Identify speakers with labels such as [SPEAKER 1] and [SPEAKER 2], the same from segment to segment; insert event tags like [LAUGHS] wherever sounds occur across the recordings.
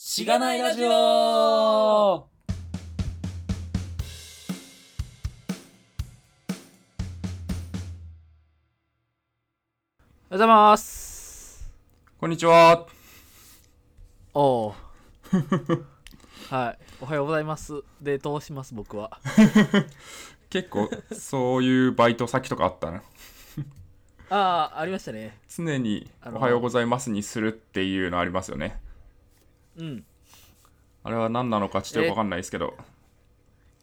[SPEAKER 1] しがないラジオ
[SPEAKER 2] おはようございます
[SPEAKER 1] こんにちは
[SPEAKER 2] おお [LAUGHS] はいおはようございますで通します僕は
[SPEAKER 1] 結構そういうバイト先とかあったな
[SPEAKER 2] ああありましたね
[SPEAKER 1] 常に「
[SPEAKER 2] あの
[SPEAKER 1] おはようございます」にするっていうのありますよね
[SPEAKER 2] うん
[SPEAKER 1] あれは何なのかちょっとよくわかんないですけど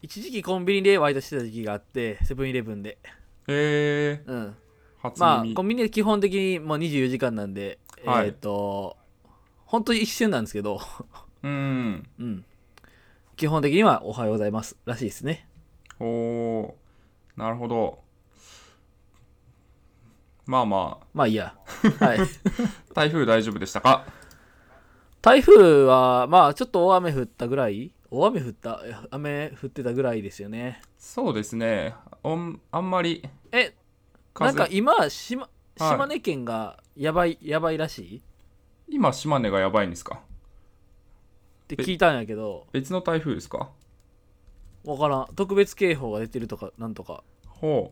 [SPEAKER 2] 一時期コンビニでバイトしてた時期があってセブンイレブンで
[SPEAKER 1] へえ
[SPEAKER 2] うん
[SPEAKER 1] 初
[SPEAKER 2] ま
[SPEAKER 1] 耳、
[SPEAKER 2] あコンビニは基本的にもう24時間なんで、
[SPEAKER 1] はい
[SPEAKER 2] えっ、と本当に一瞬なんですけど [LAUGHS]
[SPEAKER 1] うん
[SPEAKER 2] うん基本的にはおはようございますらしいですね
[SPEAKER 1] おーなるほどまあま
[SPEAKER 2] まあいい [LAUGHS] やはい
[SPEAKER 1] あ台風大丈夫でしたか
[SPEAKER 2] 台風はまあちょっと大雨降ったぐらい大雨降ったいや雨降ってたぐらいですよね
[SPEAKER 1] そうですねおんあんまり
[SPEAKER 2] えなん
[SPEAKER 1] 風
[SPEAKER 2] か今島
[SPEAKER 1] はい
[SPEAKER 2] 島根県がやばいやばいらしいっ
[SPEAKER 1] 今島根がやばいんですか
[SPEAKER 2] て聞いたんやけど
[SPEAKER 1] 別の台風ですか
[SPEAKER 2] わからん特別警報が出てるとかなんとか
[SPEAKER 1] ほ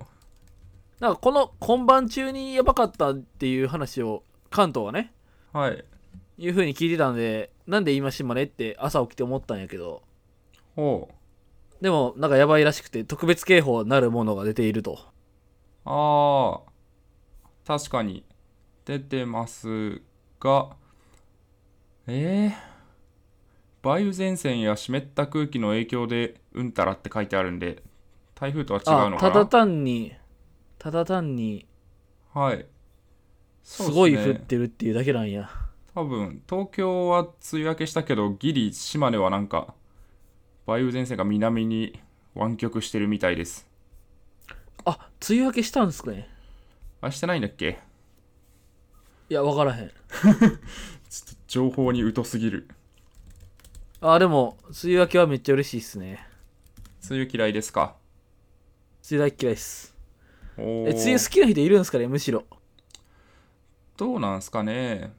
[SPEAKER 1] う
[SPEAKER 2] なんかこの今晩中にやばかったっていう話を関東はね
[SPEAKER 1] はい
[SPEAKER 2] いう風に聞いてたんでなんで今島根って朝起きて思ったんやけど
[SPEAKER 1] ほう
[SPEAKER 2] でもなんかやばいらしくて特別警報なるものが出ていると
[SPEAKER 1] ああ、確かに出てますが、えー、梅雨前線や湿った空気の影響でうんたらって書いてあるんで、台風とは違うの
[SPEAKER 2] あた
[SPEAKER 1] か
[SPEAKER 2] だ
[SPEAKER 1] な
[SPEAKER 2] 単にただ単に
[SPEAKER 1] はい。
[SPEAKER 2] す
[SPEAKER 1] そうっすね
[SPEAKER 2] ごい降ってるっていうだけなんや
[SPEAKER 1] 多分、東京は梅雨明けしたけど、ギリ島根はなんか、梅雨前線が南に湾曲してるみたいです。
[SPEAKER 2] あ梅雨明けしたんですかね
[SPEAKER 1] あ、してないんだっけ
[SPEAKER 2] いや分からへん
[SPEAKER 1] ちょっと情報に疎すぎる。
[SPEAKER 2] あでも梅雨明けはめっちゃ嬉しいっすね
[SPEAKER 1] 梅雨嫌いですか
[SPEAKER 2] 梅雨大っ嫌いっす
[SPEAKER 1] お
[SPEAKER 2] え梅雨
[SPEAKER 1] ー
[SPEAKER 2] 好きな人いるんですかねむしろ
[SPEAKER 1] どうなんすかね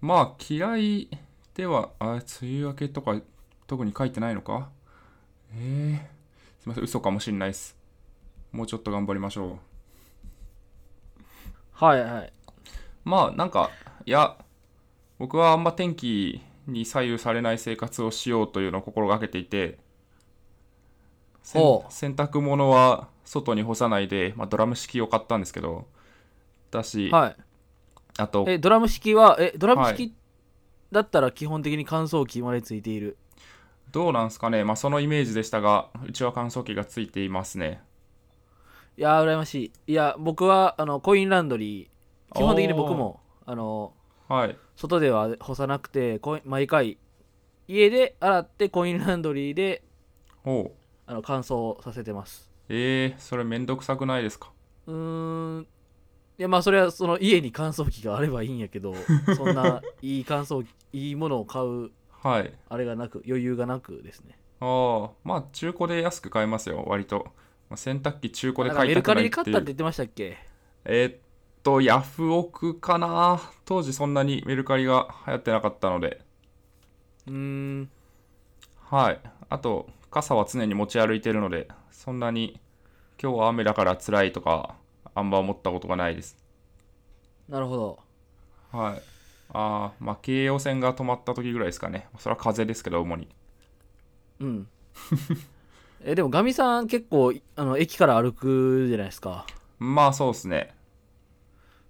[SPEAKER 1] まあ嫌いではあ梅雨明けとか特に書いてないのかえー、すいません嘘かもしんないっすもうちょっと頑張りましょ
[SPEAKER 2] はいはいう
[SPEAKER 1] まあなんかいや僕はあんま天気に左右されない生活をしようというのを心がけていてせん
[SPEAKER 2] ほう
[SPEAKER 1] 洗濯物は外に干さないで、まあ、ドラム式を買ったんですけどだし、
[SPEAKER 2] はい
[SPEAKER 1] あと
[SPEAKER 2] えドラム式はえドラム
[SPEAKER 1] は
[SPEAKER 2] 式だったら基本的に乾燥機までついている
[SPEAKER 1] どうなんすかね、まあ、そのイメージでしたが、うちは乾燥機がついていますね。
[SPEAKER 2] いやー羨ましいいや僕はあのコインランドリー基本的に僕もあの
[SPEAKER 1] はい。
[SPEAKER 2] 外では干さなくてコイン毎回家で洗ってコインランドリーで
[SPEAKER 1] おう。
[SPEAKER 2] あの乾燥させてます
[SPEAKER 1] えー、それめんどくさくないですか
[SPEAKER 2] うーんいやまあそれはその家に乾燥機があればいいんやけどそん [LAUGHS] ないい乾燥機いいものを買う
[SPEAKER 1] はい。
[SPEAKER 2] あれがなく余裕がなくですね
[SPEAKER 1] ああ、まあ、中古で安く買えますよ、割と。まあ、洗濯機中古で
[SPEAKER 2] なんか
[SPEAKER 1] 買
[SPEAKER 2] メ
[SPEAKER 1] いた
[SPEAKER 2] ル
[SPEAKER 1] く
[SPEAKER 2] カ
[SPEAKER 1] な
[SPEAKER 2] リで
[SPEAKER 1] いっ
[SPEAKER 2] 買って
[SPEAKER 1] い
[SPEAKER 2] たって
[SPEAKER 1] う。
[SPEAKER 2] 言ってましたっけ
[SPEAKER 1] えーっと、ヤフオクかな当時そんなにメルカリが流行ってなかったので。
[SPEAKER 2] うーん
[SPEAKER 1] はい。あと、傘は常に持ち歩いてるので、そんなに、今日は雨だから辛いとか、あんま思ったことがないです。
[SPEAKER 2] なるほど
[SPEAKER 1] はい。ああ、まあ、京葉線が止まった時ぐらいですかね。それは風ですけど、主に。
[SPEAKER 2] うん [LAUGHS] えでもガミさん結構あの駅から歩くじゃないですか
[SPEAKER 1] まあ、そうですね。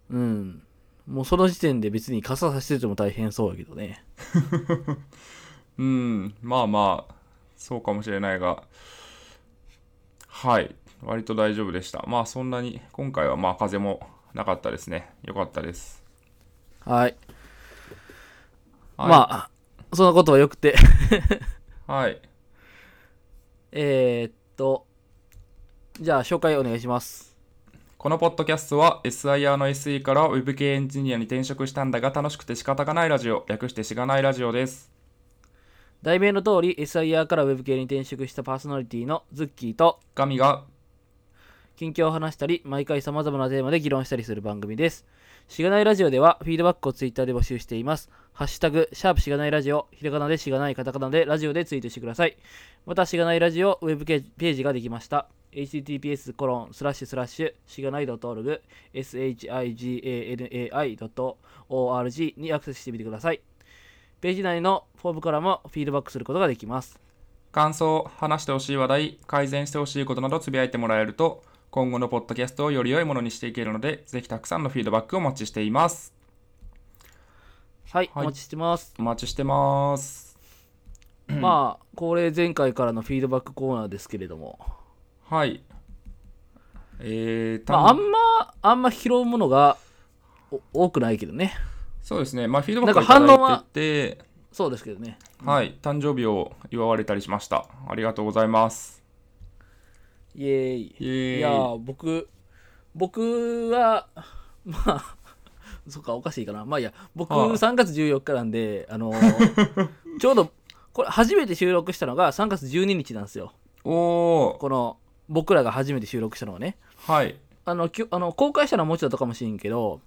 [SPEAKER 2] うんもうその時点で別に傘さしてても大変そうやけどね
[SPEAKER 1] うん、まあまあ、そうかもしれないが、はい。割と大丈夫でした。まあ、そんなに、今回はまあ、風もなかったですね。よかったです。
[SPEAKER 2] はい、
[SPEAKER 1] はい、
[SPEAKER 2] まあそんなことはよくて [LAUGHS]
[SPEAKER 1] あ。はい。
[SPEAKER 2] えーっとじゃあ紹介お願いします
[SPEAKER 1] このポッドキャストは SIR の SE から Web 系エンジニアに転職したんだが楽しくて仕方がないラジオ、略してしがないラジオです。
[SPEAKER 2] 題名の通り SIR から Web 系に転職したパーソナリティのズッキーと
[SPEAKER 1] ガミが
[SPEAKER 2] 近況を話したり、毎回様々なテーマで議論したりする番組です。しがないラジオでは、フィードバックをツイッターで募集しています。ハッシュタグ、シャープしがないラジオ、ひらがなでしがないカタカナでラジオでツイートしてください。また、しがないラジオ、ウェブページページができました。https コロンスラッシュスラッシュしがない .org shiganai.org にアクセスしてみてください。ページ内のフォームからもフィードバックすることができます。
[SPEAKER 1] 感想、話してほしい話題、改善してほしいことなどつぶやいてもらえると、今後のポッドキャストをより良いものにしていけるので、ぜひたくさんのフィードバックをお待ちしています。
[SPEAKER 2] はい、
[SPEAKER 1] はい
[SPEAKER 2] お待ちしてます。
[SPEAKER 1] お待ちしてます。
[SPEAKER 2] まあ、これ前回からのフィードバックコーナーですけれども、
[SPEAKER 1] はい。えー、
[SPEAKER 2] ま
[SPEAKER 1] た
[SPEAKER 2] あ、あんま、あんま拾うものがお多くないけどね。
[SPEAKER 1] そうですね。まあ、フィードバック
[SPEAKER 2] なん
[SPEAKER 1] をい
[SPEAKER 2] か反
[SPEAKER 1] た
[SPEAKER 2] 応
[SPEAKER 1] だ
[SPEAKER 2] はい
[SPEAKER 1] てて、
[SPEAKER 2] そうですけどね。
[SPEAKER 1] はい、誕生日を祝われたりしました。ありがとうございます。
[SPEAKER 2] イエーイ。
[SPEAKER 1] イエーイ
[SPEAKER 2] いやー、僕、僕は、まあ、 [LAUGHS] そっか、おかしいかな。まあいいや、僕、
[SPEAKER 1] はい
[SPEAKER 2] 3月14日なんで、あの [LAUGHS] ーちょうど、これ、初めて収録したのが3月12日なんですよ。
[SPEAKER 1] おー、
[SPEAKER 2] この、僕らが初めて収録したのはね。
[SPEAKER 1] はい。
[SPEAKER 2] あの、きゅあの公開したのはもうちょっとかもしれんけど、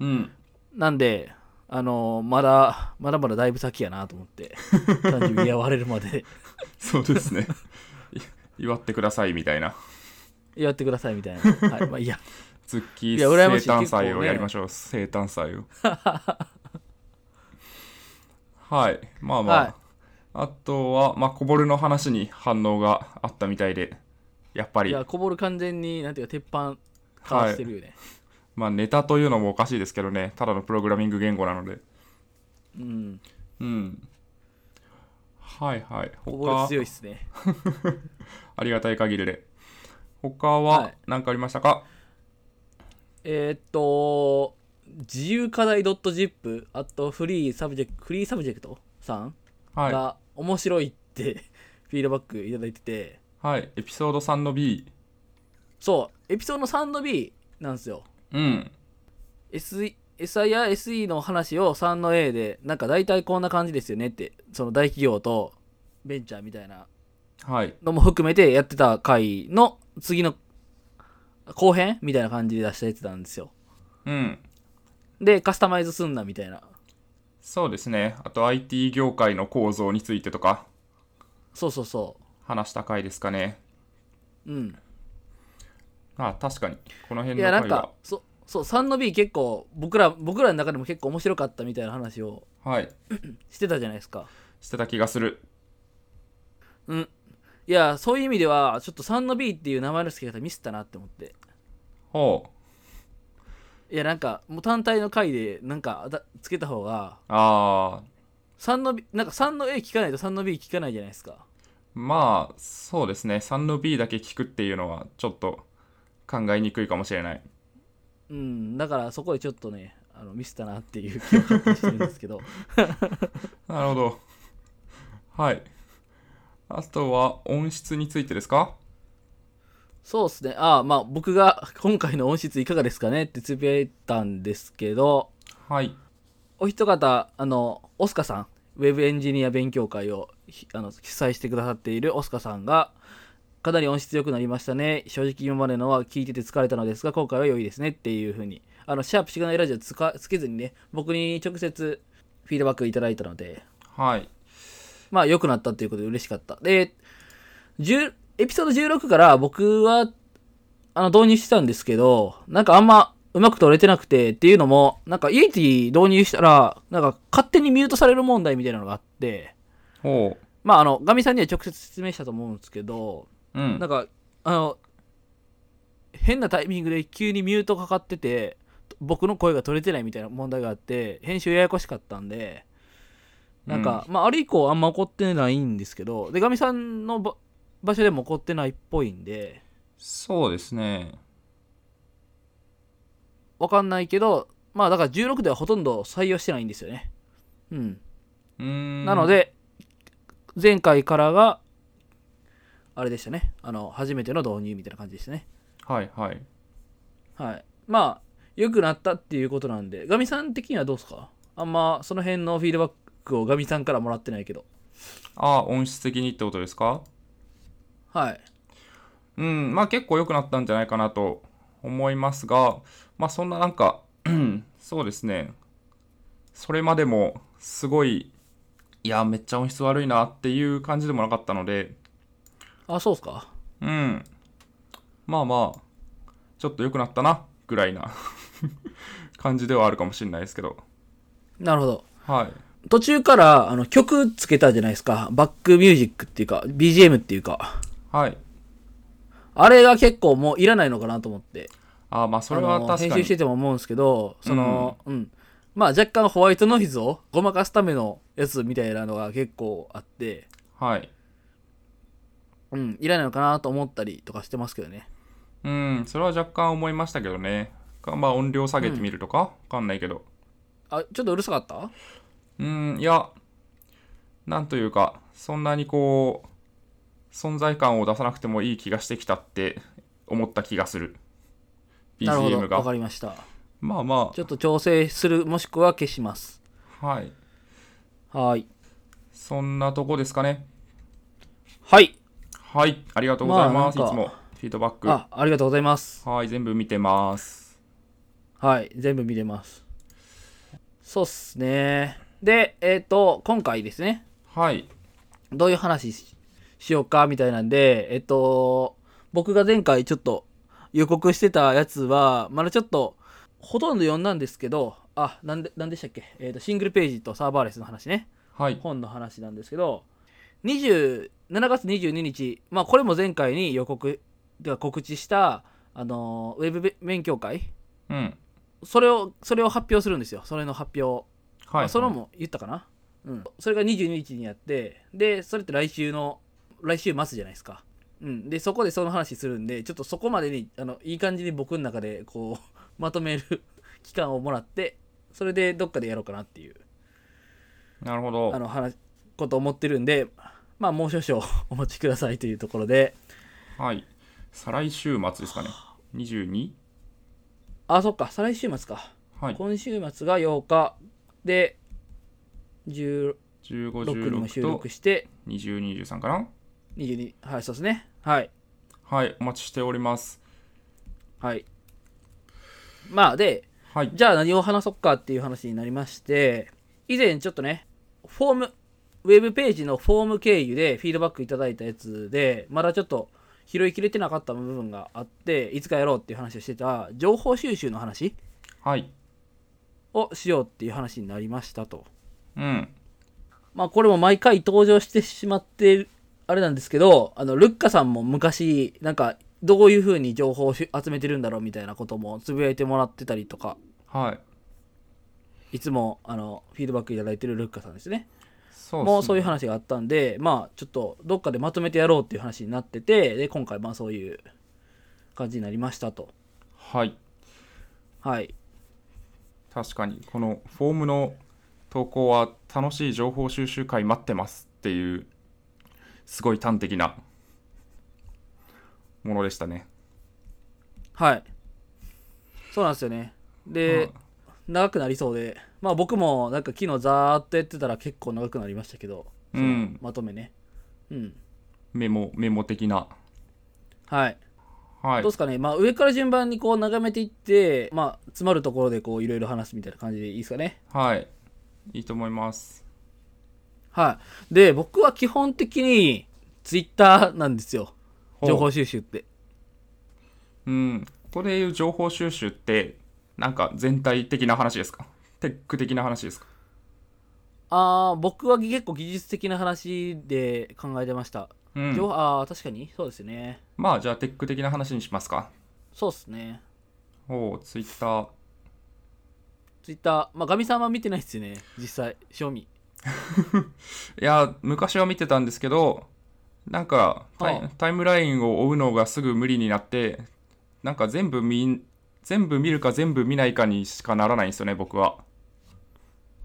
[SPEAKER 1] うん。
[SPEAKER 2] なんで、あのーまだ、まだまだだいぶ先やなと思って、誕生日祝われるま
[SPEAKER 1] [LAUGHS]
[SPEAKER 2] で
[SPEAKER 1] そうですね。い [LAUGHS] 祝ってくださいみたいな。
[SPEAKER 2] 祝ってくださいみたいな。はい、まあいいや。
[SPEAKER 1] ズッキー
[SPEAKER 2] いや羨ましい
[SPEAKER 1] 生誕祭
[SPEAKER 2] 結構
[SPEAKER 1] を
[SPEAKER 2] ね
[SPEAKER 1] やりましょう、生誕
[SPEAKER 2] [LAUGHS]
[SPEAKER 1] 祭をはいまあまあ、
[SPEAKER 2] はい
[SPEAKER 1] あとは、まあ、こぼるの話に反応があったみたいでやっぱ
[SPEAKER 2] い
[SPEAKER 1] り
[SPEAKER 2] や、こぼる完全に、なんていうか、鉄板、かわしてるよね。
[SPEAKER 1] まあ、ネタというのもおかしいですけどねただのプログラミング言語なので
[SPEAKER 2] うん。
[SPEAKER 1] うんはいはい
[SPEAKER 2] こぼれ
[SPEAKER 1] 他
[SPEAKER 2] 強いっすね。
[SPEAKER 1] ありがたい限りで他
[SPEAKER 2] は
[SPEAKER 1] はい何かありましたか、
[SPEAKER 2] えーっと、自由課題 .zip、あとフリーサブジェクト、フリーサブジェクトさん
[SPEAKER 1] はいはい、
[SPEAKER 2] が面白いってフィードバックいただいてて、
[SPEAKER 1] エピソード3の B
[SPEAKER 2] そう、エピソード3の B なんですよ。
[SPEAKER 1] うん、
[SPEAKER 2] SE SI や SE の話を3の A で、なんか大体こんな感じですよねって、その大企業とベンチャーみたいな
[SPEAKER 1] はい
[SPEAKER 2] のも含めてやってた回の次の後編みたいな感じで出したやつなんですよ。
[SPEAKER 1] うん
[SPEAKER 2] で、カスタマイズすんなみたいな。
[SPEAKER 1] そうですね。あと IT 業界の構造についてとか
[SPEAKER 2] そうそうそ
[SPEAKER 1] 話した回ですかね。
[SPEAKER 2] う。うん。
[SPEAKER 1] あ確かに。この
[SPEAKER 2] い
[SPEAKER 1] 辺の
[SPEAKER 2] やなん
[SPEAKER 1] 回
[SPEAKER 2] か
[SPEAKER 1] は。
[SPEAKER 2] そそう3の B 結構僕ら僕らの中でも結構面白かったみたいな話を
[SPEAKER 1] はい。
[SPEAKER 2] してたじゃないですか
[SPEAKER 1] してた気がする。
[SPEAKER 2] うんいやそういう意味ではちょっと3の B っていう名前の付け方ミスったなって思って
[SPEAKER 1] ほう。
[SPEAKER 2] いやなんかもう単体の回でなんかあたつけた方が
[SPEAKER 1] あー。
[SPEAKER 2] 3の B なんか3の A 聞かないと3の B 聞かないじゃないですか
[SPEAKER 1] まあ、そうですね。3の B だけ聞くっていうのはちょっと考えにくいかもしれない。
[SPEAKER 2] うんだからそこでちょっとねあのミスったなっていう気をちょっとしてるんですけど [LAUGHS]
[SPEAKER 1] なるほど。 [LAUGHS] はい。あとは音質についてですか
[SPEAKER 2] そうっすねああまあ僕が今回の音質いかがですかねってつぶやいたんですけど
[SPEAKER 1] はい。
[SPEAKER 2] お一方、あの、オスカさん、ウェブエンジニア勉強会をひあの主催してくださっているオスカさんが、かなり音質良くなりましたね。正直今までのは聞いてて疲れたのですが、今回は良いですねっていうふうに、あの、シャープしがないラジオつかつけずにね、僕に直接フィードバックいただいたので、
[SPEAKER 1] はい。
[SPEAKER 2] まあ良くなったということで嬉しかった。で、10エピソード16から僕はあの導入してたんですけど、なんかあんまうまく取れてなくてっていうのも、なんか Unity 導入したら、なんか勝手にミュートされる問題みたいなのがあって、
[SPEAKER 1] ほ
[SPEAKER 2] まああの、ガミさんには直接説明したと思うんですけど、
[SPEAKER 1] う。うん
[SPEAKER 2] な。んか、あの、変なタイミングで急にミュートかかってて、僕の声が取れてないみたいな問題があって、編集ややこしかったんで、なんか、まあ、あれ以降あんま怒ってないんですけど、で、ガミさんのば場所でも怒ってないっぽいんで、
[SPEAKER 1] そうですね。
[SPEAKER 2] わかんないけど、まあ、だから16ではほとんど採用してないんですよね。うん。
[SPEAKER 1] うーん。
[SPEAKER 2] なの。で、前回からが、あれでしたね。あの、初めての導入みたいな感じでしたね。
[SPEAKER 1] はいはい。
[SPEAKER 2] はい。まあ、良くなったっていうことなんで、ガミさん的にはどうですかあんま、その辺のフィードバックをガミさんからもらってないけど。
[SPEAKER 1] ああ、音質的にってことですか
[SPEAKER 2] はい。
[SPEAKER 1] うん、まあ結構良くなったんじゃないかなと思いますが、まあそんななんか、 [CLEARS THROAT] うんそうですね、それまでもすごい、いや、めっちゃ音質悪いなっていう感じでもなかったので、
[SPEAKER 2] あ、そうっすか。
[SPEAKER 1] うん、まあまあ、ちょっと良くなったな、ぐらいな [LAUGHS] 感じではあるかもしれないですけど、
[SPEAKER 2] なるほど。
[SPEAKER 1] はい。
[SPEAKER 2] 途中から、あの、曲つけたじゃないですか。バックミュージックっていうか、BGM っていうか。
[SPEAKER 1] はい。
[SPEAKER 2] あれが結構もういらないのかなと思って。
[SPEAKER 1] あーまあそれは
[SPEAKER 2] あの
[SPEAKER 1] 確
[SPEAKER 2] 編
[SPEAKER 1] か
[SPEAKER 2] 集
[SPEAKER 1] に
[SPEAKER 2] し。てても思うんですけど、その、うん、まあ若干ホワイトノイズをごまかすためのやつみたいなのが結構あって、
[SPEAKER 1] はい。
[SPEAKER 2] うん、いらないのかなと思ったりとかしてますけどね。
[SPEAKER 1] うん、それは若干思いましたけどね。かまあ音量下げてみるとか、わかんないけど。
[SPEAKER 2] あ、ちょっとうるさかった
[SPEAKER 1] うん、いや、なんというか、そんなにこう、存在感を出さなくてもいい気がしてきたって思った気がする。
[SPEAKER 2] なるほ
[SPEAKER 1] BGM
[SPEAKER 2] ど、わか
[SPEAKER 1] が。
[SPEAKER 2] りました。
[SPEAKER 1] まあま
[SPEAKER 2] ちょっと調整する、もしくは消します。
[SPEAKER 1] あ、はい。
[SPEAKER 2] はーい。
[SPEAKER 1] そんなとこですかね。
[SPEAKER 2] はい。
[SPEAKER 1] はい、ありがとうございます。
[SPEAKER 2] まあ
[SPEAKER 1] いつ
[SPEAKER 2] なんか
[SPEAKER 1] もフィードバッ
[SPEAKER 2] あ、ありがとうございます。
[SPEAKER 1] ク。はい、全部見てます。
[SPEAKER 2] はい、全部見れます。そうっすね。で、えっ、と、今回ですね、
[SPEAKER 1] はい、
[SPEAKER 2] どういう話ししようかみたいなんで、えっ、と、僕が前回ちょっと予告してたやつは、まだちょっと、ほとんど読んだんですけど、あ、なんで、なんでしたっけえっ、と、シングルページとサーバーレスの話ね。
[SPEAKER 1] はい、
[SPEAKER 2] 本の話なんですけど27月22日、まあ、これも前回に予告では告知した、あのーウェブ勉強会
[SPEAKER 1] うん、
[SPEAKER 2] それをそれを発表するんですよそれの発表、ま
[SPEAKER 1] は
[SPEAKER 2] あ
[SPEAKER 1] い。
[SPEAKER 2] それも言ったかな、うん、それが22日にやってでそれって来週の来週末じゃないですか、うん、でそこでその話するんでちょっとそこまでにあのいい感じに僕の中でこう [LAUGHS] まとめる期間をもらってそれでどっかでやろうかなっていう
[SPEAKER 1] なるほど
[SPEAKER 2] あ。の話こと思ってるんで、まあ、もう少々お待ちくださいというところで、
[SPEAKER 1] はい。再来週末ですかね。22?
[SPEAKER 2] あ、そっか、再来週末か。
[SPEAKER 1] はい。
[SPEAKER 2] 今週末が8日で、16に
[SPEAKER 1] 15、
[SPEAKER 2] も収
[SPEAKER 1] 16と
[SPEAKER 2] 録して、
[SPEAKER 1] 20、23かな
[SPEAKER 2] 22、はい、そうですね。はい。
[SPEAKER 1] はい。お待ちしております。
[SPEAKER 2] はい。まあ、で、
[SPEAKER 1] はい。
[SPEAKER 2] じゃあ何を話そっかっていう話になりまして、以前ちょっとね、フォーム、ウェブページのフォーム経由でフィードバックいただいたやつで、まだちょっと拾いきれてなかった部分があって、いつかやろうっていう話をしてた情報収集の話
[SPEAKER 1] はい。
[SPEAKER 2] をしようっていう話になりましたと。
[SPEAKER 1] うん。
[SPEAKER 2] まあこれも毎回登場してしまってるあれなんですけど、あの、ルッカさんも昔、なんか、どういう風に情報を集めてるんだろうみたいなこともつぶやいてもらってたりとか、
[SPEAKER 1] はい。
[SPEAKER 2] いつも、あの、フィードバックいただいてるルッカさんですね。
[SPEAKER 1] そう
[SPEAKER 2] もうそういう話
[SPEAKER 1] 話。
[SPEAKER 2] があったんで、まあちょっとどっかでまとめてやろうっていう話になってて、で、今回まあそういう感じになりましたと。
[SPEAKER 1] はい。
[SPEAKER 2] はい。
[SPEAKER 1] 確かに、このフォームの投稿は楽しい情報収集会待ってますっていう、すごい端的なものでしたね。
[SPEAKER 2] はい。そうなんですよね。で、長くなりそうで、まあ僕もなんか昨日ざーっとやってたら結構長くなりましたけど、
[SPEAKER 1] うん
[SPEAKER 2] そのまとめね。うん。
[SPEAKER 1] メモ、メモ的な。
[SPEAKER 2] はい。
[SPEAKER 1] はい
[SPEAKER 2] どうで。すかね、まあ上から順番にこう眺めていって、まあ詰まるところでこういろいろ話すみたいな感じでいいですかね。
[SPEAKER 1] はい。いいと思います。
[SPEAKER 2] はい。で、僕は基本的にツイッターなんですよ。
[SPEAKER 1] ほう
[SPEAKER 2] 情報収集って。
[SPEAKER 1] うん、ここでいう情報収集って、なんか全体的な話ですかテック的な話ですか
[SPEAKER 2] ああ、僕は結構技術的な話で考えてました。
[SPEAKER 1] う
[SPEAKER 2] 情
[SPEAKER 1] ん。
[SPEAKER 2] 報ああ、確かにそうですね。
[SPEAKER 1] まあ、じゃあテック的な話にしますか。
[SPEAKER 2] そうですね。
[SPEAKER 1] おお、ツイッター。
[SPEAKER 2] ツイッター、まあ、ガミさんは見てないですよね。実際、賞味。
[SPEAKER 1] いや、昔は見てたんですけど、なんかタイ
[SPEAKER 2] はあ
[SPEAKER 1] タイムラインを追うのがすぐ無理になって、なんか全部見ん、全部見るか全部見ないかにしかならないんですよね、僕は。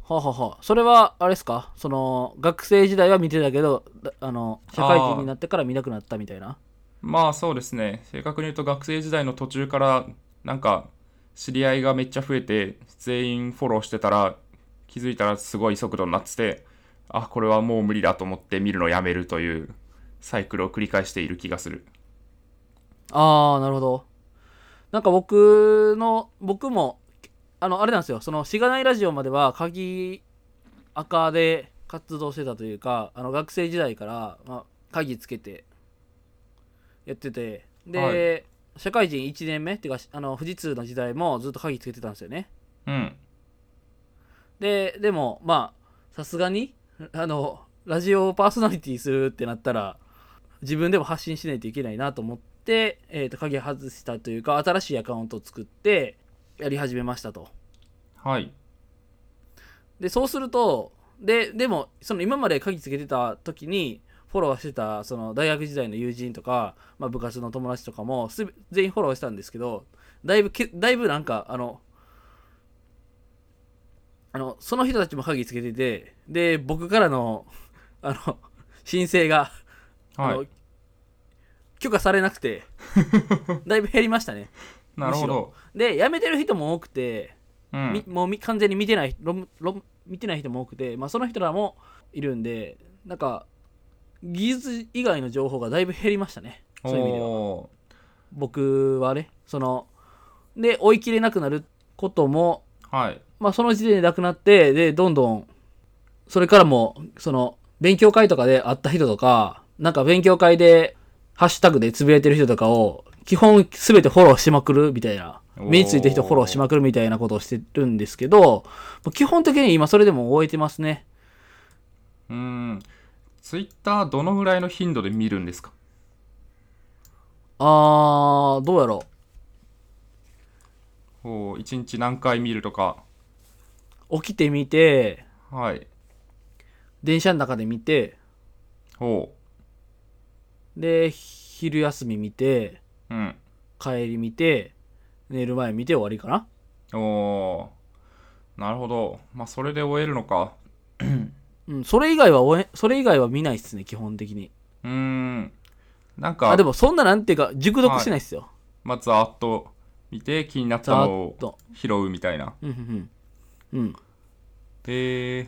[SPEAKER 2] はあ、はあはあ、それは、あれですかその、学生時代は見てたけど、だあの、社会人になってから見なくなったみたいな。
[SPEAKER 1] まあそうですね正確に言うと学生時代の途中からなんか知り合いがめっちゃ増えて全員フォローしてたら気づいたらすごい速度になっててあこれはもう無理だと思って見るのやめるというサイクルを繰り返している気がする
[SPEAKER 2] ああ、なるほど。なんか僕の、僕も、あの、あれなんですよ、その、しがないラジオまでは、鍵赤で活動してたというか、あの、学生時代から、まあ、鍵つけて、やってて、で、社会人1年目っていうか、あの、富士通の時代もずっと鍵つけてたんですよね。
[SPEAKER 1] うん。
[SPEAKER 2] で、でも、まあ、さすがに、あの、ラジオパーソナリティするってなったら、自分でも発信しないといけないなと思って、えっ、と、鍵外したというか、新しいアカウントを作って、やり始めましたと。
[SPEAKER 1] はい。
[SPEAKER 2] で、そうすると、で、でも、その今まで鍵つけてた時に、フォローしてた、その大学時代の友人とか、まあ、部活の友達とかも、すべ全員フォローしたんですけど、だいぶけ、だいぶなんか、あの、あの、その人たちも鍵つけてて、で、僕からの、あの、申請が、あ
[SPEAKER 1] は
[SPEAKER 2] の
[SPEAKER 1] い。
[SPEAKER 2] 許可されなくて、だいぶ減りましたね。
[SPEAKER 1] なるほど。
[SPEAKER 2] で、辞めてる人も多くて、
[SPEAKER 1] う
[SPEAKER 2] み
[SPEAKER 1] ん。
[SPEAKER 2] もうみ完全に見てないロムロム見てない人も多くて、まあ、その人らもいるんでなんか技術以外の情報がだいぶ減りましたねそういう意味では
[SPEAKER 1] お
[SPEAKER 2] 僕はねそので追い切れなくなることも、
[SPEAKER 1] ーはい。
[SPEAKER 2] まあ、その時点でなくなってでどんどんそれからもその勉強会とかで会った人とかなんか勉強会でハッシュタグでつぶやいてる人とかを基本全てフォローしまくるみたいな
[SPEAKER 1] おー
[SPEAKER 2] 目についてる人フォローしまくるみたいなことをしてるんですけど、まあ基本的に今それでも終えてますね。
[SPEAKER 1] うん。ツイッターどのぐらいの頻度で見るんですか
[SPEAKER 2] あー、どうやろ
[SPEAKER 1] お1日何回見るとか。
[SPEAKER 2] う。起きてみて、
[SPEAKER 1] はい。
[SPEAKER 2] 電車の中で見て、
[SPEAKER 1] お
[SPEAKER 2] で、昼休み見て、
[SPEAKER 1] う。うん。
[SPEAKER 2] 帰り見て、寝る前見て終わりかな。
[SPEAKER 1] おーなるほど。まあ、それで終えるのか。
[SPEAKER 2] うん、それ以外は終え、それ以外は見ないっすね、基本的に。
[SPEAKER 1] うーん。なん
[SPEAKER 2] あ、
[SPEAKER 1] か
[SPEAKER 2] で、もそんななんていうか、熟読してないっすよ。
[SPEAKER 1] まあ、ざーっと見て気になった
[SPEAKER 2] ざ
[SPEAKER 1] の
[SPEAKER 2] ーっ
[SPEAKER 1] を
[SPEAKER 2] と。
[SPEAKER 1] 拾うみたいな。
[SPEAKER 2] うん、うん、うん。うん。
[SPEAKER 1] えー、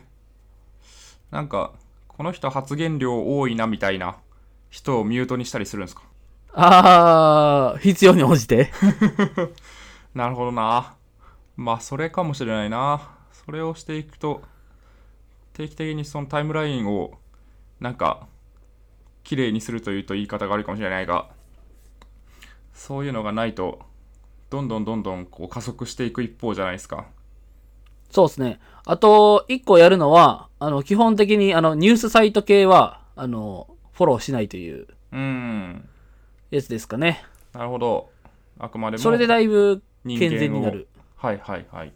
[SPEAKER 1] なんか、この人発言量多いなみたいな人をミュートにしたりするんですか
[SPEAKER 2] あー、必要に応じて。 [LAUGHS]
[SPEAKER 1] なるほどな。まあ、それかもしれないな。それをしていくと、定期的にそのタイムラインを、なんか、綺麗にするというと言い方があるかもしれないが、そういうのがないと、どんどんどんどんこう加速していく一方じゃないですか。
[SPEAKER 2] そうですね。あと、一個やるのは、あの、基本的に、あの、ニュースサイト系は、あの、フォローしないという
[SPEAKER 1] うーん。
[SPEAKER 2] やつですかね。
[SPEAKER 1] なるほど。あくまでも。
[SPEAKER 2] それでだいぶ
[SPEAKER 1] 人間を
[SPEAKER 2] 健全になる。
[SPEAKER 1] はいはいはい。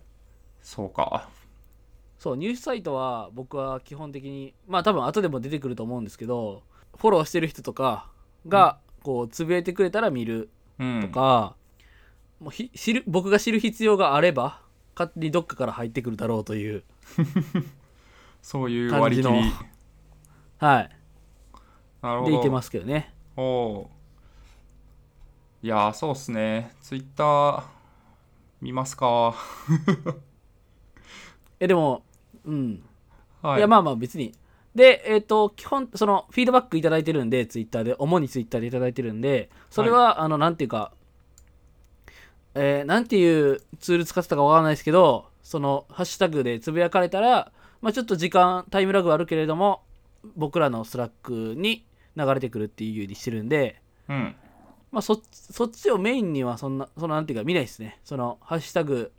[SPEAKER 1] そうか。
[SPEAKER 2] そう、ニュースサイトは、僕は基本的に、まあ多分後でも出てくると思うんですけど、フォローしてる人とかが、こう、つぶやいてくれたら見る
[SPEAKER 1] うん。
[SPEAKER 2] とか、もうひ知る、僕が知る必要があれば、勝手にどっかから入ってくるだろうという。
[SPEAKER 1] そういう割り切り。
[SPEAKER 2] 感じ [LAUGHS] はい。
[SPEAKER 1] なるほ
[SPEAKER 2] で、い
[SPEAKER 1] ど。
[SPEAKER 2] けますけどね。
[SPEAKER 1] おおー。いやー、そうっすね。ツイッター見ますか。
[SPEAKER 2] え、でも、うん。
[SPEAKER 1] はい。
[SPEAKER 2] い、やまあまあ別にでえっ、と基本そのフィードバックいただいてるんでツイッターで主にツイッターでいただいてるんでそれは、あのなんていうかえーなんていうツール使ってたかわからないですけどそのハッシュタグでつぶやかれたらまあちょっと時間タイムラグはあるけれども僕らのスラックに流れてくるっていうようにしてるんで
[SPEAKER 1] うん。
[SPEAKER 2] まあそっちそっちをメインにはそんなそのなんていうか見ないですねそのハッシュタグ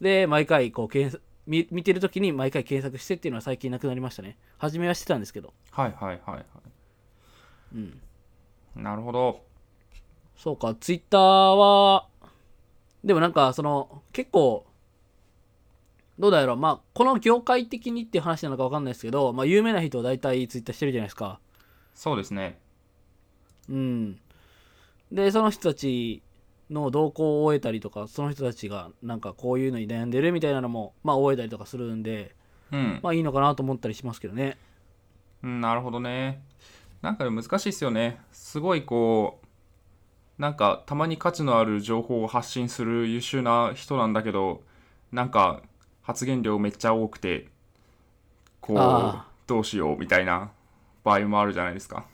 [SPEAKER 2] で毎回こう検索見見てるときに毎回検索してっていうのは最近なくなりましたね初めはしてたんですけど
[SPEAKER 1] はいはいはいは
[SPEAKER 2] うん
[SPEAKER 1] い。なるほど。
[SPEAKER 2] そうかツイッターはでもなんかその結構どうだろうまあこの業界的にっていう話なのか分かんないですけどまあ有名な人は大体ツイッターしてるじゃないですか
[SPEAKER 1] そうですね。
[SPEAKER 2] うん、でその人たちの動向を終えたりとかその人たちがなんかこういうのに悩んでるみたいなのもまあ終えたりとかするんで
[SPEAKER 1] うん。
[SPEAKER 2] まあいいのかなと思ったりしますけどね
[SPEAKER 1] うん、なるほどね。なんか難しいですよね。すごいこう、なんかたまに価値のある情報を発信する優秀な人なんだけど、なんか発言量めっちゃ多くて、こう
[SPEAKER 2] ああ、
[SPEAKER 1] どうしようみたいな場合もあるじゃないですか。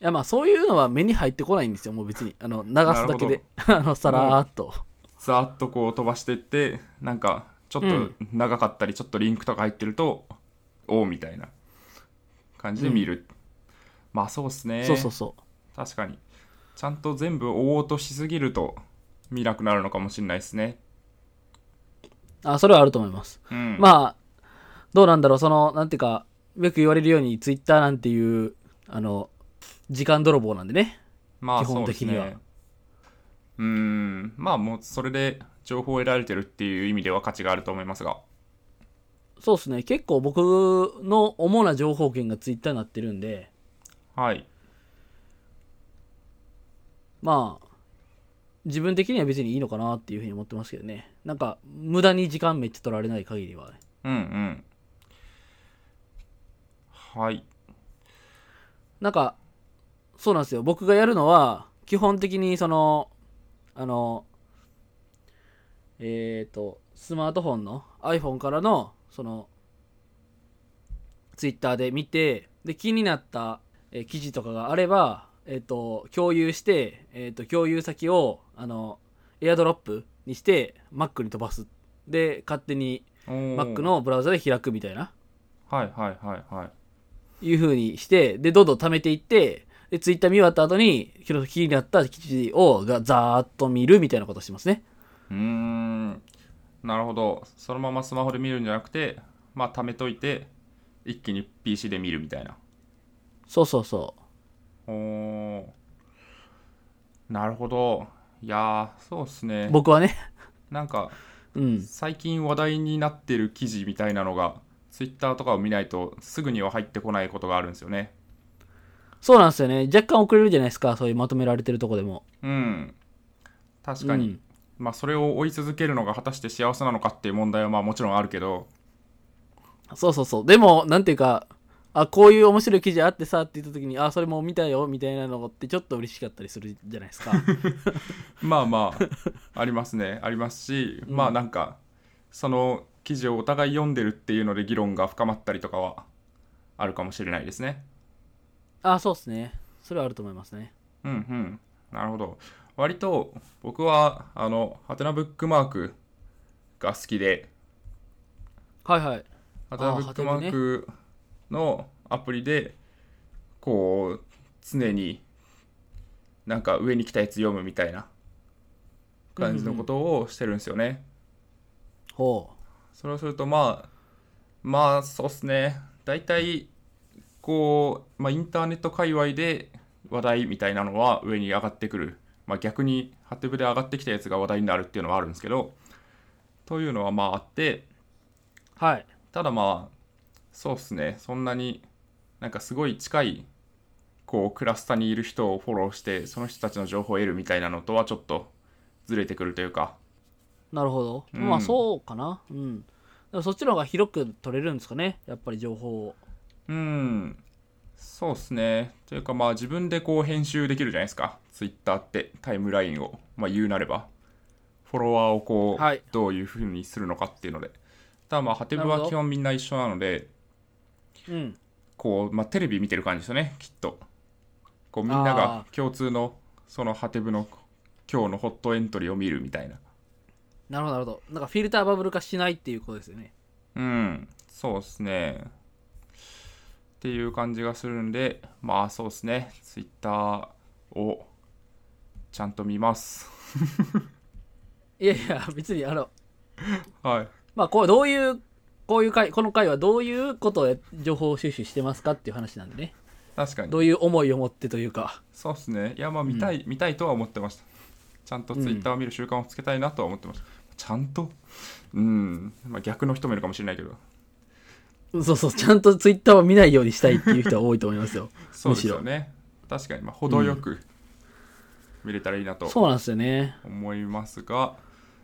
[SPEAKER 2] いやまあそういうのは目に入ってこないんですよもう別にあの流すだけで [LAUGHS] あのさらーっと、
[SPEAKER 1] ざーっとこう飛ばしてってなんかちょっ
[SPEAKER 2] うん
[SPEAKER 1] と長かったりちょっとリンクとか入ってると、おおみたいな感じで見る、まあそうっすね
[SPEAKER 2] そうそうそう
[SPEAKER 1] 確かにちゃんと全部追おうとしすぎると見なくなるのかもしれないですね
[SPEAKER 2] あそれはあると思います
[SPEAKER 1] うん
[SPEAKER 2] まあ、どうなんだろう、その、なんていうか、よく言われるように、ツイッターなんていう、あの、時間泥棒なんでね。
[SPEAKER 1] まあ
[SPEAKER 2] 基本的には
[SPEAKER 1] そうですねうーんまあもうそれで情報を得られてるっていう意味では価値があると思いますが
[SPEAKER 2] そうですね、結構僕の主な情報源がツイッターになってるんで、
[SPEAKER 1] はい
[SPEAKER 2] まあ、自分的には別にいいのかなっていうふうに思ってますけどね。なんか、無駄に時間めっちゃ取られない限りは、ね。
[SPEAKER 1] うんうんはい
[SPEAKER 2] なんか、そうなんですよ。僕がやるのは、基本的にその、あの、えっ、ー、と、スマートフォンの iPhone からの、その、Twitter で見て、で、気になった、えー記事とかがあれば、えっ、と、共有して、えっ、と、共有先を、あの、AirDrop にして、Mac に飛ばす。で、勝手に
[SPEAKER 1] おー
[SPEAKER 2] Mac のブラウザで開くみたいな。
[SPEAKER 1] はいはいはいはい
[SPEAKER 2] いう風にして、で、どんどん貯めていって、で、ツイッター見終わった後に、気になった記事をがざーっと見るみたいなことしてますね。
[SPEAKER 1] うーんなるほどそのままスマホで見るんじゃなくてまあ貯めといて一気に PC で見るみたいな
[SPEAKER 2] そうそうそ
[SPEAKER 1] おーなるほどいやーそうっすね
[SPEAKER 2] う。僕はね。
[SPEAKER 1] なんか
[SPEAKER 2] うん。
[SPEAKER 1] 最近話題になってる記事みたいなのが Twitter とかを見ないとすぐには入ってこないことがあるんですよね
[SPEAKER 2] そうなんですよね。若干遅れるじゃないですか。そういうまとめられてるとこでも。
[SPEAKER 1] うん確か
[SPEAKER 2] う
[SPEAKER 1] に、
[SPEAKER 2] ん
[SPEAKER 1] まあそれを追い続けるのが果たして幸せなのかっていう問題はまあもちろんあるけど
[SPEAKER 2] そうそうそう。でも、なんていうか、あ、こういう面白い記事あってさって言った時に、あ、それも見たよみたいなのってちょっと嬉しかったりするじゃないです
[SPEAKER 1] [LAUGHS]
[SPEAKER 2] か。
[SPEAKER 1] まあまあありますね [LAUGHS] ありますし、まあなんかその記事をお互い読んでるっていうので議論が深まったりとかはあるかもしれないですね
[SPEAKER 2] あ、そうですね。それはあると思いますね。
[SPEAKER 1] うんうんなるほど割と僕はあのハテナブックマークが好きで
[SPEAKER 2] はいはい。
[SPEAKER 1] ハテナブックマークのアプリでこう常になんか上に来たやつ読むみたいな感じのことをしてるんですよね、
[SPEAKER 2] ほ
[SPEAKER 1] それをするとまあまあそうっすね大体こう、まあ、インターネット界隈で話題みたいなのは上に上がってくる、まあ、逆にハテブで上がってきたやつが話題になるっていうのはあるんですけどというのはまああって
[SPEAKER 2] う。はい。
[SPEAKER 1] ただまあそうっすねそんなになんかすごい近いこうクラスターにいる人をフォローしてその人たちの情報を得るみたいなのとはちょっとずれてくるというか
[SPEAKER 2] なるほど、
[SPEAKER 1] うん
[SPEAKER 2] まあそうかなうんでもそっちの方が広く取れるんですかねやっぱり情報を
[SPEAKER 1] うん、そうですね。というか、まあ自分でこう編集できるじゃないですか、ツイッターってタイムラインを、まあ、言うなれば、フォロワーをこう、
[SPEAKER 2] はい
[SPEAKER 1] どういうふうにするのかっていうので、ただまあ、ハテブ
[SPEAKER 2] なる
[SPEAKER 1] は
[SPEAKER 2] ほど
[SPEAKER 1] 基本みんな一緒なので、
[SPEAKER 2] うん
[SPEAKER 1] こうまあ、テレビ見てる感じですよね、きっと。こうみんなが共通の、そのハテブの今日のホットエントリーを見るみたいな。
[SPEAKER 2] なるほどなるほどなんかフィルターバブル化しないっていうことですよね
[SPEAKER 1] うん、そうですね。っていう感じがするんで、まあそうですね、ツイッターをちゃんと見ます。
[SPEAKER 2] いやいや別にあの
[SPEAKER 1] はい。
[SPEAKER 2] まあこうどういうこういう回この回はどういうことをや情報収集してますかっていう話なんでね
[SPEAKER 1] 確かに
[SPEAKER 2] ど。ういう思いを持ってというか
[SPEAKER 1] そうですね。いや、まあ見たい、見たいとは思ってました。ちゃんとツイッターを見る習慣をつけたいなとは思ってました。ちゃんとうん、まあ、逆の人もいるかもしれないけど、
[SPEAKER 2] うんそうそうちゃんとツイッターを見ないようにしたいっていう人は多いと思いますよ
[SPEAKER 1] そうですよね。確かに、まあ、程よく見れたらいいなと
[SPEAKER 2] そうなんですよね
[SPEAKER 1] 思いますが、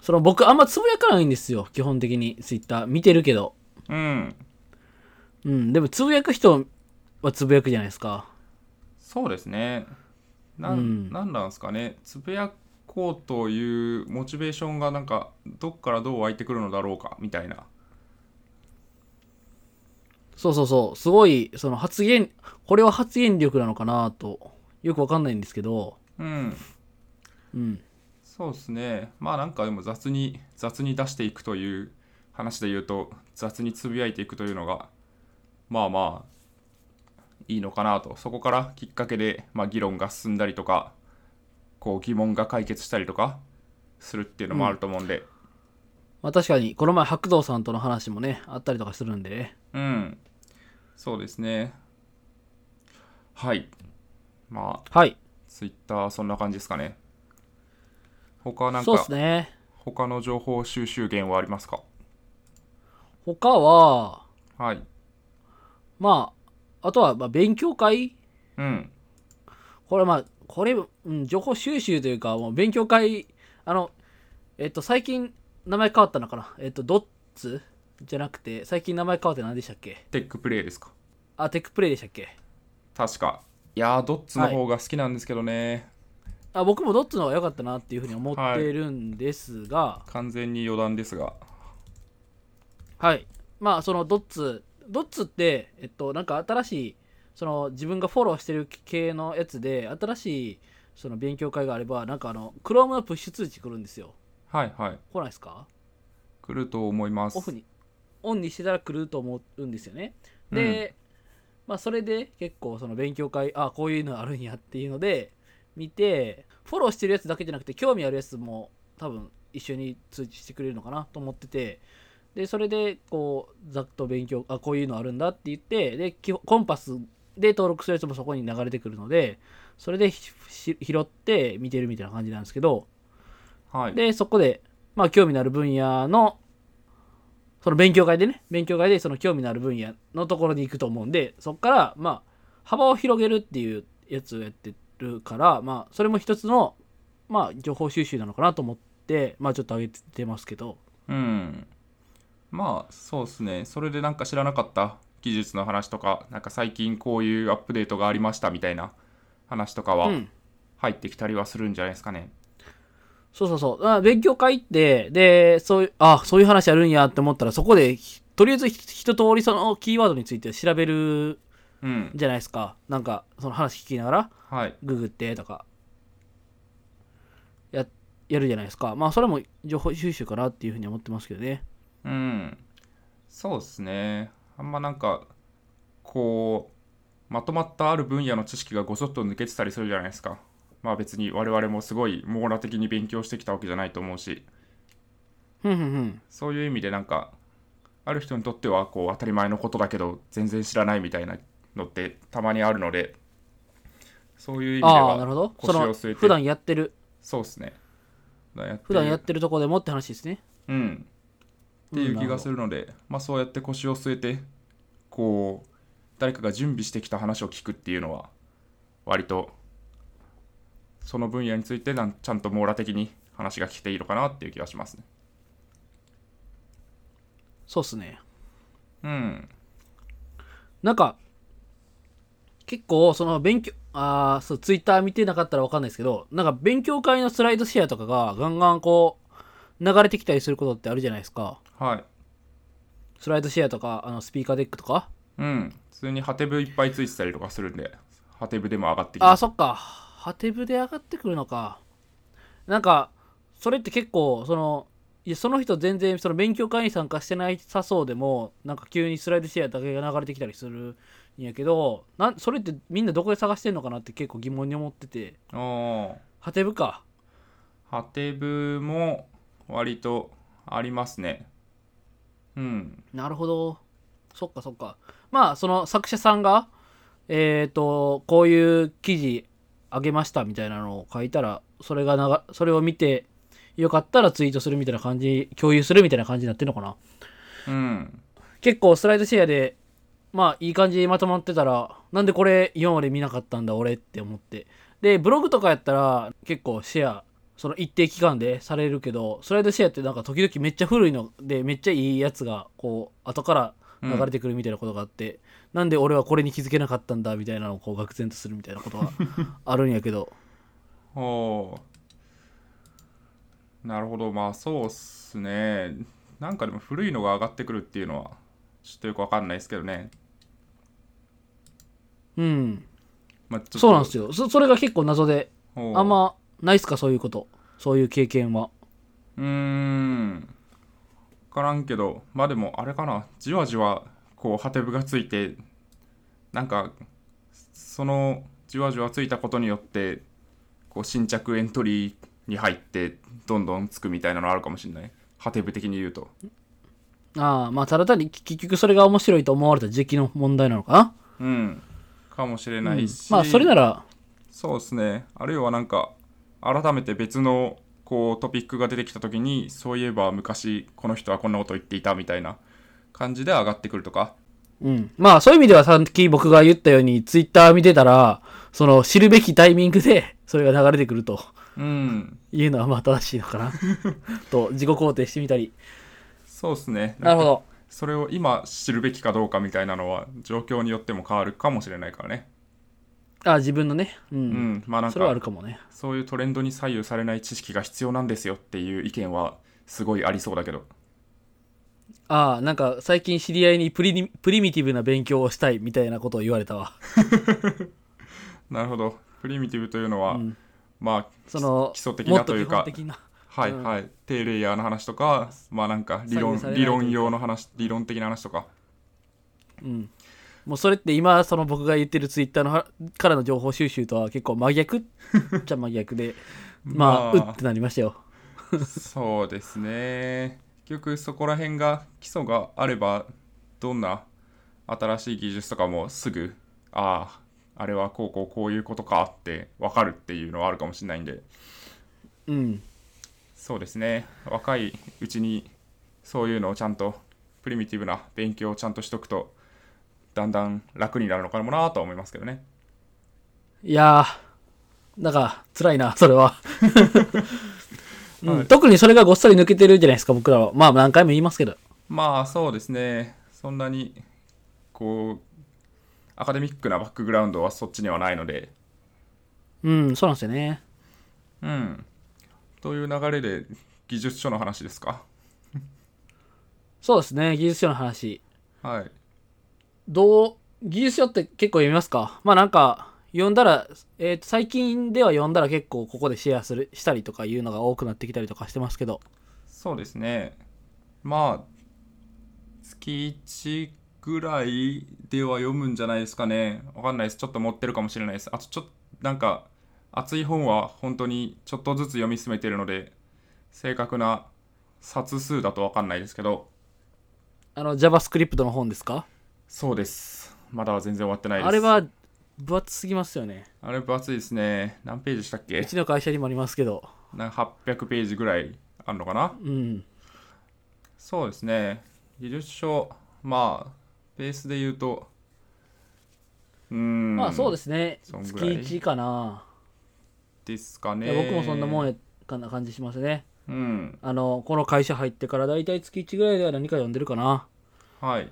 [SPEAKER 2] その僕あんまつぶやかないんですよ基本的にツイッター見てるけど
[SPEAKER 1] うん、
[SPEAKER 2] うんでもつぶやく人はつぶやくじゃないですか
[SPEAKER 1] そうですね。な
[SPEAKER 2] うんん
[SPEAKER 1] なんなんですかね、つぶやこうというモチベーションがなんかどっからどう湧いてくるのだろうかみたいな。
[SPEAKER 2] そうそうそう、すごい、その発言、これは発言力なのかなとよくわかんないんですけど、
[SPEAKER 1] うん
[SPEAKER 2] うん。
[SPEAKER 1] そうですねまあなんかでも雑に雑に出していくという話で言うと雑につぶやいていくというのがまあまあいいのかなとそこからきっかけで、まあ、議論が進んだりとかこう疑問が解決したりとかするっていうのもあると思うんで
[SPEAKER 2] まあ確かに、この前白道さんとの話もね、あったりとかするんでね。
[SPEAKER 1] うん、そうですねはいまあ
[SPEAKER 2] はい。
[SPEAKER 1] ツイッターそんな感じですかね他なん
[SPEAKER 2] そうで
[SPEAKER 1] か
[SPEAKER 2] すね。
[SPEAKER 1] 他の情報収集源はありますか
[SPEAKER 2] 他は、
[SPEAKER 1] はい
[SPEAKER 2] まあ、あとは、まあ、勉強会
[SPEAKER 1] うん
[SPEAKER 2] これまあ、これ、うん、情報収集というか、もう勉強会、あの、えっと、最近、名前変わったのかなえっと、ドッツじゃなくて、最近名前変わって何でしたっけ
[SPEAKER 1] テックプレイですか
[SPEAKER 2] あ、テックプレイでしたっけ
[SPEAKER 1] 確かいやードッツの方が好きなんですけどね、
[SPEAKER 2] あ僕もドッツの方が良かったなっていうふうに思ってるんですが、
[SPEAKER 1] 完全に余談ですが
[SPEAKER 2] はい。まあ、そのドッツ、ドッツって、えっと、なんか新しい、その自分がフォローしてる系のやつで、新しいその勉強会があれば、なんかあの、Chrome のプッシュ通知来るんですよ。
[SPEAKER 1] はいはい
[SPEAKER 2] 来ないですか
[SPEAKER 1] 来ると思います
[SPEAKER 2] オフにオンにしてたら来ると思うんですよねで、まあそれで結構その勉強会あこういうのあるんやっていうので見てフォローしてるやつだけじゃなくて興味あるやつも多分一緒に通知してくれるのかなと思っててでそれでこうざっと勉強あこういうのあるんだって言ってで基本コンパスで登録するやつもそこに流れてくるのでそれでひし拾って見てるみたいな感じなんですけど
[SPEAKER 1] はい
[SPEAKER 2] で、そこで、まあ、興味のある分野の、その勉強会でね、勉強会でその興味のある分野のところに行くと思うんで、そこから、まあ、幅を広げるっていうやつをやってるから、まあ、それも一つの、まあ、情報収集なのかなと思って、まあ、ちょっと上げてますけど、
[SPEAKER 1] うんまあそうですねそれでなんか知らなかった技術の話とかなんか最近こういうアップデートがありましたみたいな話とか
[SPEAKER 2] う
[SPEAKER 1] は
[SPEAKER 2] ん。
[SPEAKER 1] 入ってきたりはするんじゃないですかね、
[SPEAKER 2] そうそうそう。あ勉強会って、で、そういう、あ、そういう話あるんやって思ったら、そこでひ、とりあえずひ一通りそのキーワードについて調べる
[SPEAKER 1] うん、
[SPEAKER 2] じゃないですか。なんか、その話聞きながら。
[SPEAKER 1] はい
[SPEAKER 2] ググってとかややるじゃないですかまあそれも情報収集かなっていうふうに思ってますけどね
[SPEAKER 1] うん、そうですね。あんまなんか、こう、まとまったある分野の知識がごそっと抜けてたりするじゃないですか。まあ別に我々もすごい網羅的に勉強してきたわけじゃないと思うし、
[SPEAKER 2] ふんふんふん
[SPEAKER 1] そういう意味でなんか、ある人にとってはこう当たり前のことだけど全然知らないみたいなのってたまにあるので、そういう意味で
[SPEAKER 2] ああなるほ
[SPEAKER 1] は
[SPEAKER 2] どそ
[SPEAKER 1] 腰
[SPEAKER 2] の
[SPEAKER 1] を据え
[SPEAKER 2] 普
[SPEAKER 1] て、
[SPEAKER 2] 段やってる
[SPEAKER 1] そうですね。普
[SPEAKER 2] 普段やってるとこでもって話ですね
[SPEAKER 1] うん、っていう気がす
[SPEAKER 2] る
[SPEAKER 1] るので、まあ、そうやって腰を据えてこう誰かが準備してきた話を聞くっていうのは割とその分野についてなんちゃんと網羅的に話が聞けていいのかなっていう気がしますね。
[SPEAKER 2] そうっすね
[SPEAKER 1] うん、
[SPEAKER 2] なんか結構その勉強ああそうツイッター見てなかったらわかんないですけどなんか勉強会のスライドシェアとかがガンガンこう流れてきたりすることってあるじゃないですか
[SPEAKER 1] はい、
[SPEAKER 2] スライドシェアとかあのスピーカーデックとか
[SPEAKER 1] うん、普通にハテブいっぱいついてたりとかするんでハテブでも上がってき
[SPEAKER 2] あ
[SPEAKER 1] ま
[SPEAKER 2] あ
[SPEAKER 1] す。
[SPEAKER 2] そっかハテブで上がってくるのかなんかそれって結構そのいやその人全然その勉強会に参加してないさそうでもなんか急にスライドシェアだけが流れてきたりするんやけどなんそれってみんなどこで探してんのかなって結構疑問に思ってて
[SPEAKER 1] あー
[SPEAKER 2] ハテブか
[SPEAKER 1] ハテブも割とありますね。うん、
[SPEAKER 2] なるほどそっかそっかまあその作者さんがえっ、とこういう記事あげましたみたいなのを書いたらそれがながそれを見てよかったらツイートするみたいな感じ共有するみたいな感じになってるのかな
[SPEAKER 1] うん、
[SPEAKER 2] 結構スライドシェアでまあいい感じにまとまってたらなんでこれ今まで見なかったんだ俺って思ってでブログとかやったら結構シェアその一定期間でされるけどスライドシェアってなんか時々めっちゃ古いのでめっちゃいいやつがこう後から
[SPEAKER 1] うん
[SPEAKER 2] 流れてくるみたいなことがあって、なんで俺はこれに気づけなかったんだみたいなのをこう愕然とするみたいなことがあるんやけど [LAUGHS]
[SPEAKER 1] おなるほどまあそうっすねなんかでも古いのが上がってくるっていうのはちょっとよくわかんないですけどね
[SPEAKER 2] うん
[SPEAKER 1] まあ、ちょっと
[SPEAKER 2] そうなんですよそそれが結構謎で
[SPEAKER 1] ほう
[SPEAKER 2] あんまないっすかそういうことそういう経験は
[SPEAKER 1] うーん分からんけどまあでもあれかなじわじわこうハテブがついてなんかそのじわじわついたことによってこう新着エントリーに入ってどんどんつくみたいなのあるかもしれないハテブ的に言うと
[SPEAKER 2] ああまあただ単にき結局それが面白いと思われた時期の問題なのかな
[SPEAKER 1] うんかもしれないし、
[SPEAKER 2] まあそれなら
[SPEAKER 1] そうですねあるいはなんか改めて別のこうトピックが出てきた時にそういえば昔この人はこんなこと言っていたみたいな感じで上がってくるとか
[SPEAKER 2] うん、まあそういう意味ではさっき僕が言ったようにツイッター見てたらその知るべきタイミングで [LAUGHS] それが流れてくると
[SPEAKER 1] うん
[SPEAKER 2] いうのはまあ正しいの
[SPEAKER 1] [LAUGHS]
[SPEAKER 2] かなと自己肯定してみたり
[SPEAKER 1] そうですね
[SPEAKER 2] なるほ
[SPEAKER 1] んか
[SPEAKER 2] ど
[SPEAKER 1] それを今知るべきかどうかみたいなのは状況によっても変わるかもしれないからね
[SPEAKER 2] あ自分のねうん、
[SPEAKER 1] うん、まあなん
[SPEAKER 2] それはあ
[SPEAKER 1] か
[SPEAKER 2] るかもね
[SPEAKER 1] そういうトレンドに左右されない知識が必要なんですよっていう意見はすごいありそうだけど
[SPEAKER 2] ああなんか最近知り合いにプリニプリミティブな勉強をしたいみたいなことを言われたわ、
[SPEAKER 1] なるほどプリミティブというのは、
[SPEAKER 2] うん、
[SPEAKER 1] まあ
[SPEAKER 2] その
[SPEAKER 1] 基礎的
[SPEAKER 2] もっ
[SPEAKER 1] な
[SPEAKER 2] と
[SPEAKER 1] とい
[SPEAKER 2] 基
[SPEAKER 1] うか
[SPEAKER 2] 本的な
[SPEAKER 1] はい
[SPEAKER 2] うん
[SPEAKER 1] はい、低レイヤーの話とか、まあなんか理
[SPEAKER 2] 左
[SPEAKER 1] 論
[SPEAKER 2] 右されない
[SPEAKER 1] 理論用の話、理論的な話とか、
[SPEAKER 2] うんもうそれって今その僕が言ってるツイッターのはからの情報収集とは結構真逆じゃ真逆
[SPEAKER 1] [LAUGHS]
[SPEAKER 2] でまあ、
[SPEAKER 1] まあ
[SPEAKER 2] うってなりましたよ
[SPEAKER 1] そうですね、結局そこら辺が基礎があれば、どんな新しい技術とかもすぐ、ああ、あれはこうこうこういうことかって分かるっていうのはあるかもしれないんで、
[SPEAKER 2] うん
[SPEAKER 1] そうですね、若いうちにそういうのをちゃんと、プリミティブな勉強をちゃんとしとくと、だんだん楽になるのかもなとは思いますけどね。
[SPEAKER 2] いやー、なんか、辛いな、それ
[SPEAKER 1] [LAUGHS]
[SPEAKER 2] は、うん
[SPEAKER 1] はい
[SPEAKER 2] 特にそれがごっそり抜けてるじゃないですか、僕らは。まあ、何回も言いますけど。
[SPEAKER 1] まあそうですねそんなにこうアカデミックなバックグラウンドはそっちにはないので
[SPEAKER 2] うん、そうなんですよね。
[SPEAKER 1] うんという流れで技術書の話ですか
[SPEAKER 2] そうですね、技術書の話。
[SPEAKER 1] はい
[SPEAKER 2] どう、技術書って結構読みますかまあ、なんか、読んだら、えーと、最近では読んだら結構ここでシェアする、したりとかいうのが多くなってきたりとかしてますけど。
[SPEAKER 1] そうですねまあ月1ぐらいでは読むんじゃないですかねわかんないですちょっと持ってるかもしれないですあとちょっとなんか熱い本は本当にちょっとずつ読み進めてるので正確な冊数だとわかんないですけど
[SPEAKER 2] あの、JavaScript の本ですか
[SPEAKER 1] そうです。まだ全然終わってないです。
[SPEAKER 2] あれは、分厚すぎますよね。
[SPEAKER 1] あれ分厚いですね。何ページしたっ
[SPEAKER 2] う
[SPEAKER 1] け
[SPEAKER 2] ちの会社にもありますけど。
[SPEAKER 1] なんか ?800 ページぐらいあるのかな
[SPEAKER 2] うん。
[SPEAKER 1] そうですね。技術書、まあ、ベースで言うと、うーん、
[SPEAKER 2] まあ、そうですすね。
[SPEAKER 1] そ
[SPEAKER 2] 月
[SPEAKER 1] んぐらい
[SPEAKER 2] 1かな。
[SPEAKER 1] ですか
[SPEAKER 2] い
[SPEAKER 1] ね。
[SPEAKER 2] や僕もそんなもんやかな感じしますね
[SPEAKER 1] うん。
[SPEAKER 2] あのこの会社入ってからだいたい月1ぐらいでは何か読んでるかな
[SPEAKER 1] はい。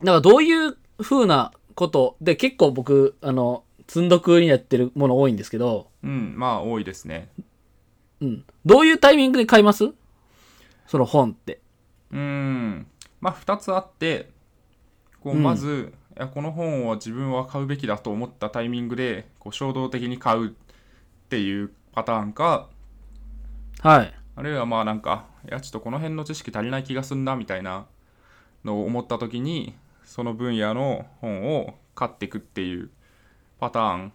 [SPEAKER 2] だからどういう風なことで結構僕あの積んどくにやってるもの多いんですけど、
[SPEAKER 1] うん、まあ、多いですね。
[SPEAKER 2] うん、どういうタイミングで買いますその本って
[SPEAKER 1] うーん。まあ、2つあって、こう
[SPEAKER 2] うん
[SPEAKER 1] まず、いやこの本は自分は買うべきだと思ったタイミングで、こう衝動的に買うっていうパターンか、
[SPEAKER 2] はい
[SPEAKER 1] あるいはまあなんか、いやちょっとこの辺の知識足りない気がすんなみたいなのを思った時に、その分野の本を買っていくっていうパターン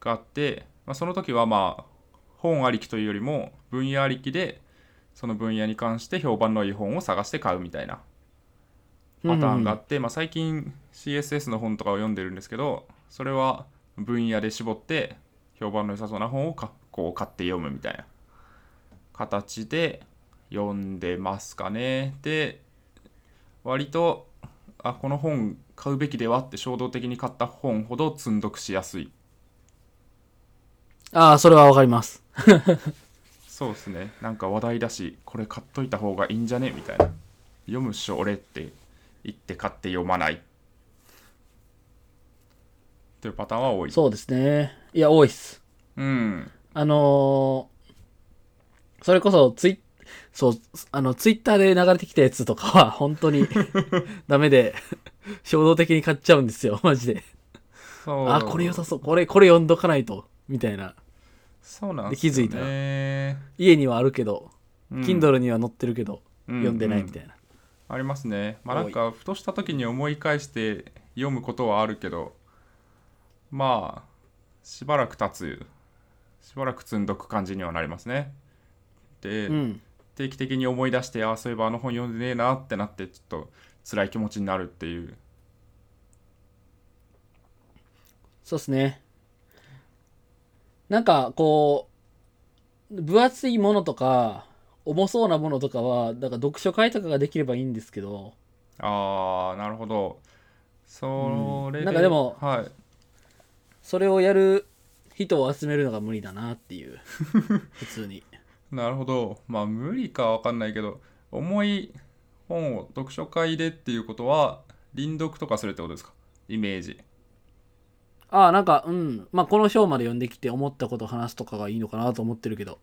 [SPEAKER 1] があって、まあ、その時はまあ、本ありきというよりも、分野ありきで、その分野に関して評判のいい本を探して買うみたいなパターンがあって、まあ、最近 CSS の本とかを読んでるんですけど、それは分野で絞って、評判の良さそうな本をかこう買って読むみたいな。形で読んでますかね。で、割と、あ、この本買うべきではって衝動的に買った本ほど積んどくしやすい。
[SPEAKER 2] ああそれはわかります
[SPEAKER 1] そうですね。なんか話題だし、これ買っといた方がいいんじゃねみたいな。読むっしょ、俺って言って買って読まない。というパターンは多い。
[SPEAKER 2] そうですねいや多いっす
[SPEAKER 1] うん。
[SPEAKER 2] あのーそれこそツイ [LAUGHS]
[SPEAKER 1] [LAUGHS]
[SPEAKER 2] そうあのツイッターで流れてきたやつとかは本当にダメで衝動的に買っちゃうんですよ、マジで。
[SPEAKER 1] そう
[SPEAKER 2] あ、これ良さそう。これ、これ読んどかないと。みたいな。
[SPEAKER 1] そうなん
[SPEAKER 2] です気づ
[SPEAKER 1] よ
[SPEAKER 2] いたら
[SPEAKER 1] ね
[SPEAKER 2] 家にはあるけど、
[SPEAKER 1] うん
[SPEAKER 2] Kindle には載ってるけど、
[SPEAKER 1] うん
[SPEAKER 2] 読んでないみたいな。
[SPEAKER 1] ありますねまあなんかふとした時に思い返して読むことはあるけどまあしばらく経つしばらく積んどく感じにはなりますねで、
[SPEAKER 2] うん。
[SPEAKER 1] 定期的に思い出してああそういえばあの本読んでねえなってなってちょっと辛い気持ちになるっていう
[SPEAKER 2] そうっすね。なんか、こう、分厚いものとか、重そうなものとかは、だから読書会とかができればいいんですけど、
[SPEAKER 1] ああなるほどそれで、
[SPEAKER 2] うんなんかでも
[SPEAKER 1] はい
[SPEAKER 2] それをやる人を集めるのが無理だなって [LAUGHS] いう。普通に。
[SPEAKER 1] なるほど。まあ無理かわかんないけど、重い本を読書会でっていうことは、輪読とかするってことですかイメージ。
[SPEAKER 2] ああ、なんか、うん。まあ、この章まで読んできて思ったことを話すとかがいいのかなと思ってるけど。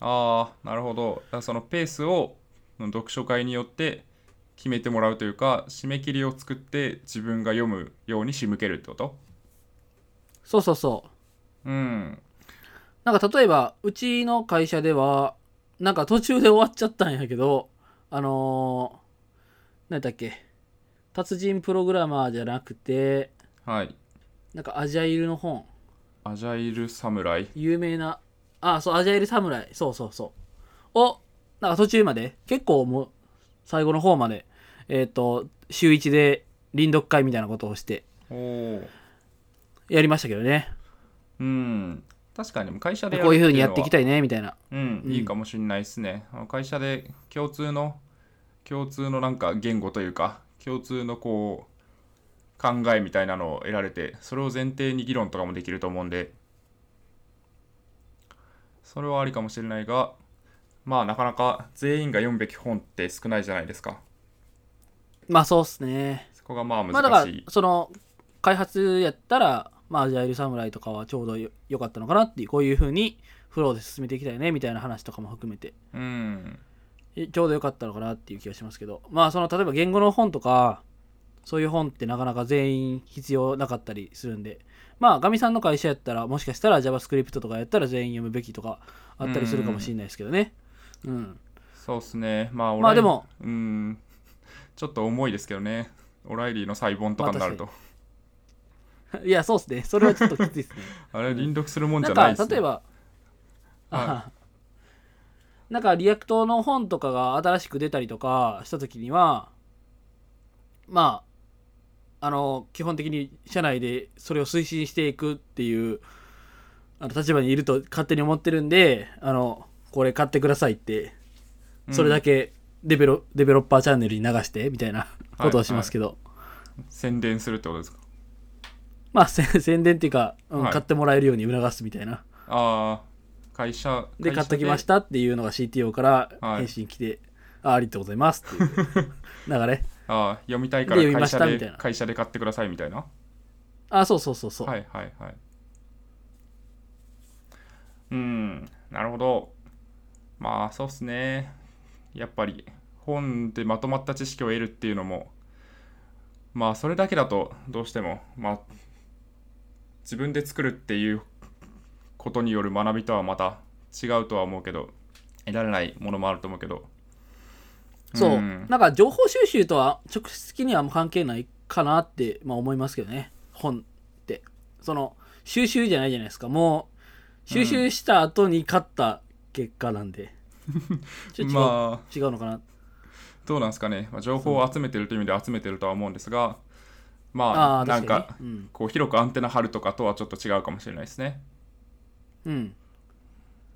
[SPEAKER 1] ああ、なるほど。だからそのペースをうん読書会によって決めてもらうというか、締め切りを作って自分が読むように仕向けるってこと
[SPEAKER 2] そうそうそう。
[SPEAKER 1] うん。
[SPEAKER 2] なんか例えば、うちの会社では、なんか途中で終わっちゃったんやけど、あのー、何だっけ、達人プログラマーじゃなくて、
[SPEAKER 1] はい。
[SPEAKER 2] なんかアジャイルの本、
[SPEAKER 1] アジャイル侍。
[SPEAKER 2] 有名な、あ、そう、アジャイル侍、そうそうそう。を、なんか途中まで、結構もう、最後の方まで、えっ、と、週1で臨読会みたいなことをして、
[SPEAKER 1] おお。
[SPEAKER 2] やりましたけどね。
[SPEAKER 1] うん。確かに会社で
[SPEAKER 2] こういう風にや
[SPEAKER 1] る
[SPEAKER 2] っ
[SPEAKER 1] って
[SPEAKER 2] て
[SPEAKER 1] いう
[SPEAKER 2] いきた
[SPEAKER 1] のは
[SPEAKER 2] いね、みたいな。
[SPEAKER 1] うん、
[SPEAKER 2] うん
[SPEAKER 1] いいかもしれないですね。あの会社で共通の共通のなんか言語というか共通のこう考えみたいなのを得られてそれを前提に議論とかもできると思うんでそれはありかもしれないがまあなかなか全員が読むべき本って少ないじゃないですか
[SPEAKER 2] まあそうっすね。
[SPEAKER 1] そこがまあ
[SPEAKER 2] まあだか
[SPEAKER 1] 難
[SPEAKER 2] ら
[SPEAKER 1] しい、
[SPEAKER 2] その開発やったらまあアジャイル侍とかはちょうどよ良かったのかなっていうこういう風にフローで進めていきたいねみたいな話とかも含めて
[SPEAKER 1] うん
[SPEAKER 2] えちょうど良かったのかなっていう気がしますけどまあその例えば言語の本とかそういう本ってなかなか全員必要なかったりするんでまあガミさんの会社やったらもしかしたら JavaScript とかやったら全員読むべきとかあったりするかもしれないですけどねうん
[SPEAKER 1] そうっすねまあオライ
[SPEAKER 2] まあでも
[SPEAKER 1] うんちょっと重いですけどねオライリーの細本とかになると、
[SPEAKER 2] いやそうっすねそれはちょっときついですね
[SPEAKER 1] あ、れ輪読するもんじ
[SPEAKER 2] な
[SPEAKER 1] ゃ
[SPEAKER 2] ん
[SPEAKER 1] ない
[SPEAKER 2] か
[SPEAKER 1] です、ね、
[SPEAKER 2] 例えば、あ
[SPEAKER 1] はい
[SPEAKER 2] はなんかリアクトの本とかが新しく出たりとかした時にはまああの基本的に社内でそれを推進していくっていうあの立場にいると勝手に思ってるんであのこれ買ってくださいってそれだけデベロ,、デベロッパーチャンネルに流してみたいなことをしますけど、
[SPEAKER 1] 宣伝するってことですか
[SPEAKER 2] まあせ [LAUGHS] 宣伝っていうか、うん
[SPEAKER 1] はい
[SPEAKER 2] 買ってもらえるように促すみたいな
[SPEAKER 1] ああ会社
[SPEAKER 2] で
[SPEAKER 1] 会社
[SPEAKER 2] 買っときましたっていうのが CTO から
[SPEAKER 1] はい
[SPEAKER 2] 返信来て、あありがとうございますっていう流
[SPEAKER 1] [LAUGHS]
[SPEAKER 2] れ
[SPEAKER 1] ああ読みたいか
[SPEAKER 2] で読
[SPEAKER 1] ら
[SPEAKER 2] みま
[SPEAKER 1] 会
[SPEAKER 2] した
[SPEAKER 1] 社
[SPEAKER 2] みたい
[SPEAKER 1] で
[SPEAKER 2] な
[SPEAKER 1] 会社で買ってくださいみたいな
[SPEAKER 2] あそうそうそうそう、
[SPEAKER 1] はいはいはいうんなるほどまあそうっすねやっぱり本でまとまった知識を得るっていうのもまあそれだけだとどうしてもまあ自分で作るっていうことによる学びとはまた違うとは思うけど得られないものもあると思うけど
[SPEAKER 2] そう
[SPEAKER 1] うん
[SPEAKER 2] なんか情報収集とは直接的にはあんま関係ないかなって、まあ、思いますけどね本ってその収集じゃないじゃないですかもう収集した後に勝った結果なんで、ちょっと違う,、
[SPEAKER 1] まあ
[SPEAKER 2] 違うのかな
[SPEAKER 1] どうなんですかね、まあ、情報を集めてるという意味で集めてるとは思うんですが、
[SPEAKER 2] あ
[SPEAKER 1] ま
[SPEAKER 2] あ
[SPEAKER 1] あ、な
[SPEAKER 2] 確
[SPEAKER 1] ん
[SPEAKER 2] かにね
[SPEAKER 1] か、
[SPEAKER 2] うん
[SPEAKER 1] こう広くアンテナ張るとかとはちょっと違うかもしれないですね。
[SPEAKER 2] うん、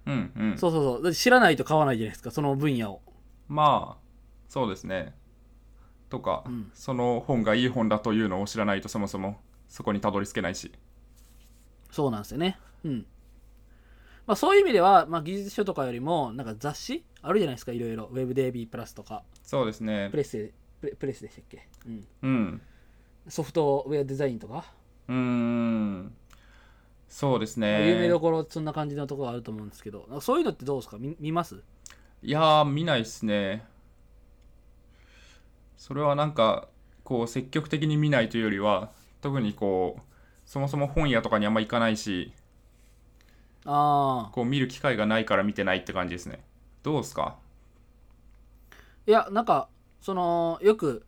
[SPEAKER 1] うんうん。
[SPEAKER 2] そうそうそうだって知らないと買わないじゃないですかその分野を
[SPEAKER 1] まあ、そうですね。とか、
[SPEAKER 2] うん
[SPEAKER 1] その本がいい本だというのを知らないと、そもそもそこにたどり着けないし。
[SPEAKER 2] そうなんですよね。うん。まあそういう意味では、まあ技術書とかよりも、なんか雑誌あるじゃないですか、いろいろ。WebDB プラスとか、
[SPEAKER 1] そうですね
[SPEAKER 2] プ。レスプレプレスでしたっけ、うん、
[SPEAKER 1] うん。
[SPEAKER 2] ソフトウェアデザインとか、
[SPEAKER 1] うーん。そうです
[SPEAKER 2] まあ
[SPEAKER 1] ね。
[SPEAKER 2] 有名どころ、そんな感じのところがあると思うんですけど、なんかそういうのってどうですか見見ます
[SPEAKER 1] いやー、見ないっすね。それはなんか、こう積極的に見ないというよりは特にこうそもそも本屋とかにあんま行かないし
[SPEAKER 2] ああ
[SPEAKER 1] こう見る機会がないから見てないって感じですねどうですか
[SPEAKER 2] いやなんかそのよく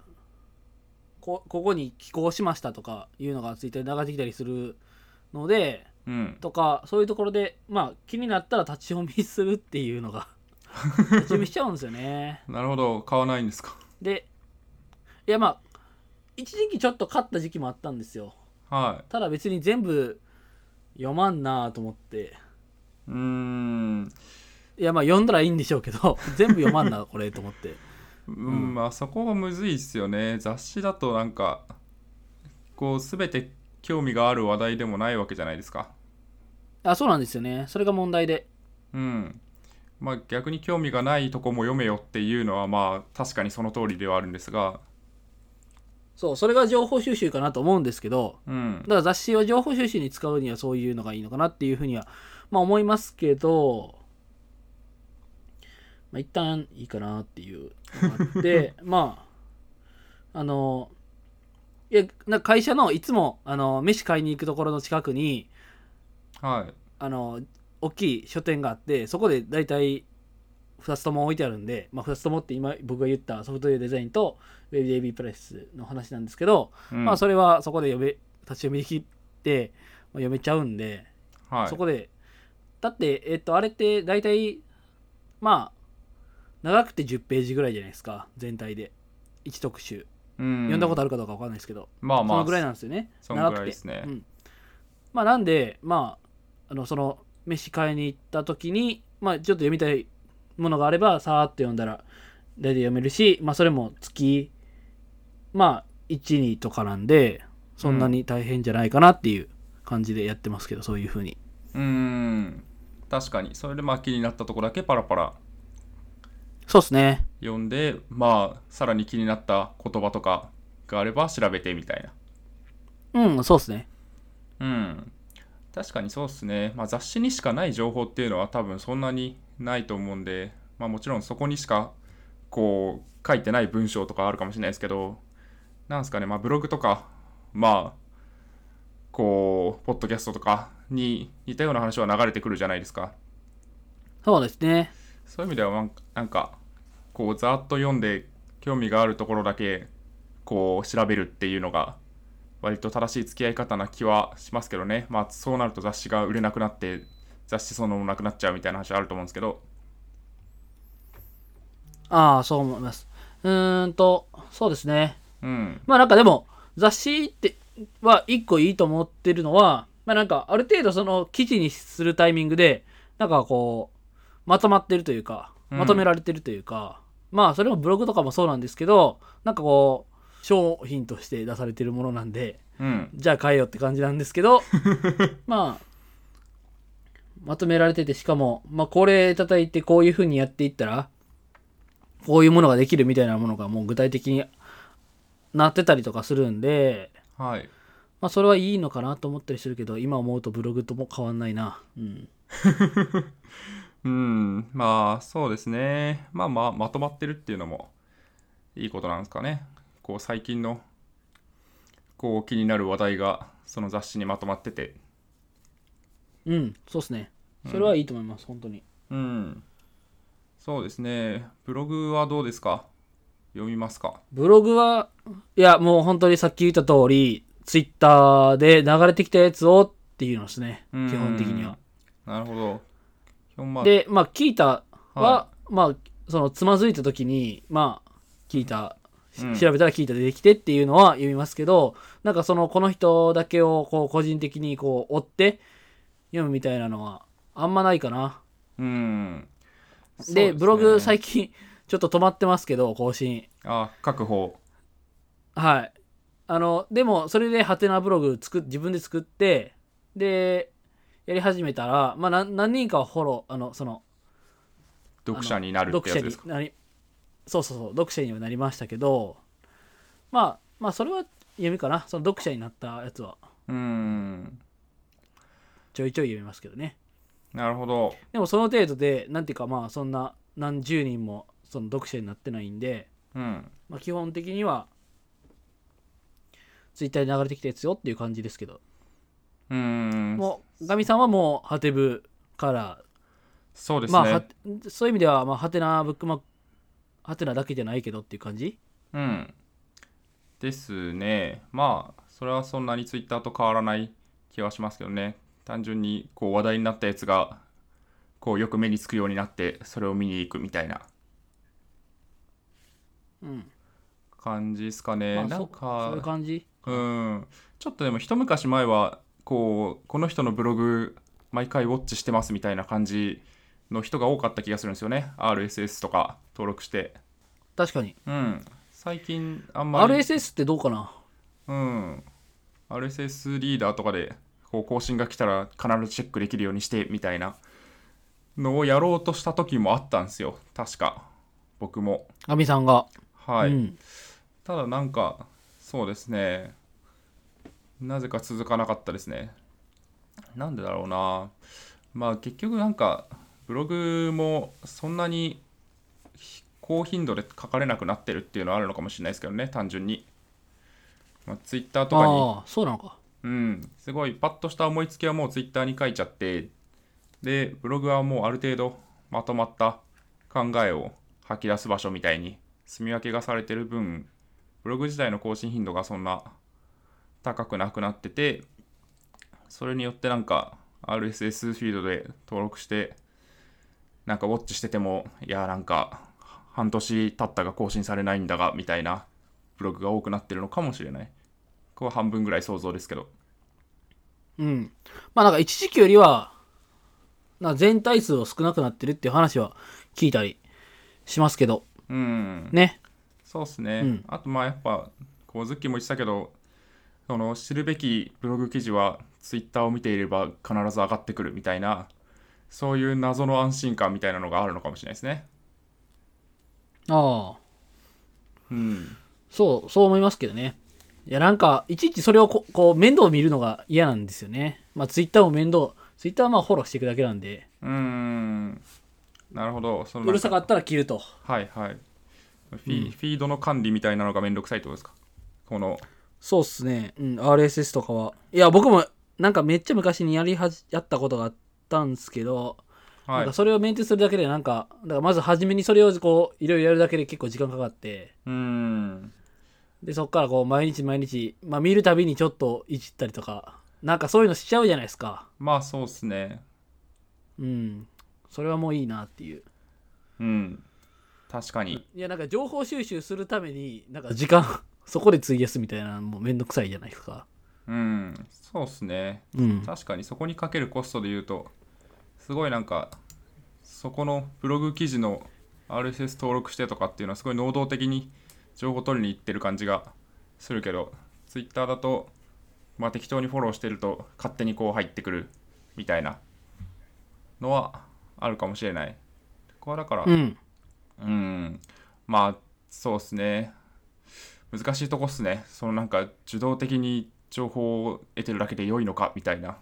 [SPEAKER 2] こここに寄稿しましたとかいうのがツイッターで流れてきたりするので
[SPEAKER 1] うん
[SPEAKER 2] とかそういうところでまあ気になったら立ち読みするっていうのが立ち読みしちゃうんですよね
[SPEAKER 1] なるほど買わないんですか [LAUGHS]
[SPEAKER 2] でいやまあ一時期ちょっと勝った時期もあったんですよ
[SPEAKER 1] は
[SPEAKER 2] ただ別に全部読まんなと思って
[SPEAKER 1] いうーん
[SPEAKER 2] いやまあ読んだらいいんでしょうけど [LAUGHS] 全部読まんなこれと思って
[SPEAKER 1] うん、まあそこがむずいっすよね雑誌だとなんかこう全て興味がある話題でもないわけじゃないですか
[SPEAKER 2] あそうなんですよねそれが問題で
[SPEAKER 1] うんまあ逆に興味がないとこも読めよっていうのはまあ確かにその通りではあるんですが
[SPEAKER 2] そうそれが情報収集かなと思うんですけど
[SPEAKER 1] うん
[SPEAKER 2] だから雑誌を情報収集に使うにはそういうのがいいのかなっていうふうにはまあ思いますけどまあ一旦いいかなっていうのがあってまああのいやなんか会社のいつもあの飯買いに行くところの近くに
[SPEAKER 1] はい
[SPEAKER 2] あの大きい書店があってそこで大体2つとも置いてあるんで、まあ、2つともって今僕が言ったソフトウェアデザインと WebAB プレスの話なんですけど、
[SPEAKER 1] うん
[SPEAKER 2] まあそれはそこで読め立ち読みできて、まあ、読めちゃうんで、
[SPEAKER 1] はい
[SPEAKER 2] そこでだってえっとあれって大体まあ長くて10ページぐらいじゃないですか全体で1特集
[SPEAKER 1] うん
[SPEAKER 2] 読んだことあるかどうか分かんないですけど、
[SPEAKER 1] まあまあ
[SPEAKER 2] そのぐらいなんですよね。
[SPEAKER 1] そん
[SPEAKER 2] 長
[SPEAKER 1] ぐら
[SPEAKER 2] く
[SPEAKER 1] い
[SPEAKER 2] て。
[SPEAKER 1] ですね
[SPEAKER 2] うん、まあなんで、まあ、あのその飯買いに行った時に、まあちょっと読みたいものがあれば、さーっと読んだら大体読めるし、まあそれも月、まあ1、2とかなんで、そんなに大変じゃないかなっていう感じでやってますけど、そういうふうに。
[SPEAKER 1] うーん確かにそれでまあ気になったとこだけパラパラ
[SPEAKER 2] そうですね。
[SPEAKER 1] 読んでまあさらに気になった言葉とかがあれば調べてみたいな
[SPEAKER 2] うん、そうですね。
[SPEAKER 1] うん確かにそうですね、まあ、雑誌にしかない情報っていうのは多分そんなにないと思うんで、まあ、もちろんそこにしかこう書いてない文章とかあるかもしれないですけどなんですかね、まあ、ブログとかまあこうポッドキャストとかに似たような話は流れてくるじゃないですか
[SPEAKER 2] そうですね。
[SPEAKER 1] そういう意味ではなんなんかこうざーっと読んで興味があるところだけこう調べるっていうのが割と正しい付き合い方な気はしますけどねまあそうなると雑誌が売れなくなって雑誌そのものなくなっちゃうみたいな話あると思うんですけど
[SPEAKER 2] ああ、そう思います。うーんと、そうですね。
[SPEAKER 1] うん
[SPEAKER 2] まあなんかでも雑誌っては一個いいと思ってるのはまあなんかある程度その記事にするタイミングでなんかこうまとまってるというか
[SPEAKER 1] うん
[SPEAKER 2] まとめられてるというか、まあそれもブログとかもそうなんですけどなんかこう商品として出されてるものなんで
[SPEAKER 1] うん
[SPEAKER 2] じゃあ買えよって感じなんですけどまあまとめられててしかも、まあ、これ叩いてこういう風にやっていったらこういうものができるみたいなものがもう具体的になってたりとかするんで、
[SPEAKER 1] はい
[SPEAKER 2] まあ、それはいいのかなと思ったりするけど今思うとブログとも変わんないな、うん、
[SPEAKER 1] うんまあそうですねまあまあまとまってるっていうのもいいことなんですかねこう最近のこう気になる話題がその雑誌にまとまってて
[SPEAKER 2] うん、そうっすねそれはいいと思います、本当に
[SPEAKER 1] うん。そうですね。ブログはどうですか読みますか
[SPEAKER 2] ブログはいやもう本当にさっき言った通りツイッターで流れてきたやつをっていうのですね
[SPEAKER 1] うん
[SPEAKER 2] 基本的には
[SPEAKER 1] なるほど。基本まあ
[SPEAKER 2] で、まあ、聞いたは、
[SPEAKER 1] は
[SPEAKER 2] まあ、その、つまずいた時に、まあ、聞いた、し
[SPEAKER 1] うん
[SPEAKER 2] 調べたら聞いた出てきてっていうのは読みますけど、なんかその、この人だけを、こう、個人的に、こう、追って読むみたいなのは、あんまないかな。
[SPEAKER 1] うん。そう
[SPEAKER 2] で、
[SPEAKER 1] すね
[SPEAKER 2] ブログ最近、ちょっと止まってますけど、更新。
[SPEAKER 1] あ、各方。
[SPEAKER 2] はい。あの、でも、それで、ハテナブログ作っ、自分で作って、で、やり始めたら、まあ、なん何人かはフォロー、あの、その、
[SPEAKER 1] 読者になるってやつですか
[SPEAKER 2] あの読者になりそうそうそう読者にはなりましたけどまあまあそれは読みかなその読者になったやつは
[SPEAKER 1] うん。
[SPEAKER 2] ちょいちょい読みますけどね
[SPEAKER 1] なるほど。
[SPEAKER 2] でもその程度でなんていうかまあそんな何十人もその読者になってないんで、
[SPEAKER 1] うん。
[SPEAKER 2] まあ、基本的にはツイッターに流れてきたやつよっていう感じですけど、
[SPEAKER 1] うーん
[SPEAKER 2] もう、ガミさんはもう、ハテブから、
[SPEAKER 1] そうですね、
[SPEAKER 2] まあ、はそういう意味では、まあ、ハテナブックマーク、ハテナだけじゃないけどっていう感じ
[SPEAKER 1] うん。ですね。まあ、それはそんなにツイッターと変わらない気はしますけどね。単純にこう話題になったやつが、こうよく目につくようになって、それを見に行くみたいな
[SPEAKER 2] うん。
[SPEAKER 1] 感じですかね。
[SPEAKER 2] まあ、
[SPEAKER 1] なん
[SPEAKER 2] そそういう
[SPEAKER 1] か、
[SPEAKER 2] 感じ
[SPEAKER 1] うん。ちょっとでも一昔前は、こう、この人のブログ、毎回ウォッチしてますみたいな感じの人が多かった気がするんですよね。RSS とか登録して。
[SPEAKER 2] 確かに。
[SPEAKER 1] うん。最近あんまり。
[SPEAKER 2] RSS ってどうかな
[SPEAKER 1] うん。RSS リーダーとかで、こう更新が来たら必ずチェックできるようにしてみたいなのをやろうとした時もあったんですよ。確か。僕も。
[SPEAKER 2] ガミさんが。
[SPEAKER 1] はい。
[SPEAKER 2] うん。
[SPEAKER 1] ただなんか、そうですね。なぜか続かなかったですね。なんでだろうな。まあ結局なんか、ブログもそんなに高頻度で書かれなくなってるっていうのはあるのかもしれないですけどね、単純に。まあ、Twitter とかに
[SPEAKER 2] ああ、そうなのか。
[SPEAKER 1] うん、すごいパッとした思いつきはもうツイッターに書いちゃってでブログはもうある程度まとまった考えを吐き出す場所みたいに住み分けがされてる分ブログ自体の更新頻度がそんな高くなくなっててそれによってなんか RSS フィードで登録してなんかウォッチしててもいやなんか半年経ったが更新されないんだがみたいなブログが多くなってるのかもしれないここは半分ぐらい想像ですけど
[SPEAKER 2] うん。まあなんか一時期よりは、なんか全体数を少なくなってるっていう話は聞いたりしますけど、
[SPEAKER 1] うん、
[SPEAKER 2] ね。
[SPEAKER 1] そうですね、
[SPEAKER 2] うん
[SPEAKER 1] あとまあやっぱこうズッキーも言ってたけどその知るべきブログ記事はツイッターを見ていれば必ず上がってくるみたいなそういう謎の安心感みたいなのがあるのかもしれないですね
[SPEAKER 2] ああ、
[SPEAKER 1] うん
[SPEAKER 2] そう、そう思いますけどね。いやなんか、いちいちそれをここう面倒を見るのが嫌なんですよね。まあツイッターも面倒、ツイッターはまあフォローしていくだけなんで、
[SPEAKER 1] うーんなるほどその
[SPEAKER 2] うるさかったら切ると。
[SPEAKER 1] はいはいフィ,、フィードの管理みたいなのがめんどくさいってことですかこの
[SPEAKER 2] そうっすね。うん、RSS とかは。いや、僕もなんかめっちゃ昔にやりはじ、やったことがあったんですけど、な
[SPEAKER 1] は
[SPEAKER 2] ん
[SPEAKER 1] い
[SPEAKER 2] かそれをメンテするだけでなんか、だからまず初めにそれをこう、いろいろやるだけで結構時間かかって、
[SPEAKER 1] うーん
[SPEAKER 2] で、そっからこう、毎日毎日、まあ見るたびにちょっといじったりとか、なんかそういうのしちゃうじゃないですか。
[SPEAKER 1] まあそうですね
[SPEAKER 2] うん。それはもういいなっていう。
[SPEAKER 1] うん確かに
[SPEAKER 2] いや、なんか情報収集するために、なんか時間、 [LAUGHS] そこで費やすみたいなのもめんどくさいじゃないですか。
[SPEAKER 1] うんそうですね
[SPEAKER 2] うん。
[SPEAKER 1] 確かにそこにかけるコストで言うとすごいなんかそこのブログ記事の RSS 登録してとかっていうのはすごい能動的に情報取りに行ってる感じがするけど Twitter だと、まあ、適当にフォローしてると勝手にこう入ってくるみたいなのはあるかもしれないここはだから
[SPEAKER 2] うん。
[SPEAKER 1] うんまあそうですね難しいとこっすねそのなんか受動的に情報を得てるだけで良いのかみたいな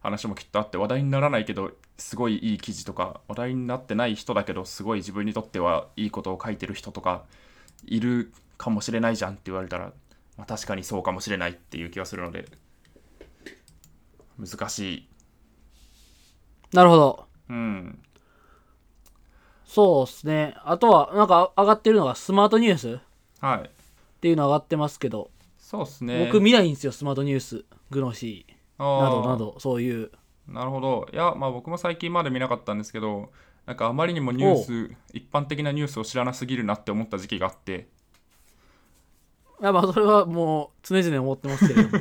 [SPEAKER 1] 話もきっとあって話題にならないけどすごいいい記事とか話題になってない人だけどすごい自分にとってはいいことを書いてる人とかいるかもしれないじゃんって言われたら、まあ、確かにそうかもしれないっていう気がするので難しい
[SPEAKER 2] なるほど。
[SPEAKER 1] うん
[SPEAKER 2] そうっすね。あとは、なんか上がってるのがスマートニュースっ
[SPEAKER 1] はい
[SPEAKER 2] ていうの上がってますけど、
[SPEAKER 1] そうっすね
[SPEAKER 2] 僕見ないんですよ、スマートニュース。グノシー。
[SPEAKER 1] あ
[SPEAKER 2] な
[SPEAKER 1] ー
[SPEAKER 2] どなど、そういう。
[SPEAKER 1] なるほど。いや、まあ僕も最近まで見なかったんですけど、なんかあまりにもニュース、一般的なニュースを知らなすぎるなって思った時期があって、
[SPEAKER 2] いやまあそれはもう常々思ってますけれど
[SPEAKER 1] [LAUGHS]
[SPEAKER 2] も。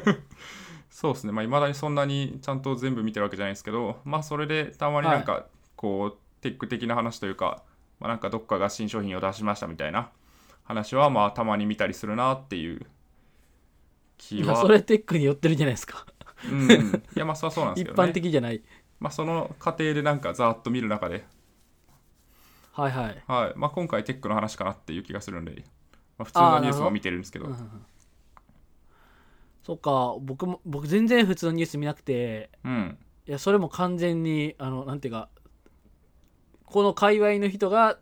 [SPEAKER 1] そうですね、まあ未だにそんなにちゃんと全部見てるわけじゃないですけど、まあそれでたまになんか、こう、テック的な話というか、まあなんかどっかが新商品を出しましたみたいな話は、まあたまに見たりするなっていう
[SPEAKER 2] い
[SPEAKER 1] 気
[SPEAKER 2] や
[SPEAKER 1] は。
[SPEAKER 2] それテックに寄ってるじゃないですか。
[SPEAKER 1] うん。いや、まあそれはそうなんです
[SPEAKER 2] 一
[SPEAKER 1] けど
[SPEAKER 2] 般
[SPEAKER 1] ね。
[SPEAKER 2] 的じゃない。
[SPEAKER 1] まあその過程でなんかざーっと見る中で、
[SPEAKER 2] はいはい。
[SPEAKER 1] はい。まあ、今回テックの話かなっていう気がするんで、まあ、普通
[SPEAKER 2] あー
[SPEAKER 1] のニュ
[SPEAKER 2] な
[SPEAKER 1] ース
[SPEAKER 2] るほど
[SPEAKER 1] も見てるんですけど。
[SPEAKER 2] うんうんうんそっか、僕も、僕全然普通のニュース見なくて、
[SPEAKER 1] うん。
[SPEAKER 2] いや、それも完全に、あの、なんていうか、この界隈の人が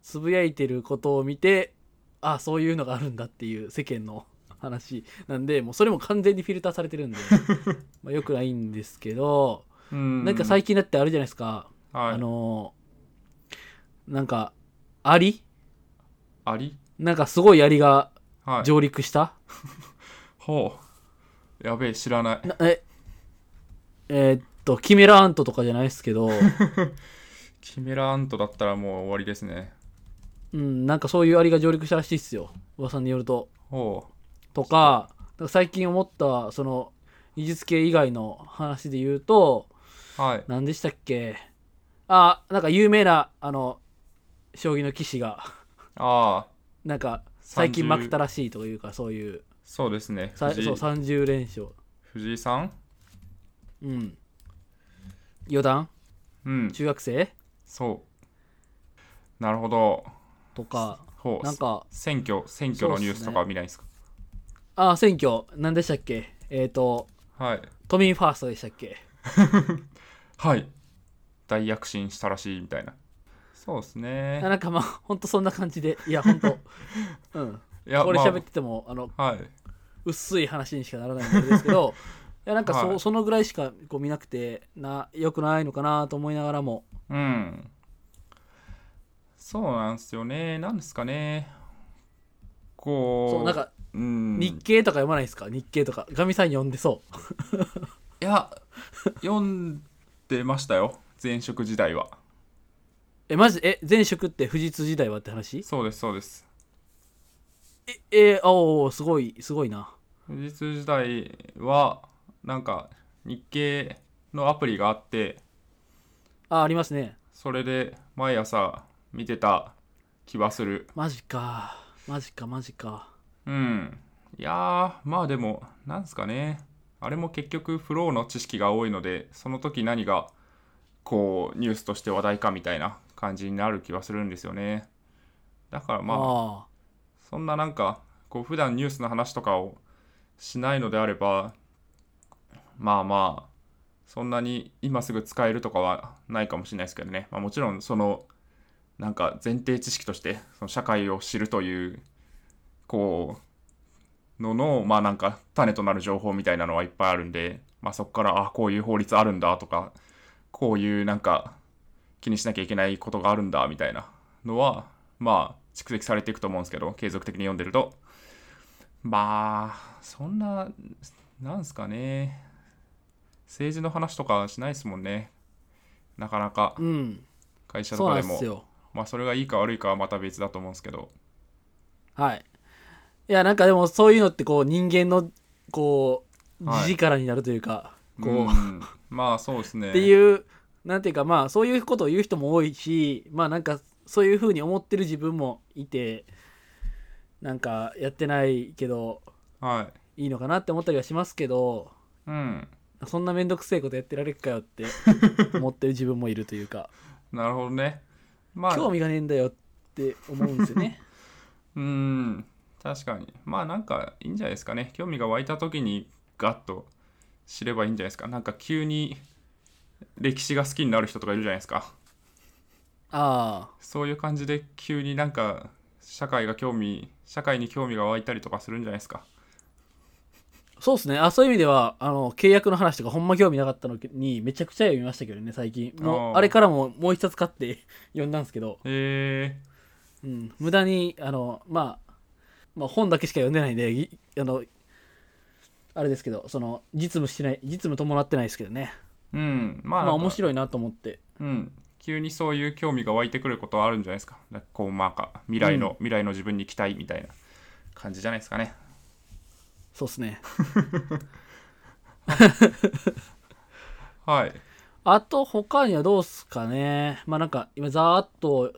[SPEAKER 2] つぶやいてることを見て、あそういうのがあるんだっていう世間の話なんでもうそれも完全にフィルターされてるん
[SPEAKER 1] [LAUGHS]
[SPEAKER 2] でまあよくないんですけど、
[SPEAKER 1] うん
[SPEAKER 2] なんか
[SPEAKER 1] 最
[SPEAKER 2] 最近だってあるじゃないですか、
[SPEAKER 1] はい、
[SPEAKER 2] あのーなんかアリ
[SPEAKER 1] あり
[SPEAKER 2] なんかすごいアリが
[SPEAKER 1] はい
[SPEAKER 2] 上陸した、
[SPEAKER 1] ほうやべえ知らない
[SPEAKER 2] なええーっとキメラアントとかじゃないですけ
[SPEAKER 1] [LAUGHS]
[SPEAKER 2] ど、
[SPEAKER 1] キメラアントだったらもう終わりですね
[SPEAKER 2] うん、なんかそういうアリが上陸したらしいっすよ噂によると
[SPEAKER 1] ほ
[SPEAKER 2] とかなんか最近思ったその技術系以外の話で言うと
[SPEAKER 1] うはい
[SPEAKER 2] 何でしたっけあなんか有名なあの将棋の棋士が
[SPEAKER 1] ああ
[SPEAKER 2] なんか最近
[SPEAKER 1] 30
[SPEAKER 2] 負けたらしいというかそういう
[SPEAKER 1] そうですね
[SPEAKER 2] さ
[SPEAKER 1] 藤
[SPEAKER 2] そう
[SPEAKER 1] 井
[SPEAKER 2] 30連勝
[SPEAKER 1] 藤井さん
[SPEAKER 2] うん四段
[SPEAKER 1] うん
[SPEAKER 2] 中学生
[SPEAKER 1] そうなるほど
[SPEAKER 2] とか
[SPEAKER 1] ほう
[SPEAKER 2] なんか
[SPEAKER 1] 選挙選挙のニュースとかは見ないですか
[SPEAKER 2] あ選挙何でしたっけえっ、と
[SPEAKER 1] はい
[SPEAKER 2] 都民ファーストでしたっけ
[SPEAKER 1] はい大躍進したらしいみたいなそうです
[SPEAKER 2] あ
[SPEAKER 1] ね
[SPEAKER 2] なんかまあほんとそんな感じでいやほん
[SPEAKER 1] [LAUGHS]
[SPEAKER 2] とうん
[SPEAKER 1] いや
[SPEAKER 2] これ
[SPEAKER 1] まあ
[SPEAKER 2] 喋っててもあの
[SPEAKER 1] はい
[SPEAKER 2] 薄い話にしかならないんですけ
[SPEAKER 1] [LAUGHS]
[SPEAKER 2] どいやなんかそ,、
[SPEAKER 1] はい
[SPEAKER 2] そのぐらいしかこう見なくてな良くないのかなと思いながらも
[SPEAKER 1] うん。そうなんですよね。なんですかね。こう。
[SPEAKER 2] そうなんか
[SPEAKER 1] うん、
[SPEAKER 2] 日
[SPEAKER 1] い
[SPEAKER 2] 経とか読まないですか、日経とかガミさん読んでそ
[SPEAKER 1] や、読んでましたよ。前職時代は。
[SPEAKER 2] うえマジえ前職って富士通時代はって話
[SPEAKER 1] そうです、そうです。
[SPEAKER 2] ええー、あおーすごいすごいな
[SPEAKER 1] 富士通時代は、なんか、日経のアプリがあって、
[SPEAKER 2] あありますね
[SPEAKER 1] それで毎朝見てた気はする。
[SPEAKER 2] マジかマジかマジか
[SPEAKER 1] うん。いやー、まあでも、なんすかね。あれも結局、フローの知識が多いので、その時何が、こう、ニュースとして話題かみたいな感じになる気はするんですよね。だから
[SPEAKER 2] ま
[SPEAKER 1] まあ、
[SPEAKER 2] あ
[SPEAKER 1] そんななんか、こう、普段ニュースの話とかをしないのであれば、まあまあ、そんなに今すぐ使えるとかはないかもしれないですけどね。まあもちろん、その、なんか前提知識として、その社会を知るというこうののまあなんか種となる情報みたいなのはいっぱいあるんで、まあ、そこからあこういう法律あるんだとかこういうなんか気にしなきゃいけないことがあるんだみたいなのはまあ蓄積されていくと思うんですけど継続的に読んでるとまあそんななんすかね政治の話とかしないですもんねなかなか
[SPEAKER 2] うん
[SPEAKER 1] 会社と
[SPEAKER 2] そう
[SPEAKER 1] か
[SPEAKER 2] なん
[SPEAKER 1] で
[SPEAKER 2] で
[SPEAKER 1] も
[SPEAKER 2] すよ
[SPEAKER 1] まあそれがいいか悪いかはまた別だと思うんですけど
[SPEAKER 2] はいいやなんかでもそういうのってこう人間のこう
[SPEAKER 1] はい
[SPEAKER 2] 地力になるというか、こう、
[SPEAKER 1] んまあそうですね
[SPEAKER 2] っていうなんていうかまあそういうことを言う人も多いしまあなんかそういうふうに思ってる自分もいてなんかやってないけど
[SPEAKER 1] はい
[SPEAKER 2] いいのかなって思ったりはしますけど
[SPEAKER 1] うん
[SPEAKER 2] そんな面倒くせえことやってられるかよって思ってる自分もいるというか
[SPEAKER 1] なるほどねまあ
[SPEAKER 2] 興味がねえんだよって思うんですよね
[SPEAKER 1] うん確かにまあなんかいいんじゃないですかね興味が湧いた時にガッと知ればいいんじゃないですかなんか急に歴史が好きになる人とかいるじゃないですか
[SPEAKER 2] ああ
[SPEAKER 1] そういう感じで急になんか社会が興味社会に興味が湧いたりとかするんじゃないですか
[SPEAKER 2] そうですねあそういう意味ではあの契約の話とかほんま興味なかったのにめちゃくちゃ読みましたけどね最近も
[SPEAKER 1] あ
[SPEAKER 2] う
[SPEAKER 1] ー
[SPEAKER 2] あれからももう一冊買って [LAUGHS] 読んだんですけど
[SPEAKER 1] え
[SPEAKER 2] うん、無駄にあの、まあ、まあ本だけしか読んでないんでいあのあれですけどその実務してない実務伴ってないですけどね
[SPEAKER 1] ー、うんま
[SPEAKER 2] ま
[SPEAKER 1] あ
[SPEAKER 2] あ
[SPEAKER 1] なんか
[SPEAKER 2] 面白いなと思って
[SPEAKER 1] うん、急にそういう興味が湧いてくることはあるんじゃないですか。なんかこう、まあか、未来の、
[SPEAKER 2] うん
[SPEAKER 1] 未来の自分に期待みたいな感じじゃないですかね。
[SPEAKER 2] そうっすね
[SPEAKER 1] はい。
[SPEAKER 2] あと他にはどうっすかねまあなんか今ざーっと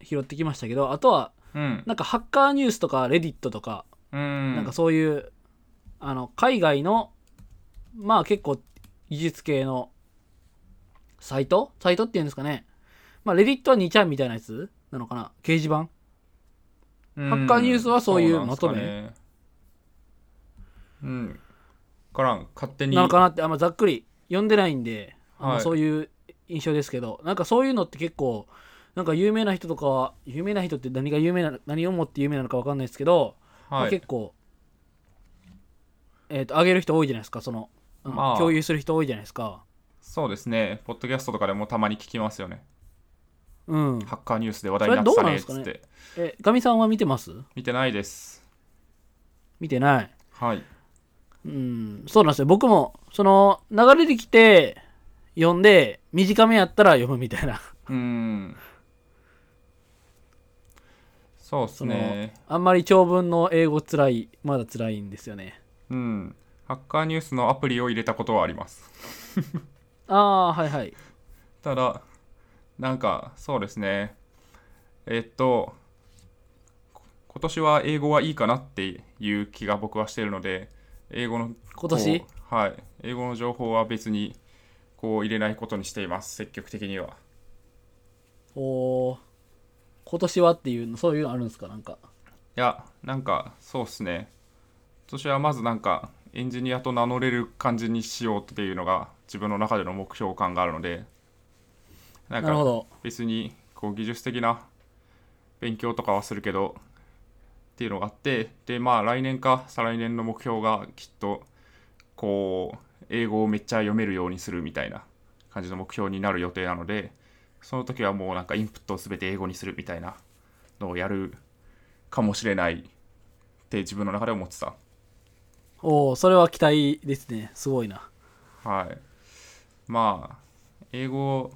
[SPEAKER 2] 拾ってきましたけどあとは
[SPEAKER 1] うん。
[SPEAKER 2] なんかハッカーニュースとかレディットとか、
[SPEAKER 1] うん。
[SPEAKER 2] なんかそういうあの海外のまあ結構技術系のサイトサイトっていうんですかねまあレディットは2ちゃんみたいなやつなのかな掲示板
[SPEAKER 1] うん
[SPEAKER 2] ハッカーニュースはそういう
[SPEAKER 1] なんすかねうん。わからん。勝手に。
[SPEAKER 2] なのかなってあんまざっくり読んでないんで、あんま
[SPEAKER 1] はい
[SPEAKER 2] そういう印象ですけどなんかそういうのって結構なんか有名な人とかは有名な人って何が有名な何をもって有名なのか分かんないですけど、まあ
[SPEAKER 1] はい。
[SPEAKER 2] 結構えーと上げる人多いじゃないですかその、うん
[SPEAKER 1] まあ
[SPEAKER 2] 共有する人多いじゃないですか
[SPEAKER 1] そうですね、ポッドキャストとかでもたまに聞きますよね。
[SPEAKER 2] うん
[SPEAKER 1] ハッカーニュースで話題になってたねっ
[SPEAKER 2] そ
[SPEAKER 1] つ
[SPEAKER 2] れどうな
[SPEAKER 1] っ
[SPEAKER 2] ん
[SPEAKER 1] て、
[SPEAKER 2] でえガミさんは見てます
[SPEAKER 1] 見てないです。
[SPEAKER 2] 見てない
[SPEAKER 1] はい。
[SPEAKER 2] うんそうなんですよ僕もその流れてきて読んで短めやったら読むみたいな [LAUGHS]
[SPEAKER 1] うーん。そうですね。
[SPEAKER 2] あんまり長文の英語つらいまだつらいんですよね
[SPEAKER 1] うん。ハッカーニュースのアプリを入れたことはあります。
[SPEAKER 2] ああーはいはい
[SPEAKER 1] ただ、なんか、そうですね。えっと、こ今年は英語はいいかなっていう気が僕はしているので、英語の
[SPEAKER 2] 今年
[SPEAKER 1] こうはい。英語の情報は別に、こう入れないことにしています、積極的には。
[SPEAKER 2] おおー今年はっていうのそういうのあるんですかなんか
[SPEAKER 1] いや、なんか、そうっすね。今年はまずなんか、エンジニアと名乗れる感じにしようっていうのが、自分の中での目標感があるので、な
[SPEAKER 2] なんる
[SPEAKER 1] か
[SPEAKER 2] ほ、ど
[SPEAKER 1] 別にこう技術的な勉強とかはするけどっていうのがあってでまあ来年か再来年の目標がきっとこう英語をめっちゃ読めるようにするみたいな感じの目標になる予定なのでその時はもうなんかインプットを全て英語にするみたいなのをやるかもしれないって自分の中で思ってた
[SPEAKER 2] おおそれは期待ですねすごいな
[SPEAKER 1] はい。まあ、英語、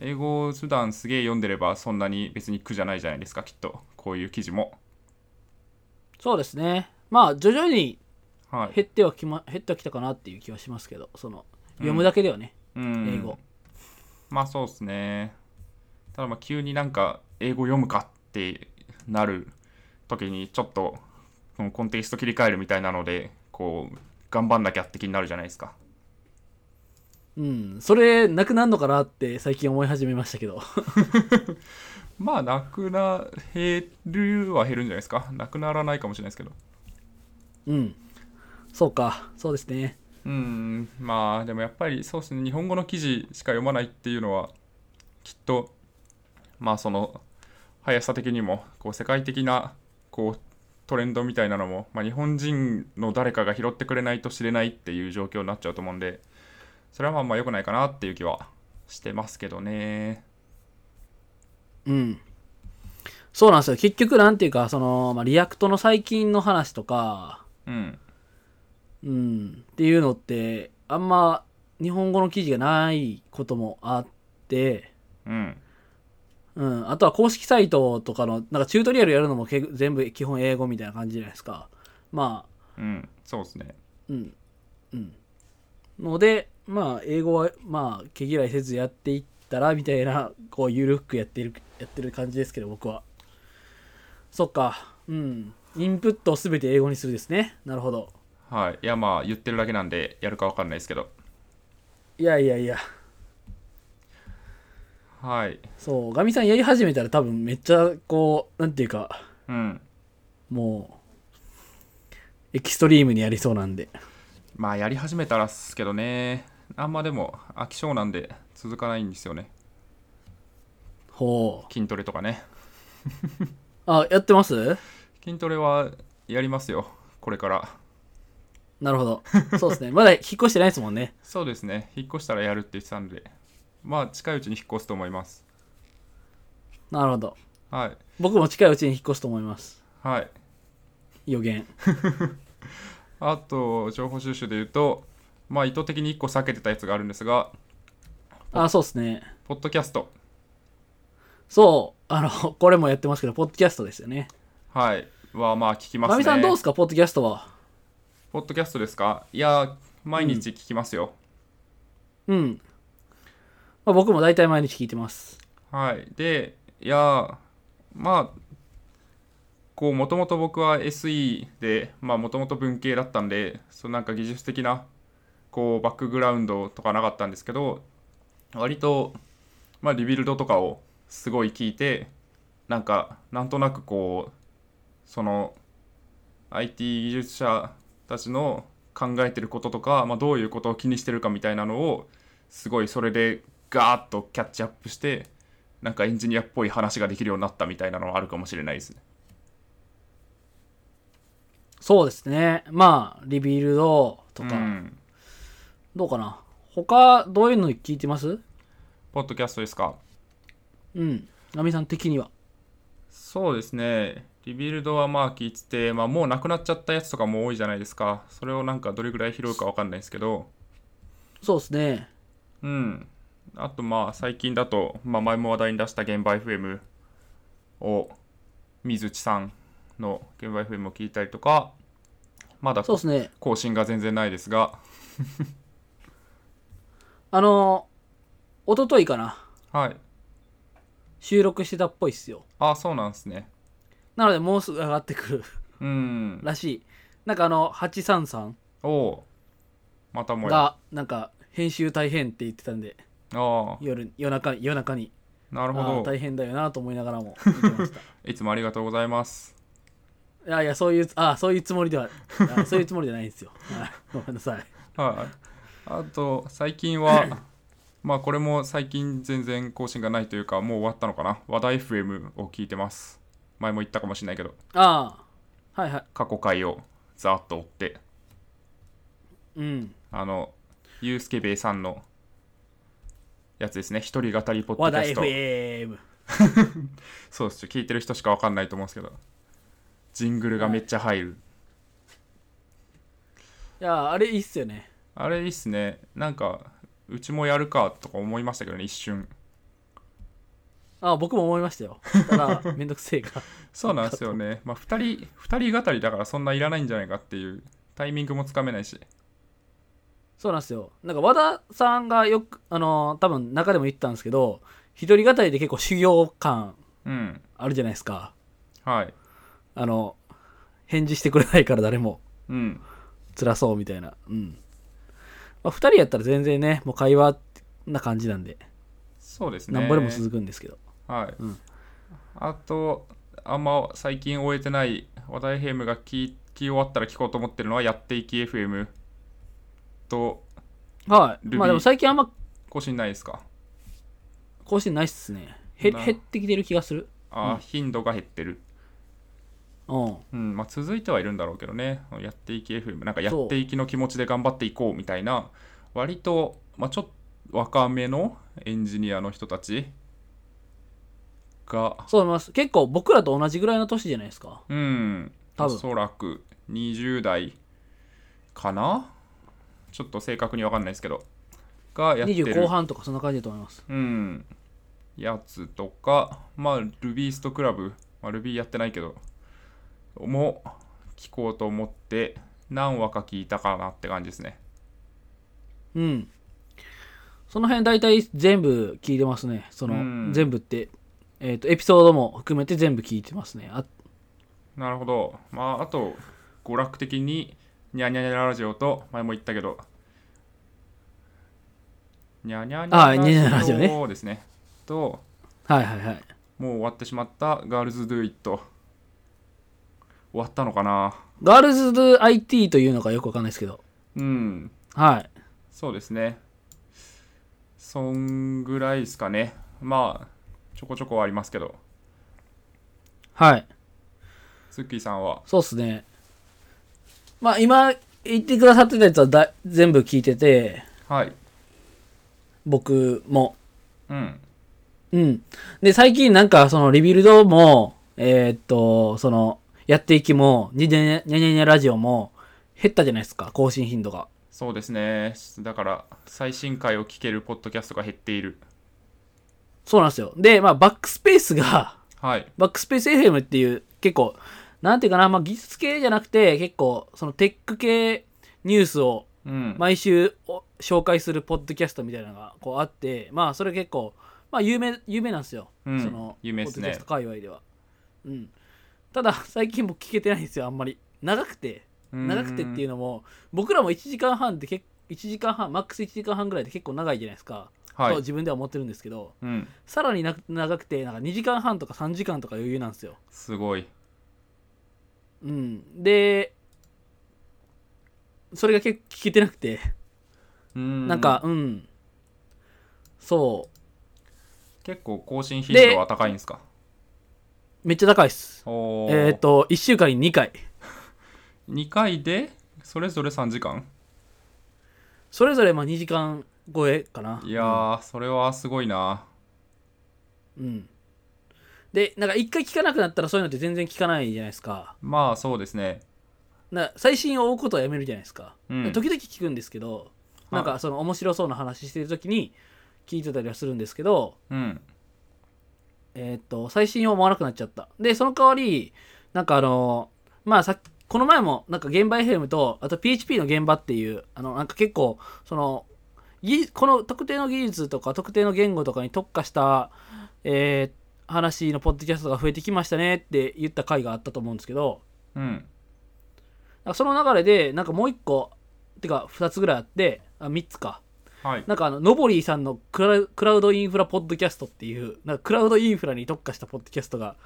[SPEAKER 1] 英語を普段すげえ読んでればそんなに別に苦じゃないじゃないですか、きっと。こういう記事も。
[SPEAKER 2] そうですねまあ徐々に
[SPEAKER 1] はい。
[SPEAKER 2] 減ってはきま減ってはきたかなっていう気はしますけどその読むだけではね、
[SPEAKER 1] うん
[SPEAKER 2] 英語。
[SPEAKER 1] まあそうですね。ただまあ急になんか英語読むかってなる時にちょっとこのコンテキスト切り替えるみたいなので、こう、頑張んなきゃって気になるじゃないですか。
[SPEAKER 2] うん、それなくなるのかなって最近思い始めましたけど [LAUGHS]
[SPEAKER 1] まあなくな、減るは減るんじゃないですか。なくならないかもしれないですけど。
[SPEAKER 2] うんそうかそうですね
[SPEAKER 1] うんまあでもやっぱりそうですね日本語の記事しか読まないっていうのはきっとまあその速さ的にもこう世界的なこうトレンドみたいなのも、まあ、日本人の誰かが拾ってくれないと知れないっていう状況になっちゃうと思うんでそれはまあまあ良くないかなっていう気はしてますけどね
[SPEAKER 2] うんそうなんですよ結局なんていうかその、まあ、リアクトの最近の話とか
[SPEAKER 1] うん
[SPEAKER 2] うんっていうのってあんま日本語の記事がないこともあって
[SPEAKER 1] うん
[SPEAKER 2] うん、あとは公式サイトとかのなんかチュートリアルやるのもけ全部基本英語みたいな感じじゃないですかまあ
[SPEAKER 1] うんそうですね
[SPEAKER 2] うんうんのでまあ英語はまあ毛嫌いせずやっていったらみたいなこう緩くやってるやってる感じですけど僕はそっかうんインプットを全て英語にするですねなるほど
[SPEAKER 1] はいいやまあ言ってるだけなんでやるかわかんないですけど
[SPEAKER 2] いやいやいや
[SPEAKER 1] はい
[SPEAKER 2] そうガミさんやり始めたら多分めっちゃこうなんていうか
[SPEAKER 1] うん
[SPEAKER 2] もうエキストリームにやりそうなんで
[SPEAKER 1] まあやり始めたらっすけどねあんまでも飽き性なんで続かないんですよね
[SPEAKER 2] ほう
[SPEAKER 1] 筋トレとかね
[SPEAKER 2] あやってます
[SPEAKER 1] 筋トレはやりますよこれから
[SPEAKER 2] なるほどそうですねまだ引っ越してないですもんね
[SPEAKER 1] そうですね引っ越したらやるって言ってたんでまあ近いうちに引っ越すと思います
[SPEAKER 2] なるほど
[SPEAKER 1] はい
[SPEAKER 2] 僕も近いうちに引っ越すと思います
[SPEAKER 1] はい
[SPEAKER 2] 予言
[SPEAKER 1] あと情報収集で言うとまあ意図的に1個避けてたやつがあるんですが
[SPEAKER 2] あそうですね
[SPEAKER 1] ポッドキャスト
[SPEAKER 2] そうあの [LAUGHS] これもやってますけどポッドキャストですよね
[SPEAKER 1] はいはまあ聞きます
[SPEAKER 2] ま
[SPEAKER 1] ね
[SPEAKER 2] みさんどうですかポッドキャストは
[SPEAKER 1] ポッドキャストですかいや毎日聞きますよ、
[SPEAKER 2] うん、まあ、僕も大体毎日聞いてます
[SPEAKER 1] はい。で、いやー、まあ、こう、もともと僕は SE で、まあ、もともと文系だったんで、そのなんか技術的な、こう、バックグラウンドとかなかったんですけど、割と、まあ、リビルドとかをすごい聞いて、なんか、なんとなくこう、その、IT 技術者たちの考えてることとか、まあ、どういうことを気にしてるかみたいなのを、すごいそれでガーッとキャッチアップしてなんかエンジニアっぽい話ができるようになったみたいなのはあるかもしれないですね
[SPEAKER 2] そうですね。まあ、リビルドとか、
[SPEAKER 1] うん
[SPEAKER 2] どうかな。他、どういうの聞いてます
[SPEAKER 1] ポッドキャストですか
[SPEAKER 2] うん。ナミさん的には。
[SPEAKER 1] そうですねリビルドはまあ聞いてて、まあ、もうなくなっちゃったやつとかも多いじゃないですかそれをなんかどれぐらい拾うかわかんないですけど
[SPEAKER 2] そうですね。
[SPEAKER 1] うんあとまあ最近だと、まあ、前も話題に出した現場 FM を水内さんの現場 FM を聞いたりとかまだ
[SPEAKER 2] そうですね。
[SPEAKER 1] 更新が全然ないですが
[SPEAKER 2] あの、一昨日かな。
[SPEAKER 1] はい
[SPEAKER 2] 収録してたっぽいっすよ。
[SPEAKER 1] あそうなんですね
[SPEAKER 2] なので、もうすぐ上がってくる [LAUGHS]
[SPEAKER 1] うん
[SPEAKER 2] らしい。なんかあの、833
[SPEAKER 1] おおうまたもやあ
[SPEAKER 2] が、なんか、編集大変って言ってたんで、
[SPEAKER 1] あ
[SPEAKER 2] 夜、夜中、夜中に。
[SPEAKER 1] なる
[SPEAKER 2] あ
[SPEAKER 1] ほ
[SPEAKER 2] ー
[SPEAKER 1] ど
[SPEAKER 2] 大変だよなと思いながらも見てま
[SPEAKER 1] [LAUGHS]
[SPEAKER 2] した。
[SPEAKER 1] いつもありがとうございます
[SPEAKER 2] いやいや、そういう、あーそういうつもりでは、あーそういうつもりじゃないんですよ。 [LAUGHS] はいごめんなさい。
[SPEAKER 1] はい、あと最近は
[SPEAKER 2] [LAUGHS]
[SPEAKER 1] まあこれも最近全然更新がないというかもう終わったのかな話題 FM を聞いてます前も言ったかもしれないけど
[SPEAKER 2] ああ、はいはい。
[SPEAKER 1] 過去回をざーっと追って
[SPEAKER 2] うん。
[SPEAKER 1] あのユースケベイさんのやつですね一人語りポッ
[SPEAKER 2] 和
[SPEAKER 1] ド
[SPEAKER 2] 田
[SPEAKER 1] キャスト
[SPEAKER 2] FM。
[SPEAKER 1] そうですよ聞いてる人しかわかんないと思うんですけどジングルがめっちゃ入る、
[SPEAKER 2] いやー、あれいいっすよね。
[SPEAKER 1] あれいいっすねなんかうちもやるかとか思いましたけどね一瞬
[SPEAKER 2] あー僕も思いましたよ。ただ、めんどくせえから。 [LAUGHS]
[SPEAKER 1] そうなんですよね。まあ、2人、二人語りだからそんないらないんじゃないかっていう、タイミングもつかめないし。
[SPEAKER 2] そうなんですよ。なんか和田さんがよく、あのー多分中でも言ったんですけど、一人語りで結構修行感
[SPEAKER 1] うん。
[SPEAKER 2] あるじゃないですか。
[SPEAKER 1] はい。
[SPEAKER 2] あの、返事してくれないから誰も
[SPEAKER 1] うん。
[SPEAKER 2] 辛そうみたいな。うん。まあ、二人やったら全然ね、もう会話な感じなんで、
[SPEAKER 1] そうですね。
[SPEAKER 2] 何ぼでも続くんですけど。
[SPEAKER 1] はい。
[SPEAKER 2] うん
[SPEAKER 1] あと、あんま最近終えてない話題ヘムが聞き聞き終わったら聞こうと思ってるのは、やっていき FM と、
[SPEAKER 2] はい。
[SPEAKER 1] ルビー
[SPEAKER 2] まあでも最近あんま
[SPEAKER 1] 更新ないですか。
[SPEAKER 2] 更新ないっすね。へ
[SPEAKER 1] な
[SPEAKER 2] 減ってきてる気がする。
[SPEAKER 1] ああ、
[SPEAKER 2] うん
[SPEAKER 1] 頻度が減ってる。
[SPEAKER 2] うん。
[SPEAKER 1] うん。まあ、続いてはいるんだろうけどね。やっていき FM。なんか、や
[SPEAKER 2] そう
[SPEAKER 1] っていきの気持ちで頑張っていこうみたいな、割と、まあ、ちょっと若めのエンジニアの人たちが、
[SPEAKER 2] そう思います。結構僕らと同じぐらいの年じゃないですか。
[SPEAKER 1] うん、
[SPEAKER 2] 多
[SPEAKER 1] お
[SPEAKER 2] 分
[SPEAKER 1] そらく20代かなちょっと正確に分かんないですけど、がやってる。
[SPEAKER 2] 20後半とかそんな感じだと思います。
[SPEAKER 1] うん、やつとか、まあ、ルビーストクラブ、まあ、ルビーやってないけど、も聞こうと思って、何話か聞いたかなって感じですね。
[SPEAKER 2] うん。その辺大体全部聞いてますね。その、
[SPEAKER 1] うん
[SPEAKER 2] 全部って、えっ、と、エピソードも含めて全部聞いてますね。あ
[SPEAKER 1] なるほど。まあ、あと、娯楽的に、ニャニャニャラジオと、前も言ったけど、ニャニャニ
[SPEAKER 2] あニャニャ
[SPEAKER 1] ャ
[SPEAKER 2] ラ
[SPEAKER 1] ラ
[SPEAKER 2] ジ
[SPEAKER 1] ジ
[SPEAKER 2] オね
[SPEAKER 1] オですね。と、
[SPEAKER 2] はいはいはい。
[SPEAKER 1] もう終わってしまった、ガールズ・ドゥ・イット。終わったのかな
[SPEAKER 2] ガールズ・ドゥ・ IT というのかよくわかんないですけど。
[SPEAKER 1] うん、
[SPEAKER 2] はい。
[SPEAKER 1] そうですね。そんぐらいですかね。まあ、ちょこちょこはありますけど、
[SPEAKER 2] はい。
[SPEAKER 1] ツッキーさんは、
[SPEAKER 2] そうっすね。まあ今言ってくださってたやつはだ全部聞いてて、
[SPEAKER 1] はい。
[SPEAKER 2] 僕も。
[SPEAKER 1] うん。
[SPEAKER 2] うん。で、最近なんかそのリビルドも、えーっと、その、やっていきも、にゃにゃにゃにゃにゃにゃラジオも、減ったじゃないですか、更新頻度が。
[SPEAKER 1] そうですね。だから、最新回を聞けるポッドキャストが減っている。
[SPEAKER 2] そうなんですよ。で、まあ、バックスペースが、 [LAUGHS]
[SPEAKER 1] はい。
[SPEAKER 2] バックスペース FM っていう、結構、なんていうかな、まあ、技術系じゃなくて、結構、そのテック系ニュースを
[SPEAKER 1] うん。
[SPEAKER 2] 毎週お紹介するポッドキャストみたいなのが、こうあって、まあ、それ結構、まあ、有名、有名なんですよ。
[SPEAKER 1] うん
[SPEAKER 2] その、
[SPEAKER 1] 有名っす
[SPEAKER 2] ポッド
[SPEAKER 1] ね
[SPEAKER 2] キャスト界隈では。うん。ただ、最近も聞けてないんですよ、あんまり。長くて。長くてっていう
[SPEAKER 1] う
[SPEAKER 2] のも、僕らも1時間半って結構、1時間半、マックス1時間半ぐらいで結構長いじゃないですか。
[SPEAKER 1] ーん。は
[SPEAKER 2] と
[SPEAKER 1] い。
[SPEAKER 2] 自分では思ってるんですけど。
[SPEAKER 1] うん。
[SPEAKER 2] さらにな長くてなんか2時間半とか3時間とか余裕なんですよ。
[SPEAKER 1] すごい。
[SPEAKER 2] うん、でそれが結構聞けてなくて
[SPEAKER 1] うん。
[SPEAKER 2] なんか、うんそ
[SPEAKER 1] 結構更新頻度は高いんですか
[SPEAKER 2] うめっちゃ高いっす。
[SPEAKER 1] おー
[SPEAKER 2] えっ、と1週間に2回
[SPEAKER 1] 2回でそれぞれ3時間
[SPEAKER 2] それぞれまあ2時間超えかない
[SPEAKER 1] やー、それはすごいな
[SPEAKER 2] うんでなんか一回聞かなくなったらそういうのって全然聞かないじゃないですか
[SPEAKER 1] まあそうですね
[SPEAKER 2] な最新を追うことはやめるじゃないですか、
[SPEAKER 1] うん
[SPEAKER 2] 時々聞くんですけど
[SPEAKER 1] い
[SPEAKER 2] なんかその面白そうな話してる時に聞いてたりはするんですけど、
[SPEAKER 1] うん
[SPEAKER 2] えーっと最新を思わなくなっちゃったでその代わりなんかあのまあさっきこの前もなんか現場 FM とあと PHP の現場っていうあのなんか結構その技この特定の技術とか特定の言語とかに特化した、えー話のポッドキャストが増えてきましたねって言った回があったと思うんですけど、
[SPEAKER 1] うん
[SPEAKER 2] なんかその流れでなんかもう一個てか二つぐらいあってあ三つか
[SPEAKER 1] はい
[SPEAKER 2] なんかあのノボリーさんのクラクラウドインフラポッドキャストっていうなんかクラウドインフラに特化したポッドキャストが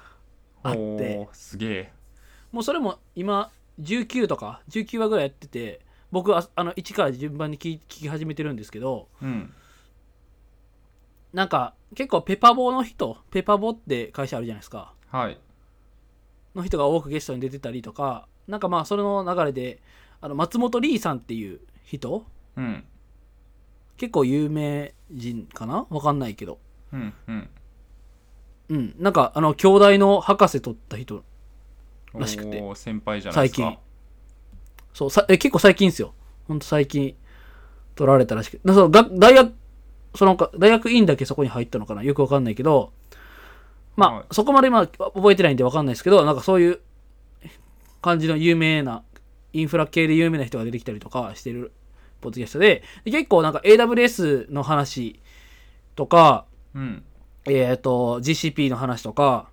[SPEAKER 2] あって
[SPEAKER 1] おーすげえ
[SPEAKER 2] もうそれも今19とか19話ぐらいやってて僕はあの1から順番に聞き聞き始めてるんですけど
[SPEAKER 1] うん
[SPEAKER 2] なんか結構ペパボの人ペパボって会社あるじゃないですか
[SPEAKER 1] はい
[SPEAKER 2] の人が多くゲストに出てたりとかなんかまあそれの流れであの松本リーさんっていう人
[SPEAKER 1] うん
[SPEAKER 2] 結構有名人かなわかんないけど。
[SPEAKER 1] うんうん
[SPEAKER 2] うん。なんか、あの、兄弟の博士取った人、
[SPEAKER 1] お
[SPEAKER 2] らしくて
[SPEAKER 1] ー先輩じゃないです
[SPEAKER 2] 最
[SPEAKER 1] か
[SPEAKER 2] 近そう、さえ結構最近ですよ。ほんと最近取られたらしくだそのが大学、そのか、大学院だけそこに入ったのかなよくわかんないけど、まあ、
[SPEAKER 1] はい
[SPEAKER 2] そこまで今覚えてないんでわかんないですけど、なんかそういう感じの有名な、インフラ系で有名な人が出てきたりとかしてるポッドキャストで、で結構なんか AWS の話とか、
[SPEAKER 1] うん
[SPEAKER 2] えっ、と、GCP の話とか、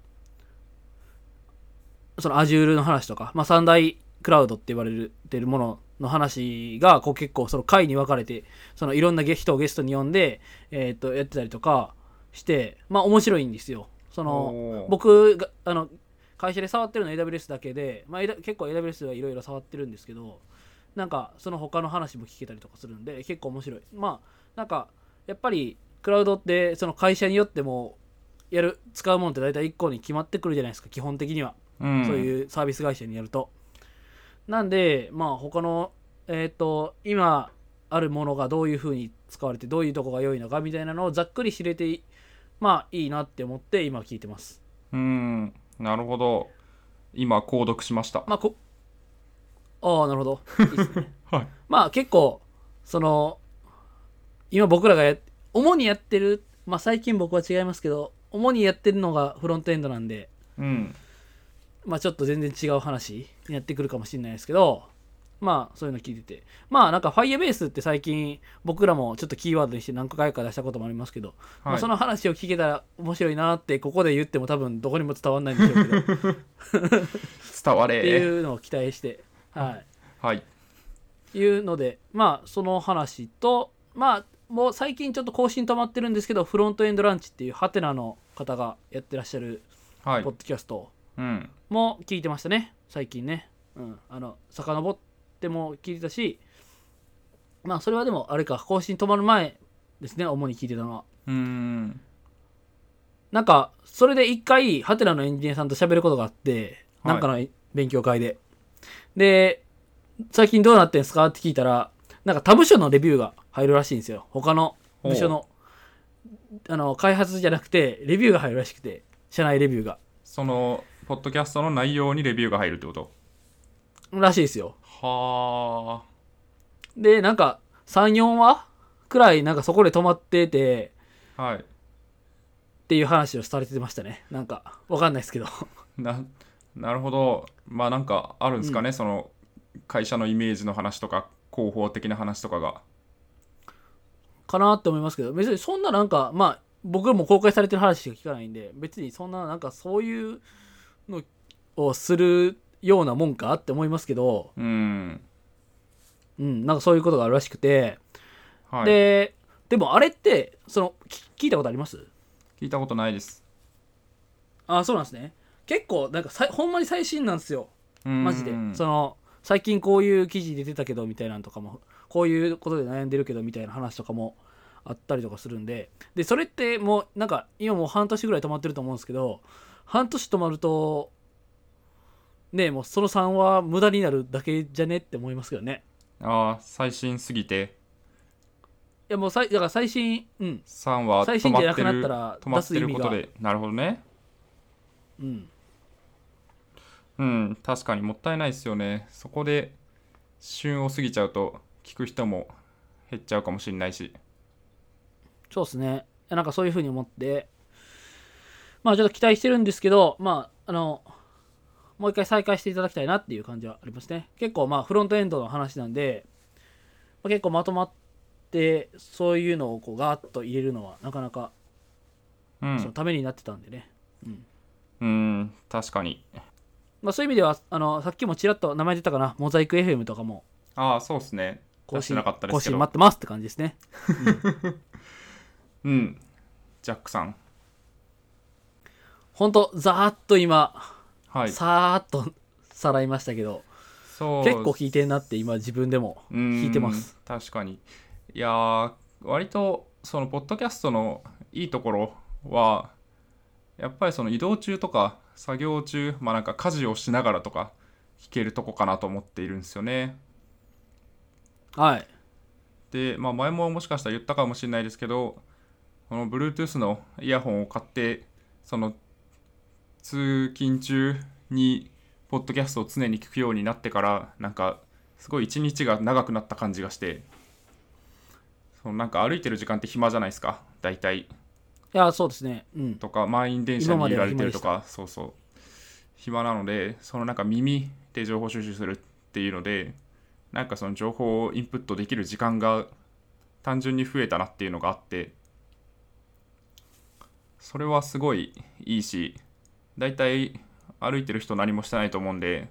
[SPEAKER 2] その Azure の話とか、まあ、三大クラウドって言われてるものの話が、こう結構その回に分かれて、そのいろんなゲ人をゲストに呼んで、えっ、と、やってたりとかして、まあ、面白いんですよ。その、
[SPEAKER 1] おー
[SPEAKER 2] 僕が、あの、会社で触ってるの AWS だけで、まあ、A- 結構 AWS はいろいろ触ってるんですけど、なんかその他の話も聞けたりとかするんで結構面白いまあなんかやっぱりクラウドってその会社によってもやる使うものって大体1個に決まってくるじゃないですか基本的には、
[SPEAKER 1] うん
[SPEAKER 2] そう
[SPEAKER 1] う
[SPEAKER 2] いうサービス会社にやるとなんでまあ他のえっ、と今あるものがどういうふうに使われてどういうとこが良いのかみたいなのをざっくり知れていまあいいなって思って今聞いてます
[SPEAKER 1] うんなるほど今購読しました
[SPEAKER 2] まあこああなるほどいいっすね
[SPEAKER 1] はい
[SPEAKER 2] まあ結構その今僕らがや主にやってるまあ最近僕は違いますけど主にやってるのがフロントエンドなんで
[SPEAKER 1] うん
[SPEAKER 2] まあちょっと全然違う話になってくるかもしれないですけどまあそういうの聞いててまあなんか Firebase って最近僕らもちょっとキーワードにして何回か出したこともありますけど、ま
[SPEAKER 1] は
[SPEAKER 2] あ
[SPEAKER 1] い
[SPEAKER 2] その話を聞けたら面白いなってここで言っても多分どこにも伝わんないんでしょうけど
[SPEAKER 1] [LAUGHS]
[SPEAKER 2] っ
[SPEAKER 1] 伝わ
[SPEAKER 2] て
[SPEAKER 1] れ
[SPEAKER 2] いうのを期待してはい。
[SPEAKER 1] はい
[SPEAKER 2] いうのでまあその話とまあもう最近ちょっと更新止まってるんですけどフロントエンドランチっていうハテナの方がやってらっしゃる
[SPEAKER 1] は
[SPEAKER 2] ポッ
[SPEAKER 1] い
[SPEAKER 2] ドキャスト
[SPEAKER 1] うん
[SPEAKER 2] も聞いてましたね最近ねうんあの遡っても聞いてたしまあそれはでもあれか更新止まる前ですね主に聞いてたのは
[SPEAKER 1] うん
[SPEAKER 2] なんかそれで一回ハテナのエンジニアさんと喋ることがあって、
[SPEAKER 1] は
[SPEAKER 2] な
[SPEAKER 1] い
[SPEAKER 2] んかの勉強会でで最近どうなってんすかって聞いたらなんか他部署のレビューが入るらしいんですよ他の部署のあの開発じゃなくてレビューが入るらしくて社内レビューが
[SPEAKER 1] そのポッドキャストの内容にレビューが入るってこと
[SPEAKER 2] らしいですよ
[SPEAKER 1] はあ
[SPEAKER 2] でなんか34話くらいなんかそこで止まってて
[SPEAKER 1] はい
[SPEAKER 2] っていう話をされてましたねなんかわかんないですけど
[SPEAKER 1] ななるほどまあなんかあるんですかね、その会社のイメージの話とか広報的な話とかが
[SPEAKER 2] かなって思いますけど別にそんななんかまあ僕も公開されてる話しか聞かないんで別にそんななんかそういうのをするようなもんかって思いますけど
[SPEAKER 1] うん
[SPEAKER 2] うんなんかそういうことがあるらしくて、
[SPEAKER 1] はい
[SPEAKER 2] ででもあれってそのき聞いたことあります
[SPEAKER 1] 聞いたことないです
[SPEAKER 2] あそうなんですね結構なんかさいほんまに最新なんですよマジで
[SPEAKER 1] うん
[SPEAKER 2] その最近こういう記事出てたけどみたいなのとかもこういうことで悩んでるけどみたいな話とかもあったりとかするんででそれってもうなんか今もう半年ぐらい止まってると思うんですけど半年止まるとねもうその3は無駄になるだけじゃねって思いますけどね
[SPEAKER 1] ああ、最新すぎて、
[SPEAKER 2] いやもうさいだから最新うん
[SPEAKER 1] 3は
[SPEAKER 2] 最
[SPEAKER 1] 止
[SPEAKER 2] 新
[SPEAKER 1] ま
[SPEAKER 2] じゃな
[SPEAKER 1] って
[SPEAKER 2] くなっ
[SPEAKER 1] る、
[SPEAKER 2] たら
[SPEAKER 1] 止ま
[SPEAKER 2] 出
[SPEAKER 1] っ
[SPEAKER 2] す
[SPEAKER 1] て
[SPEAKER 2] 意
[SPEAKER 1] る
[SPEAKER 2] 味
[SPEAKER 1] こ
[SPEAKER 2] が
[SPEAKER 1] とで、なるほどね。
[SPEAKER 2] うん
[SPEAKER 1] うん、確かにもったいないですよね。そこで旬を過ぎちゃうと、聞く人も減っちゃうかもしれないし。
[SPEAKER 2] そうですねいやなんかそういうふうに思ってまあちょっと期待してるんですけどまああのもう一回再開していただきたいなっていう感じはありますね結構まあフロントエンドの話なんで、まあ、結構まとまってそういうのをこうガーッと入れるのはなかなか
[SPEAKER 1] う
[SPEAKER 2] その
[SPEAKER 1] ん、
[SPEAKER 2] ためになってたんでね、
[SPEAKER 1] うん、確かに。
[SPEAKER 2] まあ、そういう意味ではあのさっきもちらっと名前出たかなモザイク FM とかも
[SPEAKER 1] ああ、そうですね。
[SPEAKER 2] 更
[SPEAKER 1] 出して
[SPEAKER 2] 新
[SPEAKER 1] なかったで
[SPEAKER 2] 更
[SPEAKER 1] すけ
[SPEAKER 2] 新待
[SPEAKER 1] ど
[SPEAKER 2] っ。てますって感じですね
[SPEAKER 1] うん、ジャックさん。
[SPEAKER 2] ほんとざーっと今、
[SPEAKER 1] はい。
[SPEAKER 2] さーっとさらいましたけど
[SPEAKER 1] そう
[SPEAKER 2] 結構聞いてんなって今自分でも聞いてます
[SPEAKER 1] うーん確かにいやー割とそのポッドキャストのいいところはやっぱりその移動中とか作業中まあなんか家事をしながらとか聞けるとこかなと思っているんですよね
[SPEAKER 2] はい
[SPEAKER 1] で、まあ、前ももしかしたら言ったかもしれないですけどこの Bluetooth のイヤホンを買ってその通勤中にポッドキャストを常に聞くようになってからなんかすごい一日が長くなった感じがしてそのなんか歩いてる時間って暇じゃないですか大体
[SPEAKER 2] いやそうですねうん
[SPEAKER 1] とか満員電車
[SPEAKER 2] 今ま
[SPEAKER 1] に
[SPEAKER 2] で
[SPEAKER 1] 揺ら
[SPEAKER 2] は
[SPEAKER 1] れてるとかそうそう暇なのでそのなんか耳で情報収集するっていうのでなんかその情報をインプットできる時間が単純に増えたなっていうのがあってそれはすごいいいしだいたい歩いてる人何もしてないと思うんで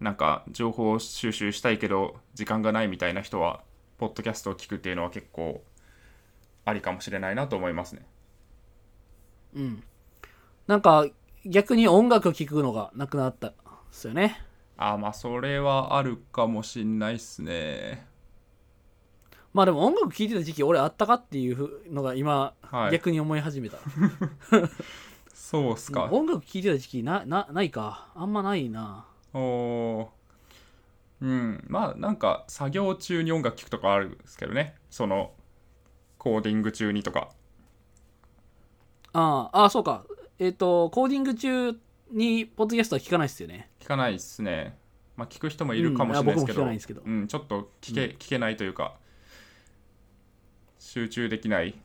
[SPEAKER 1] なんか情報を収集したいけど時間がないみたいな人はポッドキャストを聞くっていうのは結構ありかもしれないなと思いますね。
[SPEAKER 2] うんなんか逆に音楽聴くのがなくなったっすよね
[SPEAKER 1] あーまあそれはあるかもしんないっすね
[SPEAKER 2] まあでも音楽聴いてた時期俺あったかっていうのが今、
[SPEAKER 1] はい
[SPEAKER 2] 逆に思い始め
[SPEAKER 1] [LAUGHS]
[SPEAKER 2] た
[SPEAKER 1] そうっすか
[SPEAKER 2] 音楽聴いてた時期ななないかあんまないな
[SPEAKER 1] おおーうんまあなんか作業中に音楽聴くとかあるんですけどねそのコーディング中にとか
[SPEAKER 2] あああそうかえっ、とコーディング中にポッドキャストは聞かないっすよね
[SPEAKER 1] 聞かないっすねまあ聞く人もいるかもしれないですけど,、
[SPEAKER 2] うあ僕も聞か
[SPEAKER 1] うんん、
[SPEAKER 2] ないんですけど
[SPEAKER 1] ちょっと聞け,、聞けないというか集中できない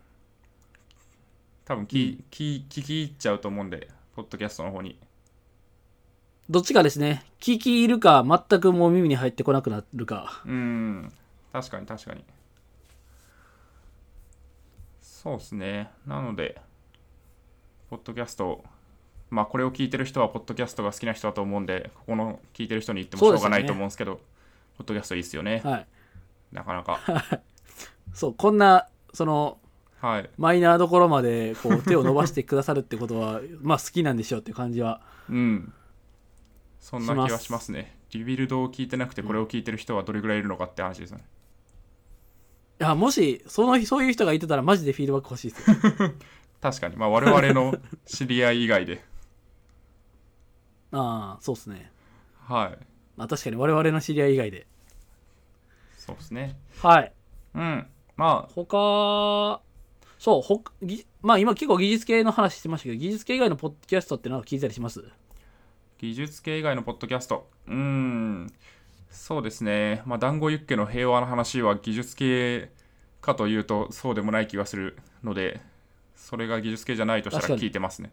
[SPEAKER 1] 多分聞,、聞聞き入っちゃうと思うんでポッドキャストの方に
[SPEAKER 2] どっちかですね聞き入るか全くもう耳に入ってこなくなるか
[SPEAKER 1] うん確かに確かにそうですねなのでポッドキャストまあこれを聞いてる人はポッドキャストが好きな人だと思うんでここの聞いてる人に言ってもしょうがないと思うんですけどポッドキャストいいっすよね、
[SPEAKER 2] はい
[SPEAKER 1] なかなか
[SPEAKER 2] そうこんなその
[SPEAKER 1] はい
[SPEAKER 2] マイナーどころまでこう手を伸ばしてくださるってことは [LAUGHS] まあ好きなんでしょうっていう感じは
[SPEAKER 1] うんそんな
[SPEAKER 2] します
[SPEAKER 1] 気はしますねリビルドを聞いてなくてこれを聞いてる人はどれぐらいいるのかって話ですね、
[SPEAKER 2] いやもしそのそういう人がいてたらマジでフィードバック欲しいです
[SPEAKER 1] [LAUGHS]
[SPEAKER 2] よ
[SPEAKER 1] 確かにまあ我々の知り合い以外で
[SPEAKER 2] ああそうですね
[SPEAKER 1] はい
[SPEAKER 2] まあ確かに我々の知り合い以外で
[SPEAKER 1] そうですね
[SPEAKER 2] はい
[SPEAKER 1] うんまあ
[SPEAKER 2] 他そうほかぎまあ今結構技術系の話してましたけど技術系以外のポッドキャストってなんか聞いたりします
[SPEAKER 1] 技術系以外のポッドキャストうーんそうですねまあ団子ユッケの平和の話は技術系かというとそうでもない気がするのでそれが技術系じゃないとした
[SPEAKER 2] 確
[SPEAKER 1] ら
[SPEAKER 2] かに
[SPEAKER 1] 聞いてますね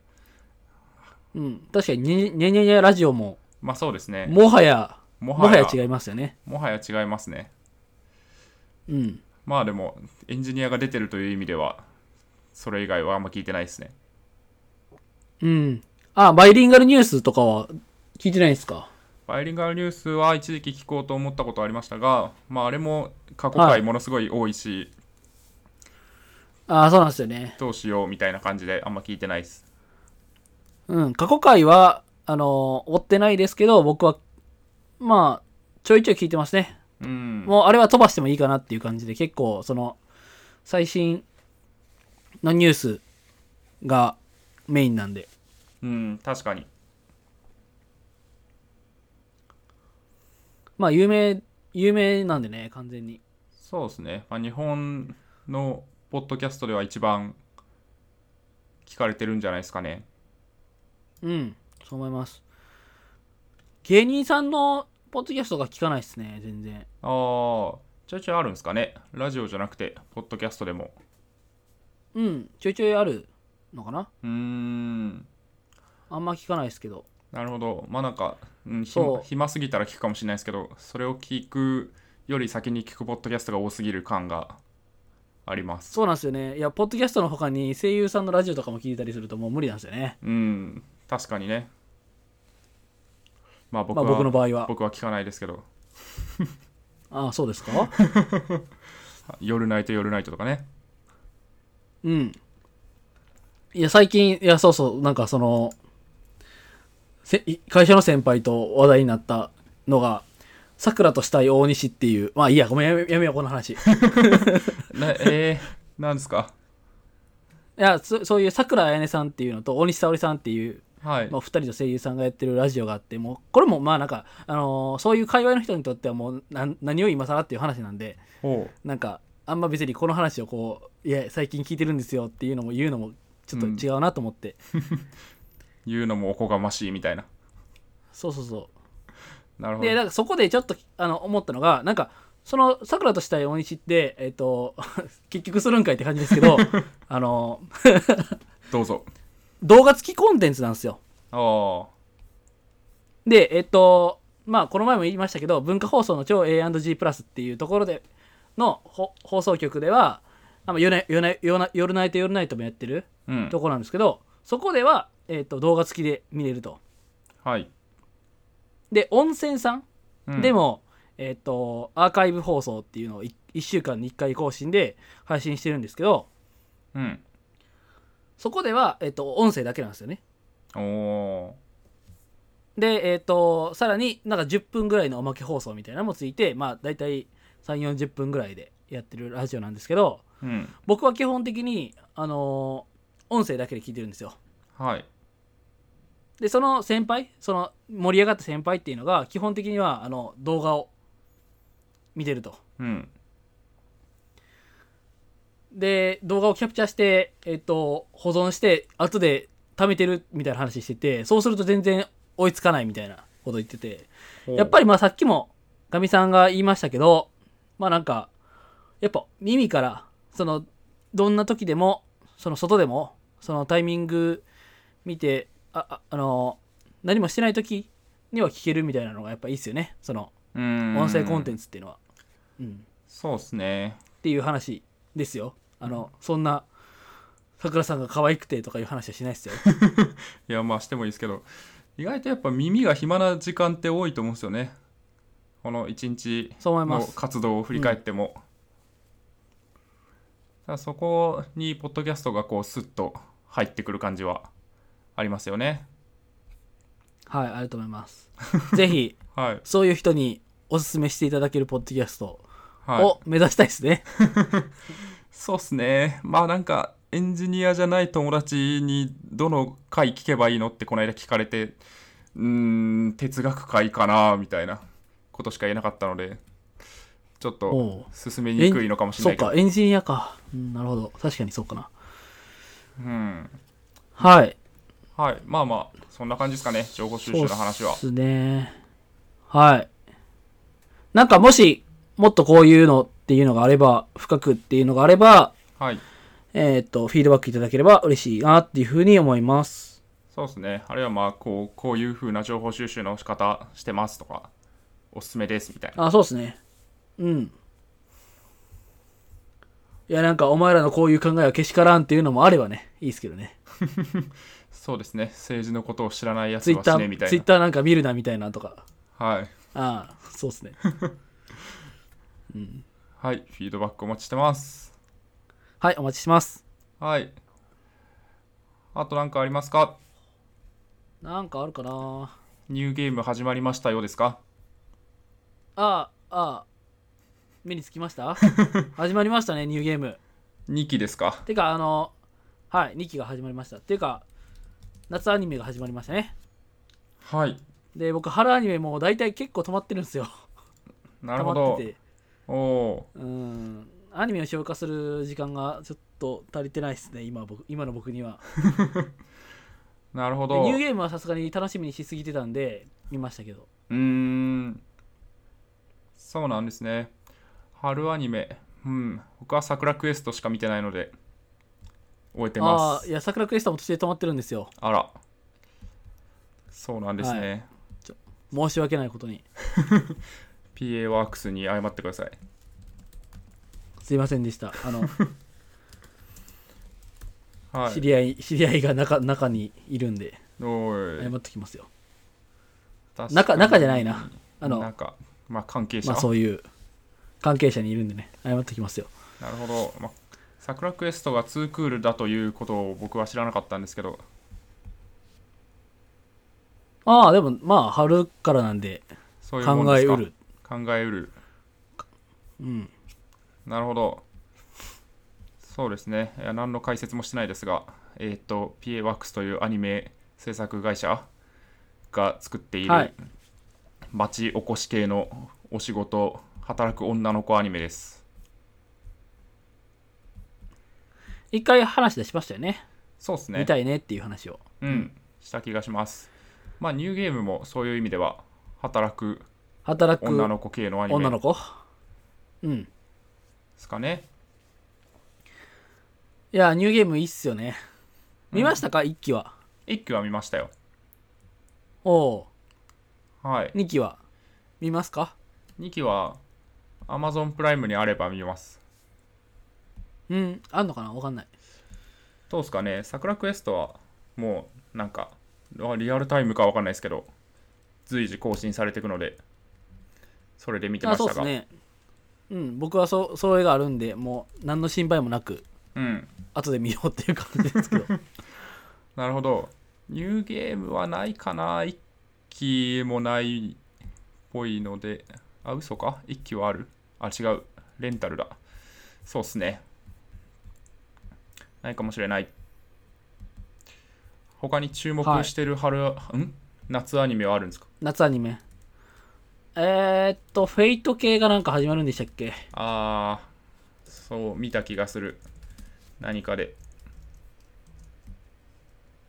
[SPEAKER 2] うん確かにね「ねねねラジオも」
[SPEAKER 1] まあそうですね
[SPEAKER 2] もはや
[SPEAKER 1] も
[SPEAKER 2] も
[SPEAKER 1] は
[SPEAKER 2] は
[SPEAKER 1] や
[SPEAKER 2] や違いますよね
[SPEAKER 1] もはや違いますね
[SPEAKER 2] うん
[SPEAKER 1] まあでもエンジニアが出てるという意味ではそれ以外はあんま聞いてないですね
[SPEAKER 2] うん。あ、バイリンガルニュースとかは聞いてないですか
[SPEAKER 1] バイリンガルニュースは一時期聞こうと思ったことありましたがまああれも過去回ものすごい多いし、
[SPEAKER 2] あそうなんですよね。
[SPEAKER 1] どうしようみたいな感じであんま聞いてないです
[SPEAKER 2] うん。過去回は、あのー追ってないですけど、僕は、まあ、ちょいちょい聞いてますね。
[SPEAKER 1] うん
[SPEAKER 2] もう、あれは飛ばしてもいいかなっていう感じで、結構、その、最新のニュースがメインなんで。
[SPEAKER 1] うん確かに
[SPEAKER 2] まあ、有名、有名なんでね、完全に。
[SPEAKER 1] そうですね、まあ、日本のポッドキャストでは一番聞かれてるんじゃないですかね
[SPEAKER 2] うん、そう思います。芸人さんのポッドキャストが聞かないですね、全然。
[SPEAKER 1] ああちょいちょいあるんですかねラジオじゃなくてポッドキャストでも
[SPEAKER 2] うん、ちょいちょいあるのかな
[SPEAKER 1] うーん
[SPEAKER 2] あんま聞かないですけど。
[SPEAKER 1] なるほどまあなんか、うん、ひ
[SPEAKER 2] そう
[SPEAKER 1] 暇すぎたら聞くかもしれないですけどそれを聞くより先に聞くポッドキャストが多すぎる感があります
[SPEAKER 2] そうなんですよね。いや、ポッドキャストの他に声優さんのラジオとかも聞いたりするともう無理なんですよね。
[SPEAKER 1] うん確かにねまあ僕
[SPEAKER 2] ま
[SPEAKER 1] は、
[SPEAKER 2] あ僕の場合は。
[SPEAKER 1] 僕は聞かないですけど
[SPEAKER 2] ああ、そうですか
[SPEAKER 1] 夜ナイト夜ナイトとかね
[SPEAKER 2] うん。いや、最近、いや、そうそう、なんかその、せい会社の先輩と話題になったのが、さくらとしたい大西っていう、まあいいや、ごめん、やめやめよう、この話。い
[SPEAKER 1] なえー、なんですか
[SPEAKER 2] や、そそういうさくらあやねさんっていうのと、大西沙織さんっていう、
[SPEAKER 1] はい
[SPEAKER 2] まあ、二人の声優さんがやってるラジオがあって、もう、これもまあなんか、あのーそういう界隈の人にとってはもう、なん何を今更っていう話なんで、
[SPEAKER 1] ほ
[SPEAKER 2] なんか、あんま別にこの話をこう、いや、最近聞いてるんですよっていうのも言うのも、ちょっと違うなと思って、
[SPEAKER 1] う言うのもおこがましいみたいな
[SPEAKER 2] そうそうそう。
[SPEAKER 1] なるほど
[SPEAKER 2] でなんかそこでちょっとあの思ったのがなんかそのさくらとしたい大西って、えっと [LAUGHS] 結局するんかいって感じですけどあの
[SPEAKER 1] どうぞ
[SPEAKER 2] 動画付きコンテンツなんですよ
[SPEAKER 1] あ
[SPEAKER 2] でえっとまあこの前も言いましたけど文化放送の超 A&G プラスっていうところでのほ放送局ではあの夜な夜な夜な夜ナイト夜ナイトもやってる
[SPEAKER 1] あうん
[SPEAKER 2] ところなんですけどそこでは、えっと動画付きで見れると
[SPEAKER 1] はい、
[SPEAKER 2] で温泉さん
[SPEAKER 1] うん
[SPEAKER 2] でも、えっ、と、アーカイブ放送っていうのを 1, 週間に1回更新で配信してるんですけど、
[SPEAKER 1] うん
[SPEAKER 2] そこでは、えっ、と、音声だけなんですよね。
[SPEAKER 1] おお
[SPEAKER 2] で、えっ、と、さらになんか10分ぐらいのおまけ放送みたいなのもついて、まあ、大体3、40分ぐらいでやってるラジオなんですけど、
[SPEAKER 1] ーうん
[SPEAKER 2] 僕は基本的に、あのー音声だけで聞いてるんですよ。
[SPEAKER 1] はい
[SPEAKER 2] で、その先輩、その盛り上がった先輩っていうのが、基本的には、あの、動画を見てると。
[SPEAKER 1] うん
[SPEAKER 2] で動画をキャプチャーして、えっと、保存して後で貯めてるみたいな話しててそうすると全然追いつかないみたいなこと言っててやっぱ
[SPEAKER 1] り
[SPEAKER 2] りまあさっきもガミさんが言いましたけどまあなんかやっぱ耳からそのどんな時でもその外でもそのタイミング見てあああの何もしてない時には聞けるみたいなのがやっぱいいですよねその音
[SPEAKER 1] 音
[SPEAKER 2] 声コンテ
[SPEAKER 1] ツ
[SPEAKER 2] ンツっていうのは。うん
[SPEAKER 1] そうですね
[SPEAKER 2] っていう話ですよあの、そんなさくらさんが可愛くてとかいう話はしない
[SPEAKER 1] [LAUGHS]
[SPEAKER 2] ですよ
[SPEAKER 1] いやまあしてもいいですけど意外とやっぱ耳が暇な時間って多いと思うんですよねこの一日
[SPEAKER 2] そう思いま
[SPEAKER 1] の
[SPEAKER 2] す
[SPEAKER 1] 活動を振り返っても、ただそこにポッドキャストがこうスッと入ってくる感じはありますよね
[SPEAKER 2] はいあると思いますぜひ
[SPEAKER 1] はい
[SPEAKER 2] そういう人におすすめしていただけるポッドキャスト
[SPEAKER 1] はい
[SPEAKER 2] を目指したいですね、
[SPEAKER 1] そうっすねまあなんかエンジニアじゃない友達にどの回聞けばいいのってこの間聞かれてうーん哲学会かなみたいなことしか言えなかったのでちょっと
[SPEAKER 2] おう
[SPEAKER 1] 進めにくいのかもしれ
[SPEAKER 2] そ
[SPEAKER 1] な
[SPEAKER 2] う
[SPEAKER 1] いけど
[SPEAKER 2] かエンジニアか、うん、なるほど確かにそうかな
[SPEAKER 1] うん
[SPEAKER 2] はい
[SPEAKER 1] はいまあまあそんな感じですかね情報収集の話は
[SPEAKER 2] そうっすねはいなんかもしもっとこういうのっていうのがあれば深くっていうのがあれば
[SPEAKER 1] はい
[SPEAKER 2] えっ、とフィードバックいただければ嬉しいなっていうふうに思います
[SPEAKER 1] そうですねあるいはまあこうこういう風な情報収集の仕方してますとかおすすめですみたいな
[SPEAKER 2] あ、そうですね。うん。いや、なんか、お前らのこういう考えはけしからんっていうのもあればね、いいですけどね。
[SPEAKER 1] そうですね政治のことを知らないやつ
[SPEAKER 2] ツイッ
[SPEAKER 1] は
[SPEAKER 2] タ
[SPEAKER 1] 死ねみ
[SPEAKER 2] ー、
[SPEAKER 1] た
[SPEAKER 2] ツイ
[SPEAKER 1] い
[SPEAKER 2] ッターなんか見るなみたいなとか。
[SPEAKER 1] なはい
[SPEAKER 2] ああ、そうですね。うん、
[SPEAKER 1] はいフィードバックお待ちしてます
[SPEAKER 2] はい、お待ちします。
[SPEAKER 1] はい。あと何かありますか
[SPEAKER 2] なんかあるかな
[SPEAKER 1] ニューゲーム始まりましたようですか
[SPEAKER 2] ああ、ああ、目につきました
[SPEAKER 1] [LAUGHS]
[SPEAKER 2] 始まりましたね、ニューゲーム。
[SPEAKER 1] ?2 期ですか
[SPEAKER 2] てか、あの、はい、2期が始まりました。ていうか、夏アニメが始まりましたね。
[SPEAKER 1] はい。
[SPEAKER 2] で、僕、春アニメもう大体結構止まってるんですよ。
[SPEAKER 1] な
[SPEAKER 2] 溜
[SPEAKER 1] るほ
[SPEAKER 2] まっ
[SPEAKER 1] ど
[SPEAKER 2] てて
[SPEAKER 1] おお
[SPEAKER 2] うんアニメを消化する時間がちょっと足りてないですね今僕今の僕には
[SPEAKER 1] ーなるほ
[SPEAKER 2] で
[SPEAKER 1] ど
[SPEAKER 2] ニュー
[SPEAKER 1] う
[SPEAKER 2] ゲームはさすがに楽しみにしすぎてたんで見ましたけど
[SPEAKER 1] ーんそうなんですね春アニメうん僕は桜クエストしか見てないので終えてま
[SPEAKER 2] ああ
[SPEAKER 1] す
[SPEAKER 2] いや桜クエストも途中で止まってるんですよ
[SPEAKER 1] あらそうなんですね、
[SPEAKER 2] 申し訳ないことに
[SPEAKER 1] PA ワークスに謝ってください
[SPEAKER 2] すいませんでしたあ
[SPEAKER 1] [LAUGHS]
[SPEAKER 2] の、
[SPEAKER 1] は
[SPEAKER 2] 知
[SPEAKER 1] い
[SPEAKER 2] り合い知り合いが中中にいるんで
[SPEAKER 1] お
[SPEAKER 2] 謝
[SPEAKER 1] い
[SPEAKER 2] ってきますよ
[SPEAKER 1] 確か
[SPEAKER 2] 中
[SPEAKER 1] に
[SPEAKER 2] 中じゃないなあの
[SPEAKER 1] なんかまあ関係者、
[SPEAKER 2] まあそういう関係者にいるんでね謝ってきますよ
[SPEAKER 1] なるほど、まあ、桜クエストが2クールだということを僕は知らなかったんですけど
[SPEAKER 2] ああでもまあ春からなんで
[SPEAKER 1] そういうもん
[SPEAKER 2] 考え
[SPEAKER 1] ですか
[SPEAKER 2] うる
[SPEAKER 1] 考えうる
[SPEAKER 2] うん
[SPEAKER 1] なるほどそうですねいや何の解説もしてないですがえーっ、と PA ワックスというアニメ制作会社が作っている、
[SPEAKER 2] はい
[SPEAKER 1] 町おこし系のお仕事働く女の子アニメです
[SPEAKER 2] 一回話出しましたよね
[SPEAKER 1] そうですね
[SPEAKER 2] 見たいねっていう話を
[SPEAKER 1] うんした気がしますまあニューゲームもそういう意味では働く
[SPEAKER 2] 働く
[SPEAKER 1] 女の子系のアニメ
[SPEAKER 2] 女の
[SPEAKER 1] で
[SPEAKER 2] 子うん
[SPEAKER 1] すかね
[SPEAKER 2] いやニューゲームいいっすよね見ま
[SPEAKER 1] し
[SPEAKER 2] したか、一期は
[SPEAKER 1] 1期は見ましたよ
[SPEAKER 2] おお
[SPEAKER 1] はい
[SPEAKER 2] 2期は見ますか
[SPEAKER 1] 2期は Amazon プライムにあれば見ます
[SPEAKER 2] うんあんのかなわかんない
[SPEAKER 1] どうですかね桜クエストはもうなんかあリアルタイムかわかんないですけど随時更新されていくのでそれで見てま
[SPEAKER 2] あ
[SPEAKER 1] し
[SPEAKER 2] そう
[SPEAKER 1] た
[SPEAKER 2] っす
[SPEAKER 1] が
[SPEAKER 2] ねうん僕はそそれがあるんでもう何の心配もなく
[SPEAKER 1] うん
[SPEAKER 2] 後で見ようっていう感じですけど
[SPEAKER 1] [LAUGHS] なるほどニューゲームはないかな1期もないっぽいのであ嘘か1期はあるあ違うレンタルだそうっすねないかもしれない他に注目
[SPEAKER 2] はい
[SPEAKER 1] してる春、ん夏アニメはあるんですか
[SPEAKER 2] 夏アニメえー、っとフェイト系がなんか始まるんでしたっけ
[SPEAKER 1] ああそう見た気がする何かで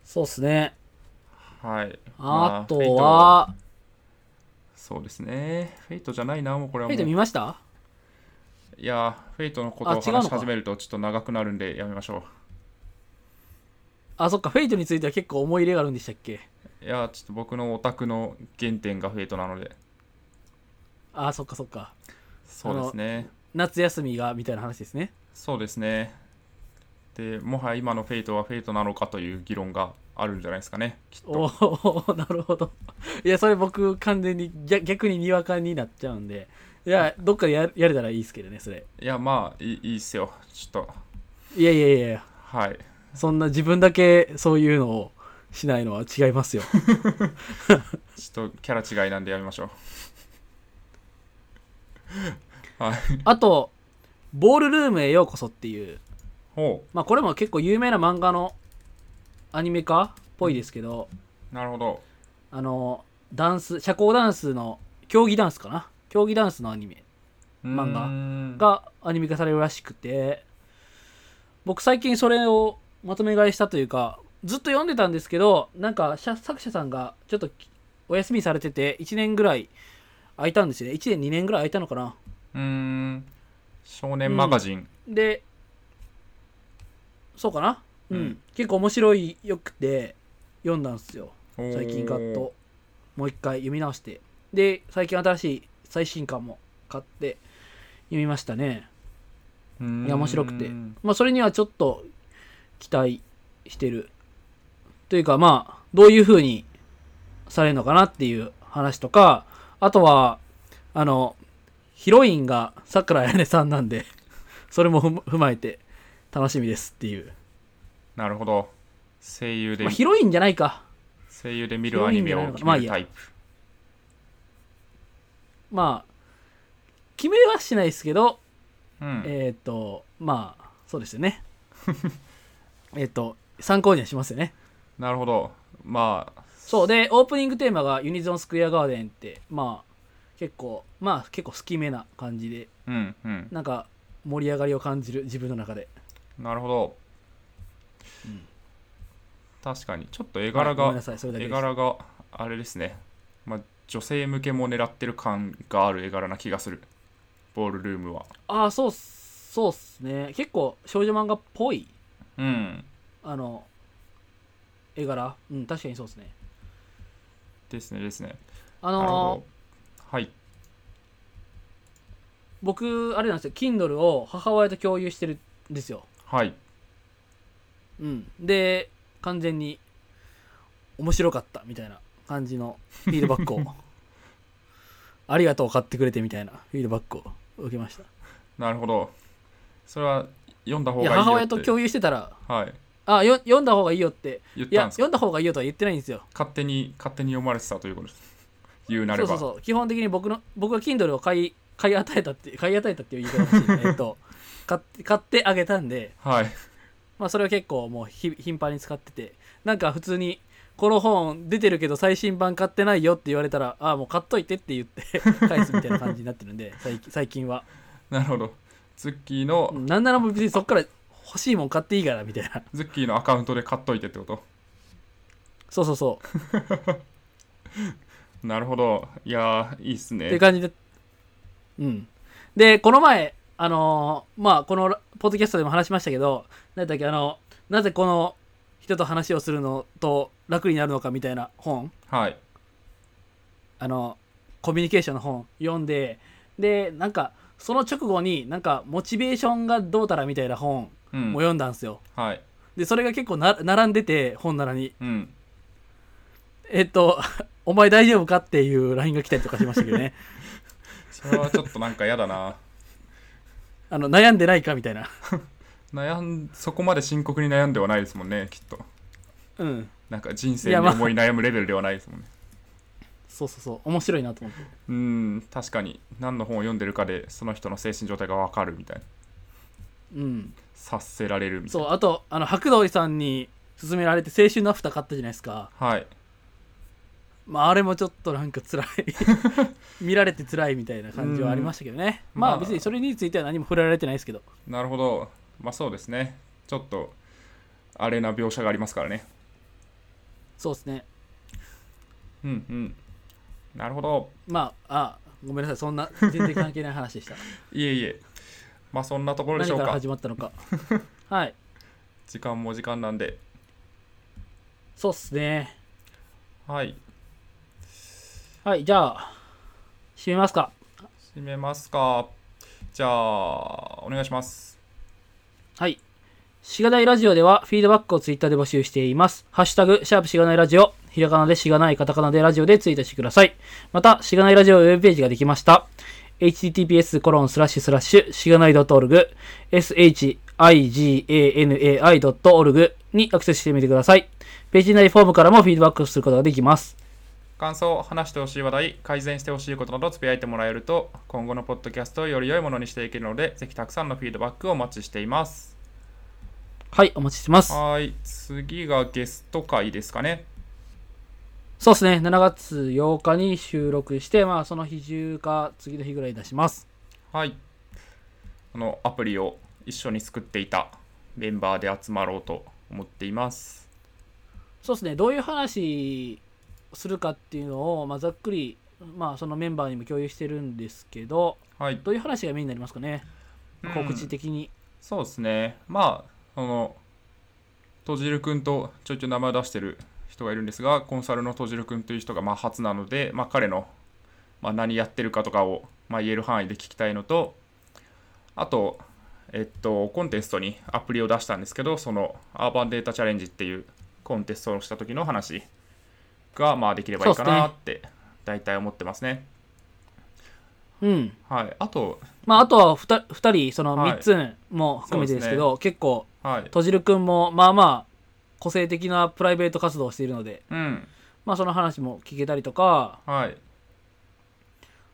[SPEAKER 2] そうっすね
[SPEAKER 1] はいま
[SPEAKER 2] あと
[SPEAKER 1] フェイト
[SPEAKER 2] は、
[SPEAKER 1] そうですねフェイトじゃないなもうこれは
[SPEAKER 2] フェ
[SPEAKER 1] も
[SPEAKER 2] イト
[SPEAKER 1] う
[SPEAKER 2] 見ました
[SPEAKER 1] いやーフェイトのこと
[SPEAKER 2] あ
[SPEAKER 1] を
[SPEAKER 2] 違うの
[SPEAKER 1] 話し
[SPEAKER 2] か
[SPEAKER 1] 始めるとちょっと長くなるんでやめましょ
[SPEAKER 2] あそっかフェイトについては結構思い入れがあるんでしたっけ
[SPEAKER 1] ういやーちょっと僕のオタクの原点がフェイトなので
[SPEAKER 2] あそっかそっか
[SPEAKER 1] そうですね
[SPEAKER 2] 夏休みがみたいな話ですね
[SPEAKER 1] そうですねでもはや今のフェイトはフェイトなのかという議論があるんじゃないですかねきっ
[SPEAKER 2] お
[SPEAKER 1] と
[SPEAKER 2] おなるほどいやそれ僕完全に逆逆ににわかになっちゃうんでいやどっかでややれたらいいですけどねそれ
[SPEAKER 1] いやまあいいいいっすよちょっと
[SPEAKER 2] いやいやいやいや
[SPEAKER 1] はい
[SPEAKER 2] そんな自分だけそういうのをしないのは違い
[SPEAKER 1] [LAUGHS]
[SPEAKER 2] ますよ
[SPEAKER 1] ちょっとキャラ違いなんでやめましょうはい
[SPEAKER 2] あと「ボールルームへようこそ」っていう
[SPEAKER 1] ほ
[SPEAKER 2] まあこれも結構有名な漫画のアニメ化っぽいですけど、
[SPEAKER 1] うなるほど
[SPEAKER 2] あのダンス社交ダンスの競技ダンスかな競技ダンスのアニメ漫画
[SPEAKER 1] 漫
[SPEAKER 2] がアニメ化されるらしくて僕最近それをまとめ買いしたというかずっと読んでたんですけどなんかしゃ作者さんがちょっときお休みされてて1年ぐらい空いたんですよね1年2年ぐらい空いたのかな
[SPEAKER 1] うーん少年マガジン
[SPEAKER 2] でそうかなうん、
[SPEAKER 1] うん
[SPEAKER 2] 結構面白いよくて読んだんですよ最
[SPEAKER 1] 最
[SPEAKER 2] 近ガッともう一回読み直してで最近新しい最新刊も買って読みましたねいや面白くてまあ、それにはちょっと期待してる。というか、まあ、どういう風にされるのかなっていう話とか、あとは、あの、ヒロインが桜彩音さんなんで、 [LAUGHS] それも踏ま踏まえて楽しみですっていう。
[SPEAKER 1] なるほど声優で、
[SPEAKER 2] まあ、ヒロインじゃないか。
[SPEAKER 1] 声優で見るアニメを決めるタイプ、
[SPEAKER 2] まあ、決めはしないですけど、
[SPEAKER 1] うん、
[SPEAKER 2] えっ、と、まあ、そうですよね。えっと、参考にはしますよね。
[SPEAKER 1] なるほどまあ
[SPEAKER 2] そうでオープニングテーマがユニゾンスクエアガーデンってまあ結構まあ結構好きめな感じで
[SPEAKER 1] うんうん
[SPEAKER 2] なんか盛り上がりを感じる自分の中で
[SPEAKER 1] なるほど、
[SPEAKER 2] うん
[SPEAKER 1] 確かにちょっと絵柄
[SPEAKER 2] はいごめん
[SPEAKER 1] が
[SPEAKER 2] なさいそれだけ
[SPEAKER 1] 絵
[SPEAKER 2] です
[SPEAKER 1] 柄があれですね、まあ、女性向けも狙ってる感がある絵柄な気がするボールルームは
[SPEAKER 2] ああそうっすそうっすね結構少女漫画っぽい
[SPEAKER 1] うん
[SPEAKER 2] あの絵柄うん確かにそうですね
[SPEAKER 1] ですねですね
[SPEAKER 2] あ
[SPEAKER 1] なる
[SPEAKER 2] のー
[SPEAKER 1] ほどはい
[SPEAKER 2] 僕あれなんですよ Kindle を母親と共有してるんですよ、
[SPEAKER 1] はい
[SPEAKER 2] うん、で完全に面白かったみたいな感じのフィードバック
[SPEAKER 1] [LAUGHS]
[SPEAKER 2] をありがとう買ってくれてみたいなフィードバックを受けました
[SPEAKER 1] なるほどそれは読んだ方
[SPEAKER 2] い
[SPEAKER 1] がい
[SPEAKER 2] や
[SPEAKER 1] いよって
[SPEAKER 2] 母親と共有してたら
[SPEAKER 1] はい
[SPEAKER 2] あよ読んだ方がいいよって
[SPEAKER 1] 言っ
[SPEAKER 2] い
[SPEAKER 1] たん
[SPEAKER 2] や
[SPEAKER 1] ですか
[SPEAKER 2] 読んだ方がいいよとは言ってないんですよ
[SPEAKER 1] 勝手に勝手に読まれてたということです言うな
[SPEAKER 2] そ
[SPEAKER 1] れ
[SPEAKER 2] うそ
[SPEAKER 1] ば
[SPEAKER 2] うそう基本的に僕の僕が Kindle を買い買い与えたって買い与えたっていう言い方もしいえっ
[SPEAKER 1] [LAUGHS]
[SPEAKER 2] と買って買ってあげたんで
[SPEAKER 1] はい [LAUGHS]
[SPEAKER 2] まあ、それを結構もうひ頻繁に使っててなんか普通にこの本出てるけど最新版買ってないよって言われたらああもう買っといてって言って [LAUGHS] 返すみたいな感じになってるんで最近最近は
[SPEAKER 1] なるほどズッキーの、
[SPEAKER 2] うんなんならもう別にそっから欲しいもん買っていいからみたいな [LAUGHS]
[SPEAKER 1] ズッキーのアカウントで買っといてってこと
[SPEAKER 2] そうそうそうっ
[SPEAKER 1] なるほどいやーいいっすね
[SPEAKER 2] ていう感じでうんでこの前あのーまあこのラポッドキャストでも話しましたけど何だっけあのなぜこの人と話をするのと楽になるのかみたいな本
[SPEAKER 1] はい
[SPEAKER 2] あのコミュニケーションの本読んででなんかその直後になんかモチベーションがどうたらみたいな本
[SPEAKER 1] う
[SPEAKER 2] も
[SPEAKER 1] ん
[SPEAKER 2] 読んだんですよ、
[SPEAKER 1] はい
[SPEAKER 2] でそれが結構な並んでて本棚に
[SPEAKER 1] うん
[SPEAKER 2] えっと [LAUGHS] 「お前大丈夫か?」っていう LINE が来たりとかしましたけど
[SPEAKER 1] [LAUGHS]
[SPEAKER 2] ね
[SPEAKER 1] それはちょっとなんか嫌だな
[SPEAKER 2] あの悩んでないかみたいな
[SPEAKER 1] 悩んそこまで深刻に悩んではないですもんねきっと
[SPEAKER 2] うん
[SPEAKER 1] なんか人生
[SPEAKER 2] い
[SPEAKER 1] に
[SPEAKER 2] やまあ
[SPEAKER 1] 思い悩むレベルではないですもんね、
[SPEAKER 2] そうそうそう面白いなと思って
[SPEAKER 1] うん確かに何の本を読んでるかでその人の精神状態がわかるみたいな
[SPEAKER 2] うん
[SPEAKER 1] 察せられるみたい
[SPEAKER 2] そ
[SPEAKER 1] な
[SPEAKER 2] うあとあの白道さんに勧められて青春のアフター買ったじゃないですか
[SPEAKER 1] はい
[SPEAKER 2] まああれもちょっとなんか
[SPEAKER 1] [LAUGHS]
[SPEAKER 2] 辛い見られて辛いみたいな感じはありましたけどね、
[SPEAKER 1] うん
[SPEAKER 2] ま
[SPEAKER 1] ま
[SPEAKER 2] あ
[SPEAKER 1] あ
[SPEAKER 2] 別にそれについては何も触れられてないですけど
[SPEAKER 1] なるほどまあそうですねちょっとあれな描写がありますからね
[SPEAKER 2] そうですね
[SPEAKER 1] うんうんなるほど
[SPEAKER 2] まああごめんなさいそんな全然関係ない話で
[SPEAKER 1] [LAUGHS]
[SPEAKER 2] した
[SPEAKER 1] いえいえまあそんなところで
[SPEAKER 2] 何
[SPEAKER 1] しょう
[SPEAKER 2] から
[SPEAKER 1] か
[SPEAKER 2] 始まったのかはい
[SPEAKER 1] 時間も時間なんで
[SPEAKER 2] そうっすね
[SPEAKER 1] はい
[SPEAKER 2] はいじゃあ締めますか
[SPEAKER 1] 締めますかじゃあお願いします
[SPEAKER 2] はいしがないラジオではフィードバックをツイッターで募集しています。ハッシュタグ、シャープしがないラジオ、ひらがなでしがない、カタカナでラジオでツイートしてください。また、しがないラジオウェブページができました。https コロンスラッシュスラッシュしがない .org shiganai.org にアクセスしてみてください。ページ内フォームからもフィードバックすることができます。
[SPEAKER 1] 感想話してほしい話題改善してほしいことなどつぶやいてもらえると今後のポッドキャストをより良いものにしていけるのでぜひたくさんのフィードバックをお待ちしています
[SPEAKER 2] はい、お待ちしてます。
[SPEAKER 1] はい次がゲスト会ですかね
[SPEAKER 2] そうですね、7月8日に収録して、まあその日中か次の日ぐらいに出します。
[SPEAKER 1] はいこのアプリを一緒に作っていたメンバーで集まろうと思っています
[SPEAKER 2] そうですね、どういう話するかっていうのを、まあ、ざっくり、まあ、そのメンバーにも共有してるんですけど、
[SPEAKER 1] はい
[SPEAKER 2] どういう話がメインになりますかね、
[SPEAKER 1] うん
[SPEAKER 2] 告知的に。
[SPEAKER 1] そうですね。まあ、その、とじるくんとちょいちょい名前を出してる人がいるんですが、コンサルのとじるくんという人がまあ初なので、まあ、彼の、まあ、何やってるかとかを、まあ、言える範囲で聞きたいのと、あと、えっと、コンテストにアプリを出したんですけど、その、アーバンデータチャレンジっていうコンテストをした時の話が、まあ、できればいいかなって、大体思ってますね。
[SPEAKER 2] うん。
[SPEAKER 1] はい。あと、
[SPEAKER 2] まあ、あとは 2, 二人、その
[SPEAKER 1] はい
[SPEAKER 2] 3つも含めてですけど、結構、
[SPEAKER 1] はい。
[SPEAKER 2] とじるくんも、まあまあ、個性的なプライベート活動をしているので、
[SPEAKER 1] うん。
[SPEAKER 2] まあ、その話も聞けたりとか、
[SPEAKER 1] はい。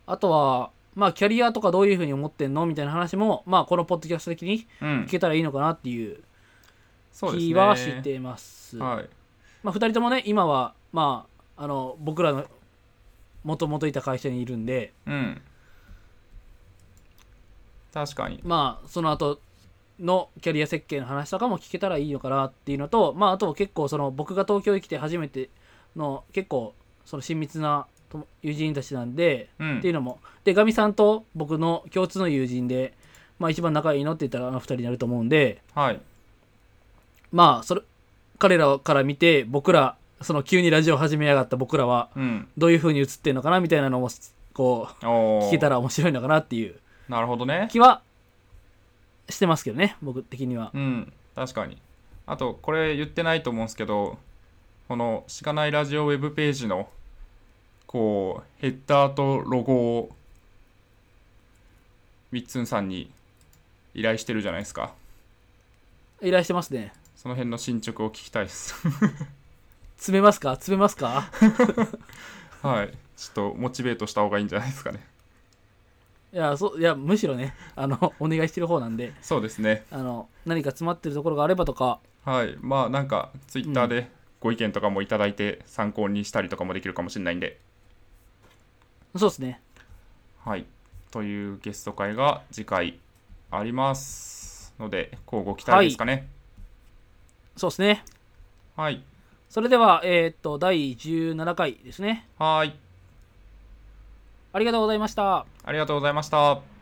[SPEAKER 2] あとは、まあ、キャリアとかどういうふうに思ってんのみたいな話も、まあ、このポッドキャスト的に
[SPEAKER 1] うん
[SPEAKER 2] 聞。けたらいいのかなっていう
[SPEAKER 1] そうですね。
[SPEAKER 2] 気はしています。
[SPEAKER 1] はい。
[SPEAKER 2] まあ、2人ともね今は、まあ、あの僕らのもともといた会社にいるんで
[SPEAKER 1] うん確かに
[SPEAKER 2] まあその後のキャリア設計の話とかも聞けたらいいのかなっていうのとまああと結構その僕が東京に来て初めての結構その親密な友友人たちなんで
[SPEAKER 1] う
[SPEAKER 2] っていう
[SPEAKER 1] ん
[SPEAKER 2] のもでガミさんと僕の共通の友人でまあ一番仲いいのって言ったらあの二人になると思うんで
[SPEAKER 1] はい
[SPEAKER 2] まあそれ彼らから見て僕らその急にラジオ始めやがった僕らは
[SPEAKER 1] うん
[SPEAKER 2] どういう風に映ってんのかなみたいなのもこう
[SPEAKER 1] おー
[SPEAKER 2] 聞けたら面白いのかなっていう
[SPEAKER 1] なるほどね
[SPEAKER 2] 気はしてますけどね僕的には
[SPEAKER 1] うん確かにあとこれ言ってないと思うんですけどこの「しかないラジオ」ウェブページのこうヘッダーとロゴをみっつんさんに依頼してるじゃないですか
[SPEAKER 2] 依頼してますね
[SPEAKER 1] その辺の進捗を聞きたいです [LAUGHS]
[SPEAKER 2] 詰めますか詰めますか
[SPEAKER 1] はいちょっとモチベートした方がいいんじゃないですかね
[SPEAKER 2] いやそういやむしろねあのお願いしてる方なんで
[SPEAKER 1] そうですね
[SPEAKER 2] あの何か詰まってるところがあればとか
[SPEAKER 1] はいまあなんかツイッターでご意見とかもいただいて参考にしたりとかもできるかもしれないんで
[SPEAKER 2] そうですね
[SPEAKER 1] はい。というゲスト会が次回ありますので、交互期待ですかね。
[SPEAKER 2] そうですね
[SPEAKER 1] はい。
[SPEAKER 2] それではえーっと第17回ですね
[SPEAKER 1] はい。
[SPEAKER 2] ありがとうございました
[SPEAKER 1] ありがとうございました。